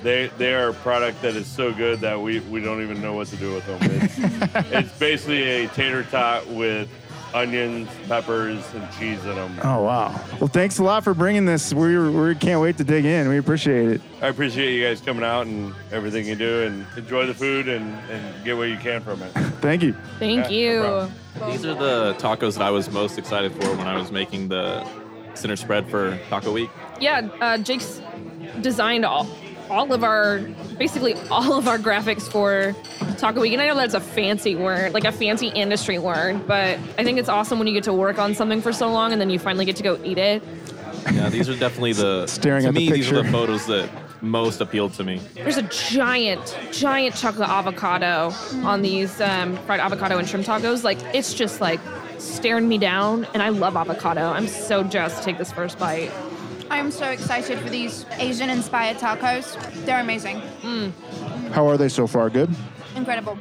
[SPEAKER 7] They, they are a product that is so good that we, we don't even know what to do with them. It's, it's basically a tater tot with onions, peppers, and cheese in them.
[SPEAKER 4] oh wow. Well, thanks a lot for bringing this. We we can't wait to dig in. We appreciate it.
[SPEAKER 7] I appreciate you guys coming out and everything you do, and enjoy the food and, and get what you can from it.
[SPEAKER 4] Thank you.
[SPEAKER 3] Thank
[SPEAKER 7] Yeah, no
[SPEAKER 3] you.
[SPEAKER 7] problem.
[SPEAKER 6] These are the tacos that I was most excited for when I was making the center spread for Taco Week.
[SPEAKER 3] yeah, uh, Jake's designed all, all of our, basically all of our graphics for Taco Week. And I know that's a fancy word, like a fancy industry word, but I think it's awesome when you get to work on something for so long and then you finally get to go eat it.
[SPEAKER 6] Yeah, these are definitely the
[SPEAKER 4] Staring
[SPEAKER 6] to
[SPEAKER 4] at the
[SPEAKER 6] me. these are the
[SPEAKER 4] picture.
[SPEAKER 6] photos that most appealed to me.
[SPEAKER 3] There's a giant, giant chocolate avocado on these um, fried avocado and shrimp tacos. Like, it's just like staring me down, and I love avocado. I'm so jazzed to take this first bite.
[SPEAKER 5] I'm so excited for these Asian inspired tacos. They're amazing.
[SPEAKER 4] How are they so far? Good.
[SPEAKER 5] Incredible.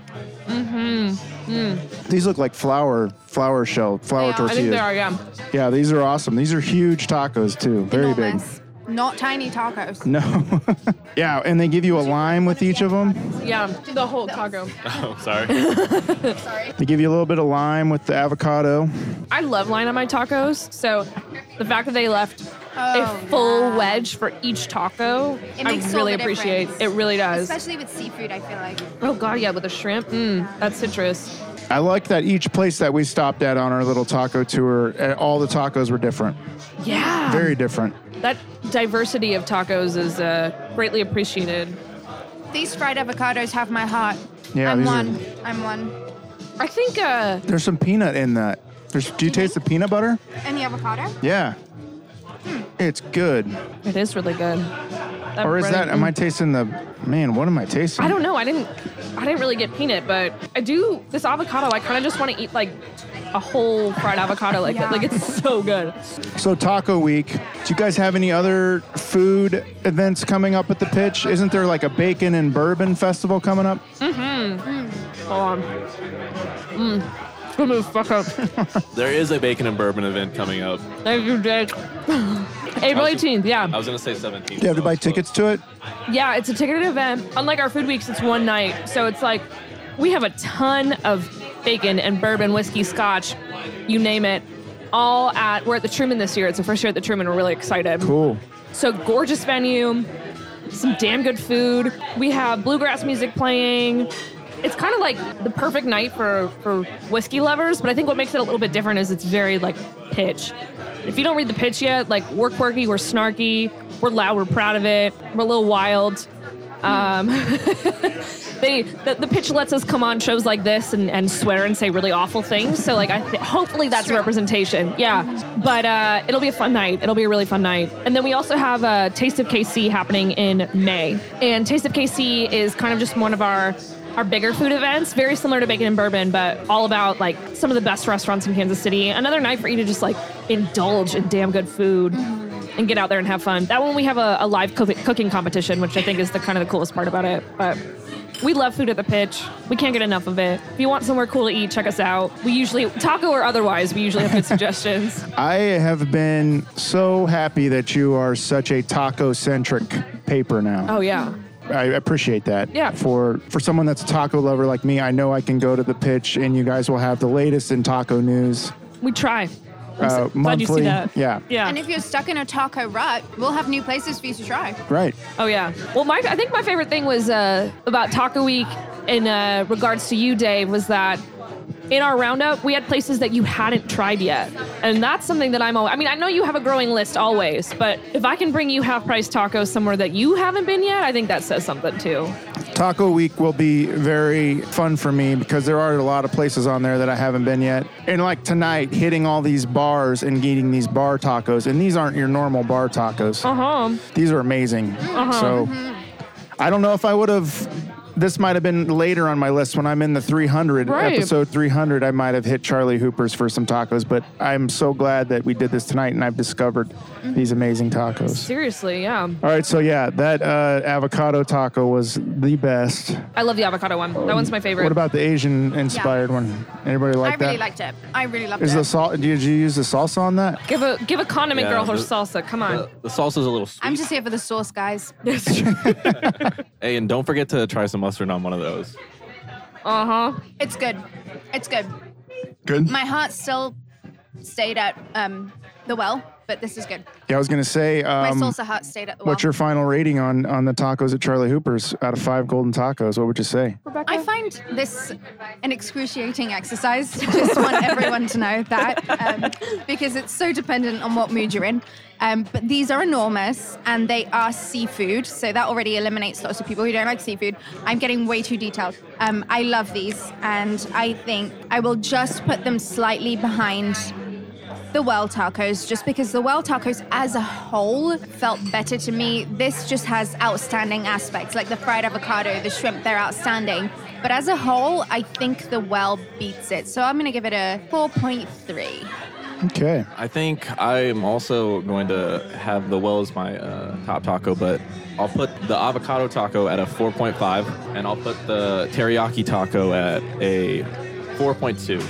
[SPEAKER 4] These look like flour flour shell flour
[SPEAKER 5] They are. I
[SPEAKER 4] tortillas.
[SPEAKER 3] I think they are, yeah.
[SPEAKER 4] Yeah, these are awesome. These are huge tacos too. Very
[SPEAKER 5] Enormous. Not tiny tacos.
[SPEAKER 4] big. No. yeah, and they give you a lime with each of them.
[SPEAKER 3] Yeah, the whole taco.
[SPEAKER 6] Oh, sorry.
[SPEAKER 4] They give you a little bit of lime with the avocado.
[SPEAKER 3] I love line on my tacos, so the fact that they left
[SPEAKER 5] Oh,
[SPEAKER 3] a full
[SPEAKER 5] yeah.
[SPEAKER 3] wedge for each taco,
[SPEAKER 5] It makes
[SPEAKER 3] I
[SPEAKER 5] all
[SPEAKER 3] really
[SPEAKER 5] the
[SPEAKER 3] appreciate.
[SPEAKER 5] difference.
[SPEAKER 3] It really does.
[SPEAKER 5] Especially with seafood, I feel like.
[SPEAKER 3] oh god, yeah, with the shrimp, mm, that's citrus.
[SPEAKER 4] I like that each place that we stopped at on our little taco tour, eh, all the tacos were different.
[SPEAKER 3] Yeah,
[SPEAKER 4] Very different.
[SPEAKER 3] that diversity of tacos is uh, greatly appreciated.
[SPEAKER 5] These fried avocados have my heart.
[SPEAKER 4] Yeah,
[SPEAKER 5] I'm
[SPEAKER 4] these
[SPEAKER 5] one.
[SPEAKER 4] are.
[SPEAKER 5] I'm one.
[SPEAKER 3] I think uh,
[SPEAKER 4] There's some peanut in that. There's, do you taste the peanut butter?
[SPEAKER 5] And the avocado?
[SPEAKER 4] Yeah. It's good.
[SPEAKER 3] it is really good. That
[SPEAKER 4] Or is
[SPEAKER 3] bread-
[SPEAKER 4] that? Am I tasting the? Man, what am I tasting?
[SPEAKER 3] I don't know. I didn't. I didn't really get peanut, but I do this avocado. I kind of just want to eat like a whole fried avocado like that. Like it's so good.
[SPEAKER 4] So Taco Week. Do you guys have any other food events coming up at the pitch? Isn't there like a bacon and bourbon festival coming up?
[SPEAKER 3] Hold on. Mm. It's gonna move Mm. fuck up.
[SPEAKER 6] there is a bacon and bourbon event coming up.
[SPEAKER 3] Thank you, Jake. April
[SPEAKER 6] I was-
[SPEAKER 3] 18th,
[SPEAKER 6] I
[SPEAKER 3] yeah.
[SPEAKER 6] was gonna say 17.
[SPEAKER 4] Do you have to buy tickets to it?
[SPEAKER 3] Yeah, it's a ticketed event. Unlike our food weeks, it's one night. So it's like we have a ton of bacon and bourbon, whiskey, scotch, you name it. All at, we're at the Truman this year. It's the first year at the Truman. We're really excited.
[SPEAKER 4] Cool.
[SPEAKER 3] So gorgeous venue, some damn good food. We have bluegrass music playing. It's kind of like the perfect night for for whiskey lovers, but I think what makes it a little bit different is it's very like pitch. If you don't read the pitch yet, like we're quirky, we're snarky, we're loud, we're proud of it, we're a little wild. Um, they the, the pitch lets us come on shows like this and, and swear and say really awful things. So like I th- hopefully that's a representation. Yeah, but uh, it'll be a fun night. It'll be a really fun night. And then we also have uh, Taste of KC happening in May. And Taste of KC is kind of just one of our our bigger food events, very similar to Bacon and Bourbon, but all about like some of the best restaurants in Kansas City. Another night for you to just like indulge in damn good food and get out there and have fun. That one we have a, a live cook- cooking competition, which I think is the kind of the coolest part about it. But We love food at the pitch. We can't get enough of it. If you want somewhere cool to eat, check us out. We usually, taco or otherwise, we usually have good suggestions.
[SPEAKER 4] I have been so happy that you are such a taco centric paper now.
[SPEAKER 3] Oh, yeah.
[SPEAKER 4] I appreciate that.
[SPEAKER 3] Yeah.
[SPEAKER 4] For for someone that's a taco lover like me, I know I can go to the pitch and you guys will have the latest in taco news
[SPEAKER 3] We try. I'm
[SPEAKER 4] uh,
[SPEAKER 3] so glad you
[SPEAKER 4] monthly.
[SPEAKER 3] see that.
[SPEAKER 4] Yeah.
[SPEAKER 3] Yeah.
[SPEAKER 5] And if you're stuck in a taco rut, we'll have new places for you to try.
[SPEAKER 4] Right.
[SPEAKER 3] Oh yeah. Well, my I think my favorite thing was uh, about Taco Week in uh, regards to you, Dave, was that in our roundup we had places that you hadn't tried yet, and that's something that I'm. al- I mean, I know you have a growing list always, but if I can bring you half price tacos somewhere that you haven't been yet, I think that says something too.
[SPEAKER 4] Taco Week will be very fun for me because there are a lot of places on there that I haven't been yet. And like tonight, hitting all these bars and eating these bar tacos, and these aren't your normal bar tacos.
[SPEAKER 3] Uh huh.
[SPEAKER 4] These are amazing. So I don't know if I would have. This might have been later on my list when I'm in the 300
[SPEAKER 3] Right.
[SPEAKER 4] episode 300. I might have hit Charlie Hooper's for some tacos, but I'm so glad that we did this tonight and I've discovered these amazing tacos.
[SPEAKER 3] Seriously, yeah.
[SPEAKER 4] All right, so yeah, that uh, avocado taco was the best.
[SPEAKER 3] I love the avocado one. That one's my favorite.
[SPEAKER 4] What about the Asian inspired one? Anybody like
[SPEAKER 5] I
[SPEAKER 4] that?
[SPEAKER 5] really liked it. I really loved
[SPEAKER 4] Is
[SPEAKER 5] it.
[SPEAKER 4] the salt? Did you use the salsa on that?
[SPEAKER 3] give a give a condiment
[SPEAKER 6] Yeah,
[SPEAKER 3] girl her
[SPEAKER 6] the-
[SPEAKER 3] salsa? Come on.
[SPEAKER 6] The, the salsa's a little sweet.
[SPEAKER 5] I'm just here for the sauce, guys.
[SPEAKER 6] hey, and don't forget to try some mustard on one of those.
[SPEAKER 3] Uh huh.
[SPEAKER 5] It's good. It's good.
[SPEAKER 4] Good.
[SPEAKER 5] My heart still stayed at um, the well, but this is good.
[SPEAKER 4] Yeah, I was gonna say.
[SPEAKER 5] My
[SPEAKER 4] Um,
[SPEAKER 5] salsa heart stayed at the well.
[SPEAKER 4] What's your final rating on on the tacos at Charlie Hooper's out of five golden tacos? What would you say?
[SPEAKER 5] I find this an excruciating exercise. Just want everyone to know that um, because it's so dependent on what mood you're in. Um, but these are enormous and they are seafood. So that already eliminates lots of people who don't like seafood. I'm getting way too detailed. Um, I love these and I think I will just put them slightly behind the well tacos just because the well tacos as a whole felt better to me. This just has outstanding aspects like the fried avocado, the shrimp, they're outstanding. But as a whole, I think the well beats it. So I'm going to give it a 4.3.
[SPEAKER 4] Okay.
[SPEAKER 6] I think I'm also going to have the well as my uh, top taco, but I'll put the avocado taco at a 4.5, and I'll put the teriyaki taco at a 4.2. I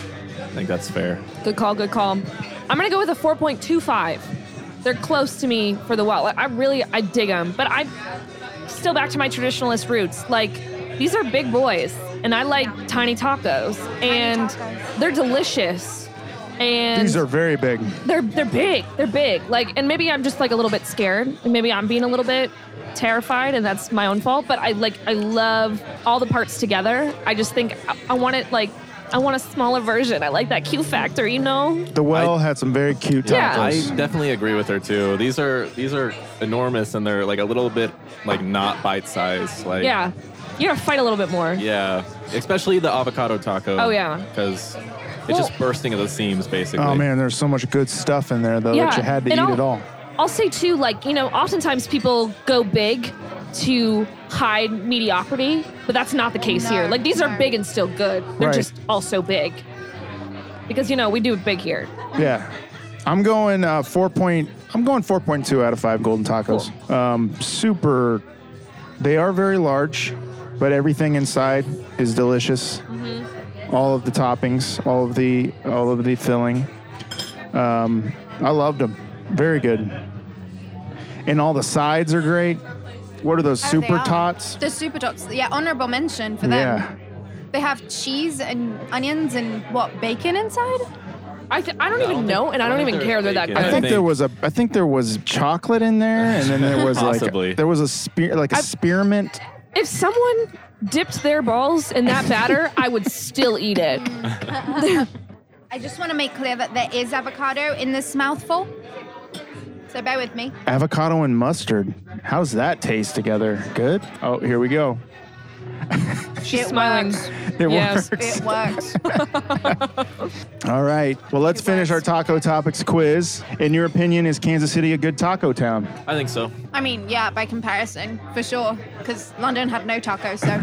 [SPEAKER 6] think that's fair.
[SPEAKER 3] Good call, good call. I'm gonna go with a 4.25. They're close to me for the well. I really I dig them, but I'm still back to my traditionalist roots. Like these are big boys, and I like tiny tacos, and
[SPEAKER 5] tacos.
[SPEAKER 3] they're delicious. And
[SPEAKER 4] These are very big.
[SPEAKER 3] they're they're big. They're big. Like, and maybe I'm just like a little bit scared, and maybe I'm being a little bit terrified, and that's my own fault. But I like I love all the parts together. I just think I, I want it like I want a smaller version. I like that Q factor, you know.
[SPEAKER 4] The well had some very cute
[SPEAKER 3] Yeah.
[SPEAKER 6] I
[SPEAKER 4] tacos.
[SPEAKER 6] definitely agree with her too. These are these are enormous, and they're like a little bit like not bite sized. Like
[SPEAKER 3] Yeah, you gotta fight a little bit more.
[SPEAKER 6] yeah, especially the avocado taco.
[SPEAKER 3] Oh, yeah.
[SPEAKER 6] because it's
[SPEAKER 3] Well-
[SPEAKER 6] just bursting at the seams basically.
[SPEAKER 4] Oh man, there's so much good stuff in there though that you had to eat
[SPEAKER 3] and I'll,
[SPEAKER 4] it all.
[SPEAKER 3] I'll say too, like you know, oftentimes people go big to hide mediocrity, but that's not the case here.
[SPEAKER 5] No,
[SPEAKER 3] Like these
[SPEAKER 5] no.
[SPEAKER 3] are big and still good. They're
[SPEAKER 4] Right.
[SPEAKER 3] just also big because you know we do it big here.
[SPEAKER 4] Yeah. I'm going uh, four point. I'm going four point two out of five golden tacos. Um, super. They are very large, but everything inside is delicious. All of the toppings, all of the all of the filling. Um, I loved them. Very good. And all the sides are great. What are those
[SPEAKER 5] Oh, they
[SPEAKER 4] super
[SPEAKER 5] are.
[SPEAKER 4] tots?
[SPEAKER 5] The super tots. Yeah, honorable mention for them.
[SPEAKER 4] Yeah.
[SPEAKER 5] They have cheese and onions and what, bacon inside?
[SPEAKER 3] I th- I don't even
[SPEAKER 6] don't
[SPEAKER 3] know,
[SPEAKER 6] think-
[SPEAKER 3] and I
[SPEAKER 6] I
[SPEAKER 3] don't
[SPEAKER 6] don't
[SPEAKER 3] even
[SPEAKER 6] think
[SPEAKER 3] care they're
[SPEAKER 6] they're
[SPEAKER 3] that good.
[SPEAKER 6] bacon.
[SPEAKER 4] I
[SPEAKER 6] I
[SPEAKER 4] think there
[SPEAKER 6] think-
[SPEAKER 4] was a I think there was chocolate in there, and then there was like
[SPEAKER 6] Possibly.
[SPEAKER 4] there was a spear like a
[SPEAKER 3] I've-
[SPEAKER 4] spearmint.
[SPEAKER 3] If someone dipped their balls in that batter, I would still eat it.
[SPEAKER 5] I just want to make clear that there is avocado in this mouthful. So bear with me.
[SPEAKER 4] Avocado and mustard. How's that taste together? Good. Oh, here we go.
[SPEAKER 3] She's
[SPEAKER 5] It
[SPEAKER 3] smiling.
[SPEAKER 5] works.
[SPEAKER 4] It
[SPEAKER 3] Yes.
[SPEAKER 4] works.
[SPEAKER 5] It works.
[SPEAKER 4] All right. Well, let's
[SPEAKER 5] It
[SPEAKER 4] finish our
[SPEAKER 5] works.
[SPEAKER 4] taco topics quiz. In your opinion, is Kansas City a good taco town?
[SPEAKER 6] I think so.
[SPEAKER 5] I mean, yeah, by comparison, for sure, because London had no tacos, so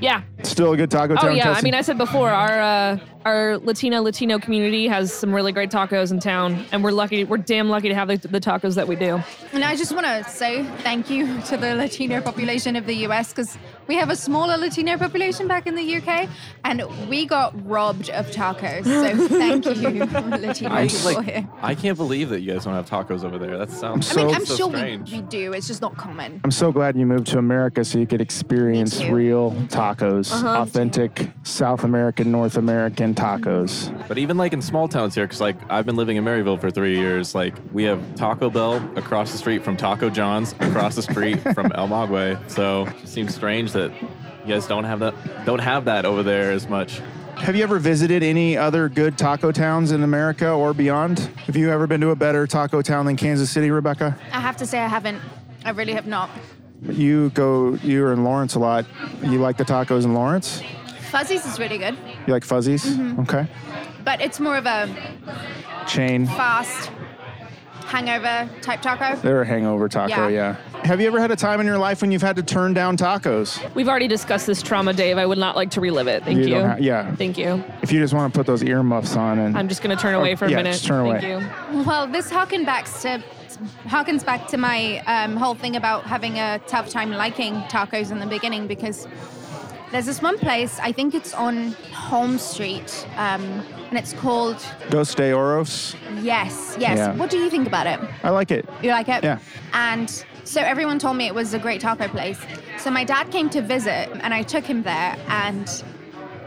[SPEAKER 3] Yeah,
[SPEAKER 4] Still a good Taco
[SPEAKER 3] Oh
[SPEAKER 4] Town.
[SPEAKER 3] yeah, I
[SPEAKER 4] Kelsey?
[SPEAKER 3] mean, I said before our uh, our Latina Latino community has some really great tacos in town, and we're lucky, we're damn lucky to have the, the tacos that we do.
[SPEAKER 5] And I just want to say thank you to the Latino population of the US because we have a smaller Latino population back in the UK and we got robbed of tacos. So thank you, Latino
[SPEAKER 6] I,
[SPEAKER 5] people
[SPEAKER 6] like,
[SPEAKER 5] here.
[SPEAKER 6] I can't believe that you guys don't have tacos over there. That sounds
[SPEAKER 5] I mean,
[SPEAKER 6] so,
[SPEAKER 5] I'm
[SPEAKER 6] so
[SPEAKER 5] sure we,
[SPEAKER 6] strange.
[SPEAKER 5] we do. It's just not common.
[SPEAKER 4] I'm so glad you moved to America so you could experience
[SPEAKER 5] Thank you.
[SPEAKER 4] real tacos,
[SPEAKER 3] Uh-huh.
[SPEAKER 4] authentic South American, North American tacos.
[SPEAKER 6] But even like in small towns here, because like I've been living in Maryville for three years, like we have Taco Bell across the street from Taco John's, across the street from El Maguey. So it seems strange that you guys don't have that don't have that over there as much.
[SPEAKER 4] Have you ever visited any other good taco towns in America or beyond? Have you ever been to a better taco town than Kansas City, Rebecca?
[SPEAKER 11] I have to say, I haven't. I really have not.
[SPEAKER 4] You go, you're in Lawrence a lot. You like the tacos in Lawrence?
[SPEAKER 11] Fuzzies is really good,
[SPEAKER 4] You like fuzzies? Okay.
[SPEAKER 11] but it's more of a
[SPEAKER 4] Chain.
[SPEAKER 11] fast hangover type taco.
[SPEAKER 4] They're a hangover taco, yeah.
[SPEAKER 11] Yeah.
[SPEAKER 4] Have you ever had a time in your life when you've had to turn down tacos?
[SPEAKER 3] We've already discussed this trauma, Dave. I would not like to relive it. Thank
[SPEAKER 4] You
[SPEAKER 3] you.
[SPEAKER 4] don't ha- yeah.
[SPEAKER 3] Thank you.
[SPEAKER 4] If you just want to put those earmuffs on and
[SPEAKER 3] I'm just gonna turn away for a
[SPEAKER 4] yeah,
[SPEAKER 3] minute.
[SPEAKER 4] just turn
[SPEAKER 3] Thank
[SPEAKER 4] away.
[SPEAKER 3] you.
[SPEAKER 5] Well, this harken back to harkens back to my um, whole thing about having a tough time liking tacos in the beginning because there's this one place I think it's on Home Street um, and it's called
[SPEAKER 4] Dos de Oros.
[SPEAKER 5] Yes Yes.
[SPEAKER 4] Yeah.
[SPEAKER 5] What do you think about it?
[SPEAKER 4] I like it.
[SPEAKER 5] You like it?
[SPEAKER 4] Yeah.
[SPEAKER 5] And so everyone told me it was a great taco place. So my dad came to visit and I took him there and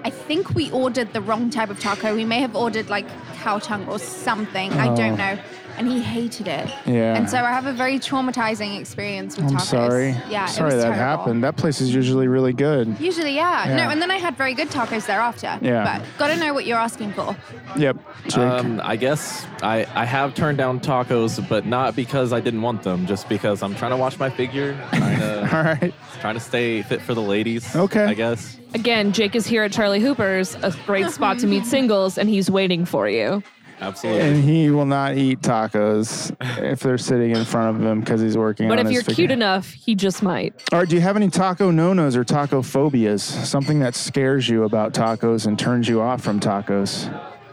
[SPEAKER 5] I think we ordered the wrong type of taco. We may have ordered like cow tongue or something. I
[SPEAKER 4] Oh.
[SPEAKER 5] don't know. And he hated it.
[SPEAKER 4] Yeah.
[SPEAKER 5] And so I have a very traumatizing experience with
[SPEAKER 4] I'm
[SPEAKER 5] tacos.
[SPEAKER 4] sorry.
[SPEAKER 5] Yeah. it
[SPEAKER 4] sorry
[SPEAKER 5] was
[SPEAKER 4] that
[SPEAKER 5] terrible.
[SPEAKER 4] happened. That place is usually really good.
[SPEAKER 5] Usually, yeah.
[SPEAKER 4] Yeah.
[SPEAKER 5] No, and then I had very good tacos thereafter.
[SPEAKER 4] Yeah.
[SPEAKER 5] But gotta know what you're asking for.
[SPEAKER 4] Yep. Jake.
[SPEAKER 6] Um, I guess I, I have turned down tacos, but not because I didn't want them, just because I'm trying to watch my figure, trying
[SPEAKER 4] All
[SPEAKER 6] to,
[SPEAKER 4] right.
[SPEAKER 6] trying to stay fit for the ladies.
[SPEAKER 4] Okay.
[SPEAKER 6] I guess.
[SPEAKER 3] Again, Jake is here at Charlie Hooper's, a great spot to meet singles, and he's waiting for you.
[SPEAKER 6] Absolutely.
[SPEAKER 4] And he will not eat tacos if they're sitting in front of him because he's working
[SPEAKER 3] But
[SPEAKER 4] on
[SPEAKER 3] if
[SPEAKER 4] his
[SPEAKER 3] you're
[SPEAKER 4] figure.
[SPEAKER 3] cute enough, he just might.
[SPEAKER 4] All right, do you have any taco no-nos or taco phobias? Something that scares you about tacos and turns you off from tacos?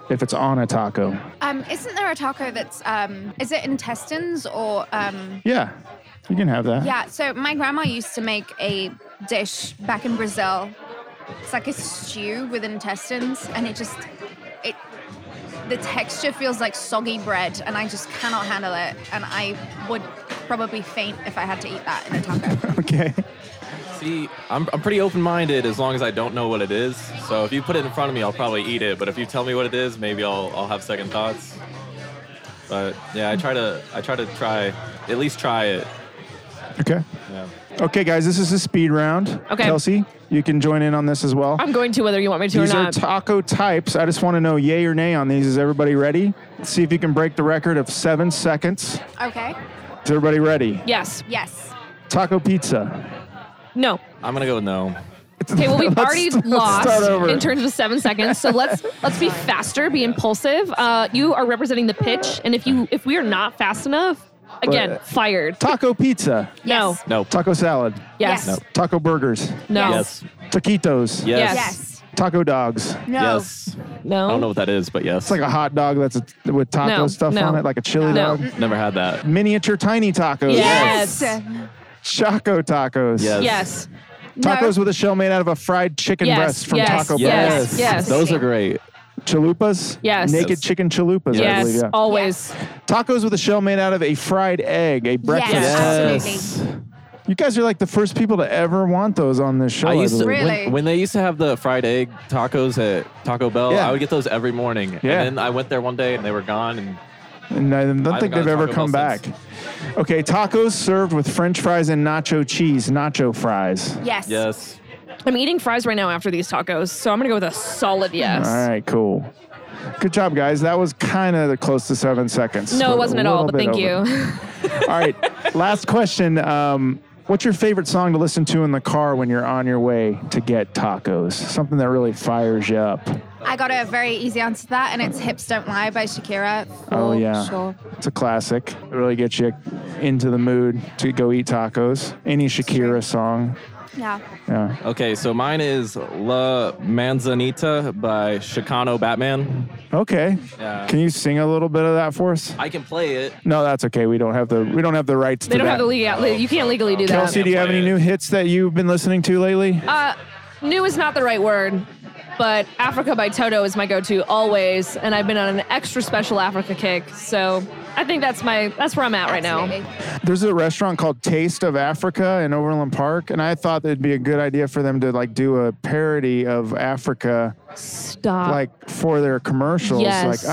[SPEAKER 4] If it's on a taco.
[SPEAKER 5] Um, isn't there a taco that's um, is it intestines or um,
[SPEAKER 4] Yeah. You can have that.
[SPEAKER 5] Yeah, so my grandma used to make a dish back in Brazil. It's like a stew with intestines, and it just it the texture feels like soggy bread, and I just cannot handle it. And I would probably faint if I had to eat that in a taco.
[SPEAKER 4] Okay.
[SPEAKER 6] See, I'm, I'm pretty open minded as long as I don't know what it is. So if you put it in front of me, I'll probably eat it. But if you tell me what it is, maybe I'll, I'll have second thoughts. But yeah, I try to I try to try at least try it.
[SPEAKER 4] Okay.
[SPEAKER 6] Yeah.
[SPEAKER 4] Okay, guys, this is a speed round.
[SPEAKER 3] Okay.
[SPEAKER 4] Kelsey, you can join in on this as well.
[SPEAKER 3] I'm going to whether you want me to
[SPEAKER 4] These
[SPEAKER 3] or
[SPEAKER 4] are
[SPEAKER 3] not.
[SPEAKER 4] taco types. I just want to know yay or nay on these. Is everybody ready? Let's see if you can break the record of seven seconds.
[SPEAKER 5] Okay.
[SPEAKER 4] Is everybody ready?
[SPEAKER 3] yes.
[SPEAKER 5] Yes.
[SPEAKER 4] Taco pizza.
[SPEAKER 3] No.
[SPEAKER 6] I'm gonna go no.
[SPEAKER 3] Okay, well we've
[SPEAKER 4] Let's-
[SPEAKER 3] already
[SPEAKER 4] let's
[SPEAKER 3] lost
[SPEAKER 4] start over.
[SPEAKER 3] in terms of seven seconds. So let's let's be faster, be impulsive. Uh, you are representing the pitch, and if you if we are not fast enough, again,
[SPEAKER 4] But- uh,
[SPEAKER 3] fired.
[SPEAKER 4] Taco pizza.
[SPEAKER 3] No.
[SPEAKER 6] Nope.
[SPEAKER 4] Taco salad.
[SPEAKER 3] Yes.
[SPEAKER 5] Yes.
[SPEAKER 4] Taco burgers.
[SPEAKER 3] No.
[SPEAKER 6] Yes.
[SPEAKER 4] Taquitos.
[SPEAKER 6] Yes.
[SPEAKER 5] Yes.
[SPEAKER 4] Taco dogs.
[SPEAKER 5] No.
[SPEAKER 6] Yes.
[SPEAKER 3] No.
[SPEAKER 6] I don't know what that is, but yes.
[SPEAKER 4] It's like a hot dog that's a, with taco
[SPEAKER 3] No,
[SPEAKER 4] stuff
[SPEAKER 3] no.
[SPEAKER 4] on it, like a chili
[SPEAKER 3] No.
[SPEAKER 4] dog.
[SPEAKER 6] Never had that.
[SPEAKER 4] Miniature tiny tacos.
[SPEAKER 3] Yes. Yes.
[SPEAKER 4] Choco tacos.
[SPEAKER 6] Yes.
[SPEAKER 3] Yes.
[SPEAKER 4] Tacos with a shell made out of a fried chicken
[SPEAKER 3] Yes,
[SPEAKER 4] breast from
[SPEAKER 3] yes,
[SPEAKER 4] Taco Bell.
[SPEAKER 3] Yes. Yes.
[SPEAKER 6] Those are great.
[SPEAKER 4] Chalupas?
[SPEAKER 3] Yes.
[SPEAKER 4] Naked
[SPEAKER 6] Yes.
[SPEAKER 4] chicken chalupas, I believe. Yeah.
[SPEAKER 3] Always.
[SPEAKER 4] Tacos with a shell made out of a fried egg, a breakfast.
[SPEAKER 5] Yes.
[SPEAKER 6] Yes.
[SPEAKER 4] You guys are like the first people to ever want those on this show.
[SPEAKER 6] I
[SPEAKER 4] I
[SPEAKER 6] used to
[SPEAKER 4] believe.
[SPEAKER 5] Really?
[SPEAKER 6] when, when they used to have the fried egg tacos at Taco Bell.
[SPEAKER 4] Yeah.
[SPEAKER 6] I would get those every morning.
[SPEAKER 4] Yeah.
[SPEAKER 6] And then I went there one day and they were gone. And
[SPEAKER 4] And I don't
[SPEAKER 6] I
[SPEAKER 4] think they've
[SPEAKER 6] haven't gone
[SPEAKER 4] ever
[SPEAKER 6] Taco
[SPEAKER 4] come
[SPEAKER 6] Bell
[SPEAKER 4] back.
[SPEAKER 6] since.
[SPEAKER 4] Okay, tacos served with french fries and nacho cheese, nacho fries.
[SPEAKER 5] Yes.
[SPEAKER 6] yes.
[SPEAKER 3] I'm eating fries right now after these tacos, so I'm gonna go with a solid yes.
[SPEAKER 4] All right, cool. Good job, guys. That was kind of close to seven seconds.
[SPEAKER 3] No, it wasn't at all, but thank
[SPEAKER 4] you.
[SPEAKER 3] you.
[SPEAKER 4] All right, last question. Um, what's your favorite song to listen to in the car when you're on your way to get tacos? Something that really fires you up.
[SPEAKER 5] I got a very easy answer to that, and it's Hips Don't Lie by Shakira. For
[SPEAKER 4] Oh yeah,
[SPEAKER 5] Sure.
[SPEAKER 4] it's a classic. It really gets you into the mood to go eat tacos. Any Shakira song.
[SPEAKER 5] Yeah.
[SPEAKER 4] Yeah.
[SPEAKER 6] Okay, so mine is La Manzanita by Chicano Batman.
[SPEAKER 4] Okay.
[SPEAKER 6] Yeah.
[SPEAKER 4] Can you sing a little bit of that for us?
[SPEAKER 6] I can play it.
[SPEAKER 4] No, that's okay. We don't have the we don't have the rights
[SPEAKER 3] They
[SPEAKER 4] to
[SPEAKER 3] don't
[SPEAKER 4] that.
[SPEAKER 3] have the legal. You can't legally do that.
[SPEAKER 4] Kelsey, do you have any new hits that you've been listening to lately?
[SPEAKER 3] Uh, new is not the right word, but Africa by Toto is my go-to always, and I've been on an extra special Africa kick. So I think that's my that's where I'm at right now.
[SPEAKER 4] There's a restaurant called Taste of Africa in Overland Park, and I thought it'd be a good idea for them to like do a parody of Africa,
[SPEAKER 3] Stop.
[SPEAKER 4] like for their commercials.
[SPEAKER 3] Uh-huh. Yes.
[SPEAKER 4] Like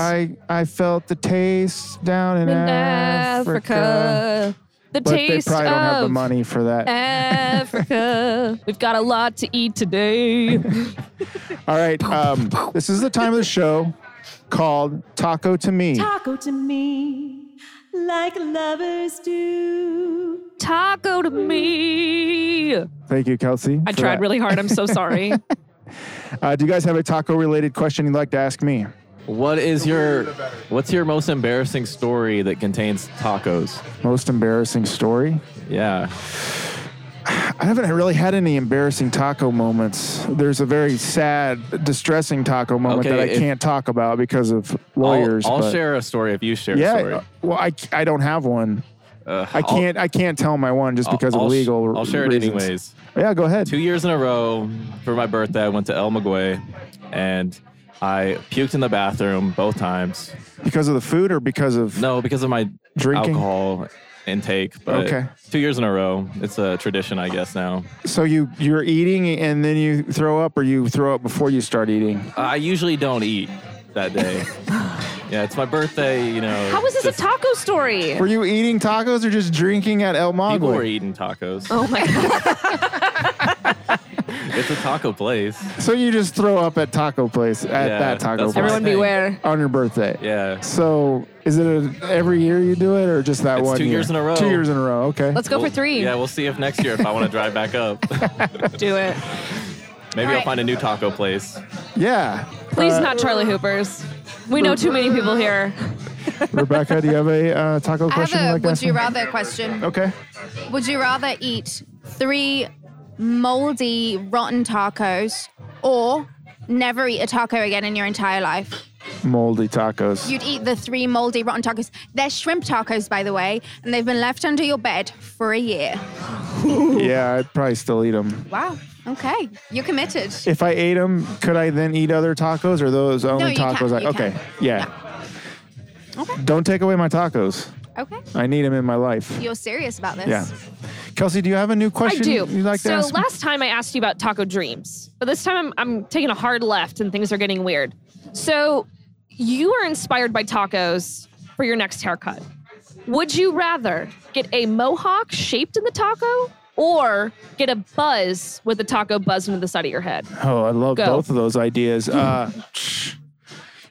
[SPEAKER 4] I, I felt the taste down in,
[SPEAKER 3] in
[SPEAKER 4] Africa.
[SPEAKER 3] Africa, the
[SPEAKER 4] but they
[SPEAKER 3] taste
[SPEAKER 4] probably
[SPEAKER 3] of
[SPEAKER 4] don't have the money for that.
[SPEAKER 3] Africa. We've got a lot to eat today.
[SPEAKER 4] All right, um, this is the time of the show called Taco to Me.
[SPEAKER 9] Taco to me, like lovers do.
[SPEAKER 3] Taco to me. I
[SPEAKER 4] Thank you, Kelsey. for
[SPEAKER 3] tried
[SPEAKER 4] that.
[SPEAKER 3] really hard. I'm so sorry.
[SPEAKER 4] Uh, do you guys have a taco-related question you'd like to ask me?
[SPEAKER 6] What is your what's your most embarrassing story that contains tacos?
[SPEAKER 4] Most embarrassing story?
[SPEAKER 6] Yeah.
[SPEAKER 4] I haven't really had any embarrassing taco moments. There's a very sad, distressing taco moment
[SPEAKER 6] Okay,
[SPEAKER 4] that I
[SPEAKER 6] if-
[SPEAKER 4] can't talk about because of lawyers.
[SPEAKER 6] I'll, I'll
[SPEAKER 4] but-
[SPEAKER 6] share a story if you share
[SPEAKER 4] yeah,
[SPEAKER 6] a story.
[SPEAKER 4] uh, well, I, I don't have one.
[SPEAKER 6] Uh,
[SPEAKER 4] I
[SPEAKER 6] I'll-
[SPEAKER 4] can't I can't tell my one just
[SPEAKER 6] I'll-
[SPEAKER 4] because
[SPEAKER 6] I'll
[SPEAKER 4] of
[SPEAKER 6] sh-
[SPEAKER 4] legal.
[SPEAKER 6] I'll share it
[SPEAKER 4] reasons.
[SPEAKER 6] anyways.
[SPEAKER 4] Yeah, go ahead.
[SPEAKER 6] Two years in a row for my birthday, I went to El Maguey and I puked in the bathroom both times.
[SPEAKER 4] Because of the food or because of
[SPEAKER 6] No, because of my
[SPEAKER 4] Drinking?
[SPEAKER 6] alcohol intake. But
[SPEAKER 4] Okay.
[SPEAKER 6] two years in a row. It's a tradition, I guess, now.
[SPEAKER 4] so you you're eating and then you throw up or you throw up before you start eating.
[SPEAKER 6] I usually don't eat that day. yeah, it's my birthday, you know.
[SPEAKER 3] How is this a
[SPEAKER 6] just-
[SPEAKER 3] taco story?
[SPEAKER 4] Were you eating tacos or just drinking at El
[SPEAKER 6] People were e-
[SPEAKER 4] Mago?
[SPEAKER 6] eating tacos.
[SPEAKER 3] Oh my god.
[SPEAKER 6] It's a taco place.
[SPEAKER 4] So you just throw up at taco place at
[SPEAKER 6] Yeah,
[SPEAKER 4] that taco
[SPEAKER 6] that's
[SPEAKER 4] place
[SPEAKER 6] what I
[SPEAKER 3] Everyone
[SPEAKER 6] think.
[SPEAKER 3] beware.
[SPEAKER 4] on your birthday.
[SPEAKER 6] Yeah.
[SPEAKER 4] So is it a, every year you do it or just that
[SPEAKER 6] It's
[SPEAKER 4] one?
[SPEAKER 6] two
[SPEAKER 4] year?
[SPEAKER 6] years in a row.
[SPEAKER 4] Two years in a row. Okay.
[SPEAKER 3] Let's go
[SPEAKER 6] We'll-
[SPEAKER 3] for three.
[SPEAKER 6] Yeah, we'll see if next year if I want to drive back up.
[SPEAKER 3] Do it.
[SPEAKER 6] Maybe
[SPEAKER 5] All
[SPEAKER 6] I'll
[SPEAKER 5] right.
[SPEAKER 6] find a new taco place.
[SPEAKER 4] yeah.
[SPEAKER 3] Please
[SPEAKER 4] Uh,
[SPEAKER 3] not Charlie Hoopers. We know too many people here.
[SPEAKER 4] Rebecca, do you have a uh, taco
[SPEAKER 5] I have
[SPEAKER 4] question?
[SPEAKER 5] a
[SPEAKER 4] like
[SPEAKER 5] would
[SPEAKER 4] that?
[SPEAKER 5] you rather question.
[SPEAKER 4] Okay.
[SPEAKER 5] Would you rather eat three moldy, rotten tacos or never eat a taco again in your entire life?
[SPEAKER 4] Moldy tacos.
[SPEAKER 5] You'd eat the three moldy, rotten tacos. They're shrimp tacos, by the way, and they've been left under your bed for a year.
[SPEAKER 4] yeah, I'd probably still eat them.
[SPEAKER 5] Wow. Okay. You're committed.
[SPEAKER 4] If I ate them, could I then eat other tacos or those only
[SPEAKER 5] you
[SPEAKER 4] tacos?
[SPEAKER 5] can,
[SPEAKER 4] I,
[SPEAKER 5] you
[SPEAKER 4] okay.
[SPEAKER 5] can.
[SPEAKER 4] Yeah.
[SPEAKER 5] Okay.
[SPEAKER 4] Don't take away my tacos.
[SPEAKER 5] Okay.
[SPEAKER 4] I need them in my life.
[SPEAKER 5] You're serious about this.
[SPEAKER 4] Yeah. Kelsey, do you have a new
[SPEAKER 3] I
[SPEAKER 4] question
[SPEAKER 3] do.
[SPEAKER 4] you'd like to
[SPEAKER 3] so
[SPEAKER 4] ask? me?
[SPEAKER 3] last time I asked you about taco dreams, but this time I'm, I'm taking a hard left and things are getting weird. So you are inspired by tacos for your next haircut. Would you rather get a mohawk shaped in the taco or get a buzz with the taco buzzed into the side of your head?
[SPEAKER 4] Oh, I love
[SPEAKER 3] Go.
[SPEAKER 4] both of those ideas. Uh,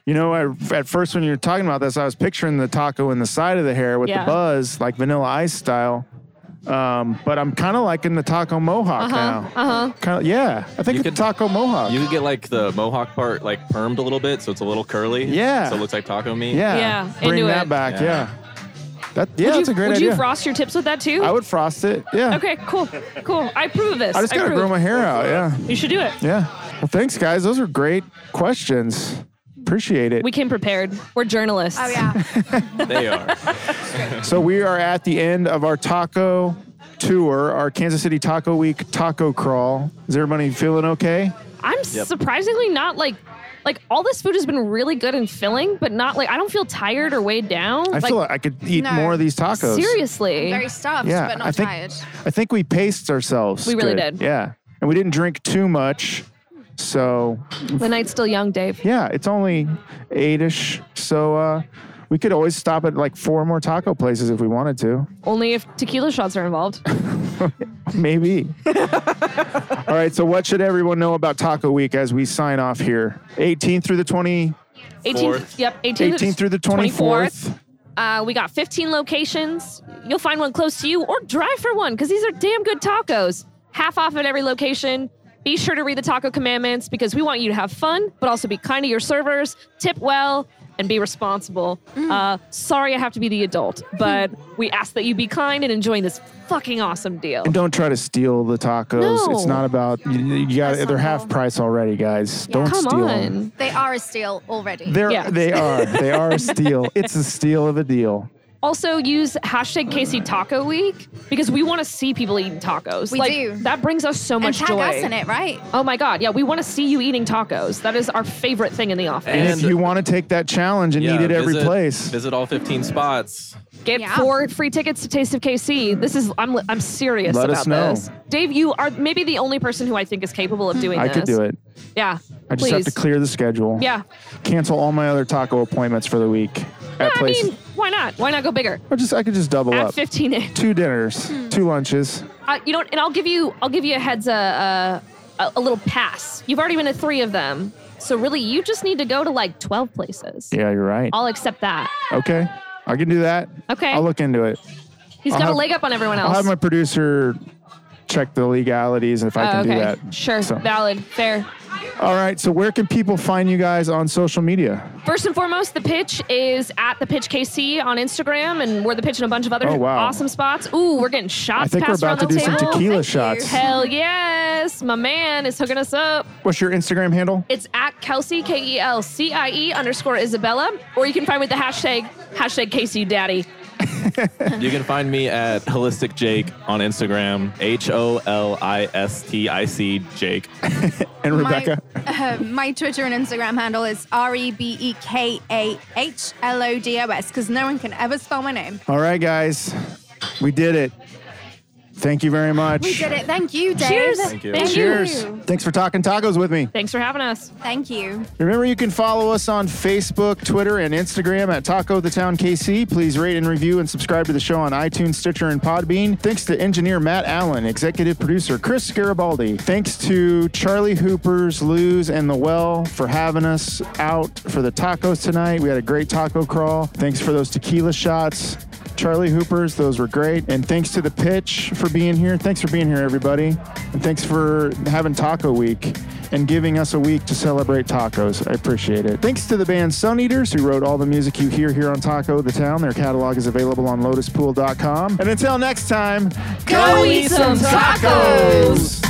[SPEAKER 4] you know, I, at first when you were talking about this, I was picturing the taco in the side of the hair with
[SPEAKER 3] Yeah.
[SPEAKER 4] the buzz, like Vanilla Ice style. Um, but I'm kind of liking the taco mohawk now.
[SPEAKER 3] Uh huh.
[SPEAKER 4] Kinda, yeah, I think
[SPEAKER 6] You
[SPEAKER 4] it's
[SPEAKER 6] could-
[SPEAKER 4] taco mohawk.
[SPEAKER 6] You could get like the mohawk part like permed a little bit, so it's a little curly.
[SPEAKER 4] Yeah.
[SPEAKER 6] So it looks like taco meat.
[SPEAKER 4] yeah,
[SPEAKER 3] Yeah,
[SPEAKER 4] bring
[SPEAKER 3] into
[SPEAKER 4] that
[SPEAKER 3] it.
[SPEAKER 4] back.
[SPEAKER 6] Yeah.
[SPEAKER 4] Yeah, that yeah,
[SPEAKER 3] would
[SPEAKER 4] that's
[SPEAKER 3] you,
[SPEAKER 4] a great
[SPEAKER 3] would
[SPEAKER 4] idea.
[SPEAKER 3] you frost your tips with that too?
[SPEAKER 4] I would frost it. Yeah.
[SPEAKER 3] Okay, cool, cool. I approve of this.
[SPEAKER 4] I just gotta
[SPEAKER 3] approve.
[SPEAKER 4] grow my hair out. Yeah.
[SPEAKER 3] You should do it.
[SPEAKER 4] Yeah. Well, thanks, guys. Those are great questions. Appreciate it.
[SPEAKER 3] We came prepared. We're journalists.
[SPEAKER 5] Oh, yeah.
[SPEAKER 6] They are.
[SPEAKER 4] So we are at the end of our taco tour, our Kansas City Taco Week taco crawl. Is everybody feeling okay?
[SPEAKER 3] I'm surprisingly not like like all this food has been really good and filling, but not like I don't feel tired or weighed down.
[SPEAKER 4] I
[SPEAKER 3] like,
[SPEAKER 4] feel like I could eat
[SPEAKER 5] No.
[SPEAKER 4] more of these tacos.
[SPEAKER 3] seriously.
[SPEAKER 5] Very stuffed,
[SPEAKER 4] Yeah,
[SPEAKER 5] but not
[SPEAKER 4] I think-
[SPEAKER 5] tired.
[SPEAKER 4] I think we paced ourselves.
[SPEAKER 3] We really
[SPEAKER 4] good.
[SPEAKER 3] did.
[SPEAKER 4] Yeah. And we didn't drink too much. So
[SPEAKER 3] the night's still young, Dave.
[SPEAKER 4] yeah, it's only eight-ish. So uh we could always stop at like four more taco places if we wanted to.
[SPEAKER 3] Only if tequila shots are involved.
[SPEAKER 4] Maybe. All right. So, what should everyone know about Taco Week as we sign off here? 18th through the 20,
[SPEAKER 3] 18th,
[SPEAKER 6] Fourth.
[SPEAKER 3] yep, 18th,
[SPEAKER 4] 18th through the 24th.
[SPEAKER 3] Uh, we got 15 locations. You'll find one close to you or drive for one because these are damn good tacos. Half off at every location. Be sure to read the taco commandments because we want you to have fun, but also be kind to your servers, tip well, and be responsible.
[SPEAKER 12] Mm.
[SPEAKER 3] Uh, sorry, I have to be the adult,
[SPEAKER 12] Hmm.
[SPEAKER 3] but we ask that you be kind and enjoying this fucking awesome deal.
[SPEAKER 4] And don't try to steal the tacos. It's
[SPEAKER 3] No.
[SPEAKER 4] not about you, you got they're half price already, guys. Don't
[SPEAKER 3] Come
[SPEAKER 4] steal them.
[SPEAKER 3] on.
[SPEAKER 12] They are a steal already.
[SPEAKER 4] They're, They are. They are a steal. It's a steal of a deal.
[SPEAKER 3] Also, use hashtag KC Taco Week because we want to see people eating tacos.
[SPEAKER 12] We
[SPEAKER 3] like,
[SPEAKER 12] do.
[SPEAKER 3] That brings us so
[SPEAKER 12] and
[SPEAKER 3] much
[SPEAKER 12] tag
[SPEAKER 3] joy.
[SPEAKER 12] us in it, right?
[SPEAKER 3] Oh my God. Yeah, we want to see you eating tacos. That is our favorite thing in the office.
[SPEAKER 4] And, if you want to take that challenge and
[SPEAKER 6] Yeah,
[SPEAKER 4] eat it every
[SPEAKER 6] visit-
[SPEAKER 4] place,
[SPEAKER 6] Visit all 15 spots.
[SPEAKER 3] Get four free tickets to Taste of KC. This is I'm I'm serious
[SPEAKER 4] Let
[SPEAKER 3] about
[SPEAKER 4] us know.
[SPEAKER 3] this. Dave, you are maybe the only person who I think is capable of doing
[SPEAKER 4] I
[SPEAKER 3] this.
[SPEAKER 4] could do it.
[SPEAKER 3] Yeah.
[SPEAKER 4] I just have
[SPEAKER 3] please.
[SPEAKER 4] to clear the schedule.
[SPEAKER 3] Yeah.
[SPEAKER 4] Cancel all my other taco appointments for the week
[SPEAKER 3] No,
[SPEAKER 4] at
[SPEAKER 3] I
[SPEAKER 4] places.
[SPEAKER 3] mean, why not? Why not go bigger?
[SPEAKER 4] or just I could just double
[SPEAKER 3] At Hmm.
[SPEAKER 4] up.
[SPEAKER 3] 15 inch.
[SPEAKER 4] Two dinners, two lunches.
[SPEAKER 3] Uh, you know, what, and I'll give you I'll give you a heads a, a a little pass. You've already been to three of them, so really you just need to go to like 12 places.
[SPEAKER 4] Yeah, you're right.
[SPEAKER 3] I'll accept that.
[SPEAKER 4] okay. I can do that.
[SPEAKER 3] Okay.
[SPEAKER 4] I'll look into it.
[SPEAKER 3] He's
[SPEAKER 4] I'll
[SPEAKER 3] got
[SPEAKER 4] have-
[SPEAKER 3] a leg up on everyone
[SPEAKER 4] I'll
[SPEAKER 3] else.
[SPEAKER 4] have my producer check the legalities if I
[SPEAKER 3] Oh,
[SPEAKER 4] can
[SPEAKER 3] okay.
[SPEAKER 4] do that.
[SPEAKER 3] Sure.
[SPEAKER 4] So-
[SPEAKER 3] Valid. Fair.
[SPEAKER 4] all right. So where can people find you guys on social media?
[SPEAKER 3] First and foremost, the pitch is at the pitch KC on Instagram, and we're the pitch in a bunch of other
[SPEAKER 4] Oh, wow.
[SPEAKER 3] awesome spots. Ooh, we're getting shots.
[SPEAKER 4] I think we're
[SPEAKER 3] passed
[SPEAKER 4] about to
[SPEAKER 3] around
[SPEAKER 4] do
[SPEAKER 3] the
[SPEAKER 4] some
[SPEAKER 3] table.
[SPEAKER 4] tequila shots.
[SPEAKER 3] Hell yes, my man is hooking us up.
[SPEAKER 4] What's your Instagram handle?
[SPEAKER 3] It's at Kelsey K E L C I E underscore Isabella, or you can find with the hashtag hashtag KC Daddy.
[SPEAKER 6] You can find me at Holistic Jake on Instagram. H O L I S T I C Jake.
[SPEAKER 4] And Rebecca.
[SPEAKER 12] My, uh, my Twitter and Instagram handle is R E B E K A H L O D O S because no one can ever spell my name.
[SPEAKER 4] All right, guys. We did it. Thank you very much.
[SPEAKER 12] We did it. Thank you, Dave.
[SPEAKER 3] Cheers. Thank you. Thank you.
[SPEAKER 4] Cheers. Thanks for talking tacos with me.
[SPEAKER 3] Thanks for having us.
[SPEAKER 12] Thank you.
[SPEAKER 4] Remember, you can follow us on Facebook, Twitter, and Instagram at Taco the Town KC. Please rate and review and subscribe to the show on iTunes, Stitcher, and Podbean. Thanks to engineer Matt Allen, executive producer Chris Garibaldi. Thanks to Charlie Hoopers, Luz, and The Well for having us out for the tacos tonight. We had a great taco crawl. Thanks for those tequila shots. Charlie Hoopers, those were great. And thanks to The Pitch for being here. Thanks for being here, everybody. And thanks for having Taco Week and giving us a week to celebrate tacos. I appreciate it. Thanks to the band Sun Eaters, who wrote all the music you hear here on Taco the Town. Their catalog is available on lotuspool.com. And until next time,
[SPEAKER 2] Go eat some tacos!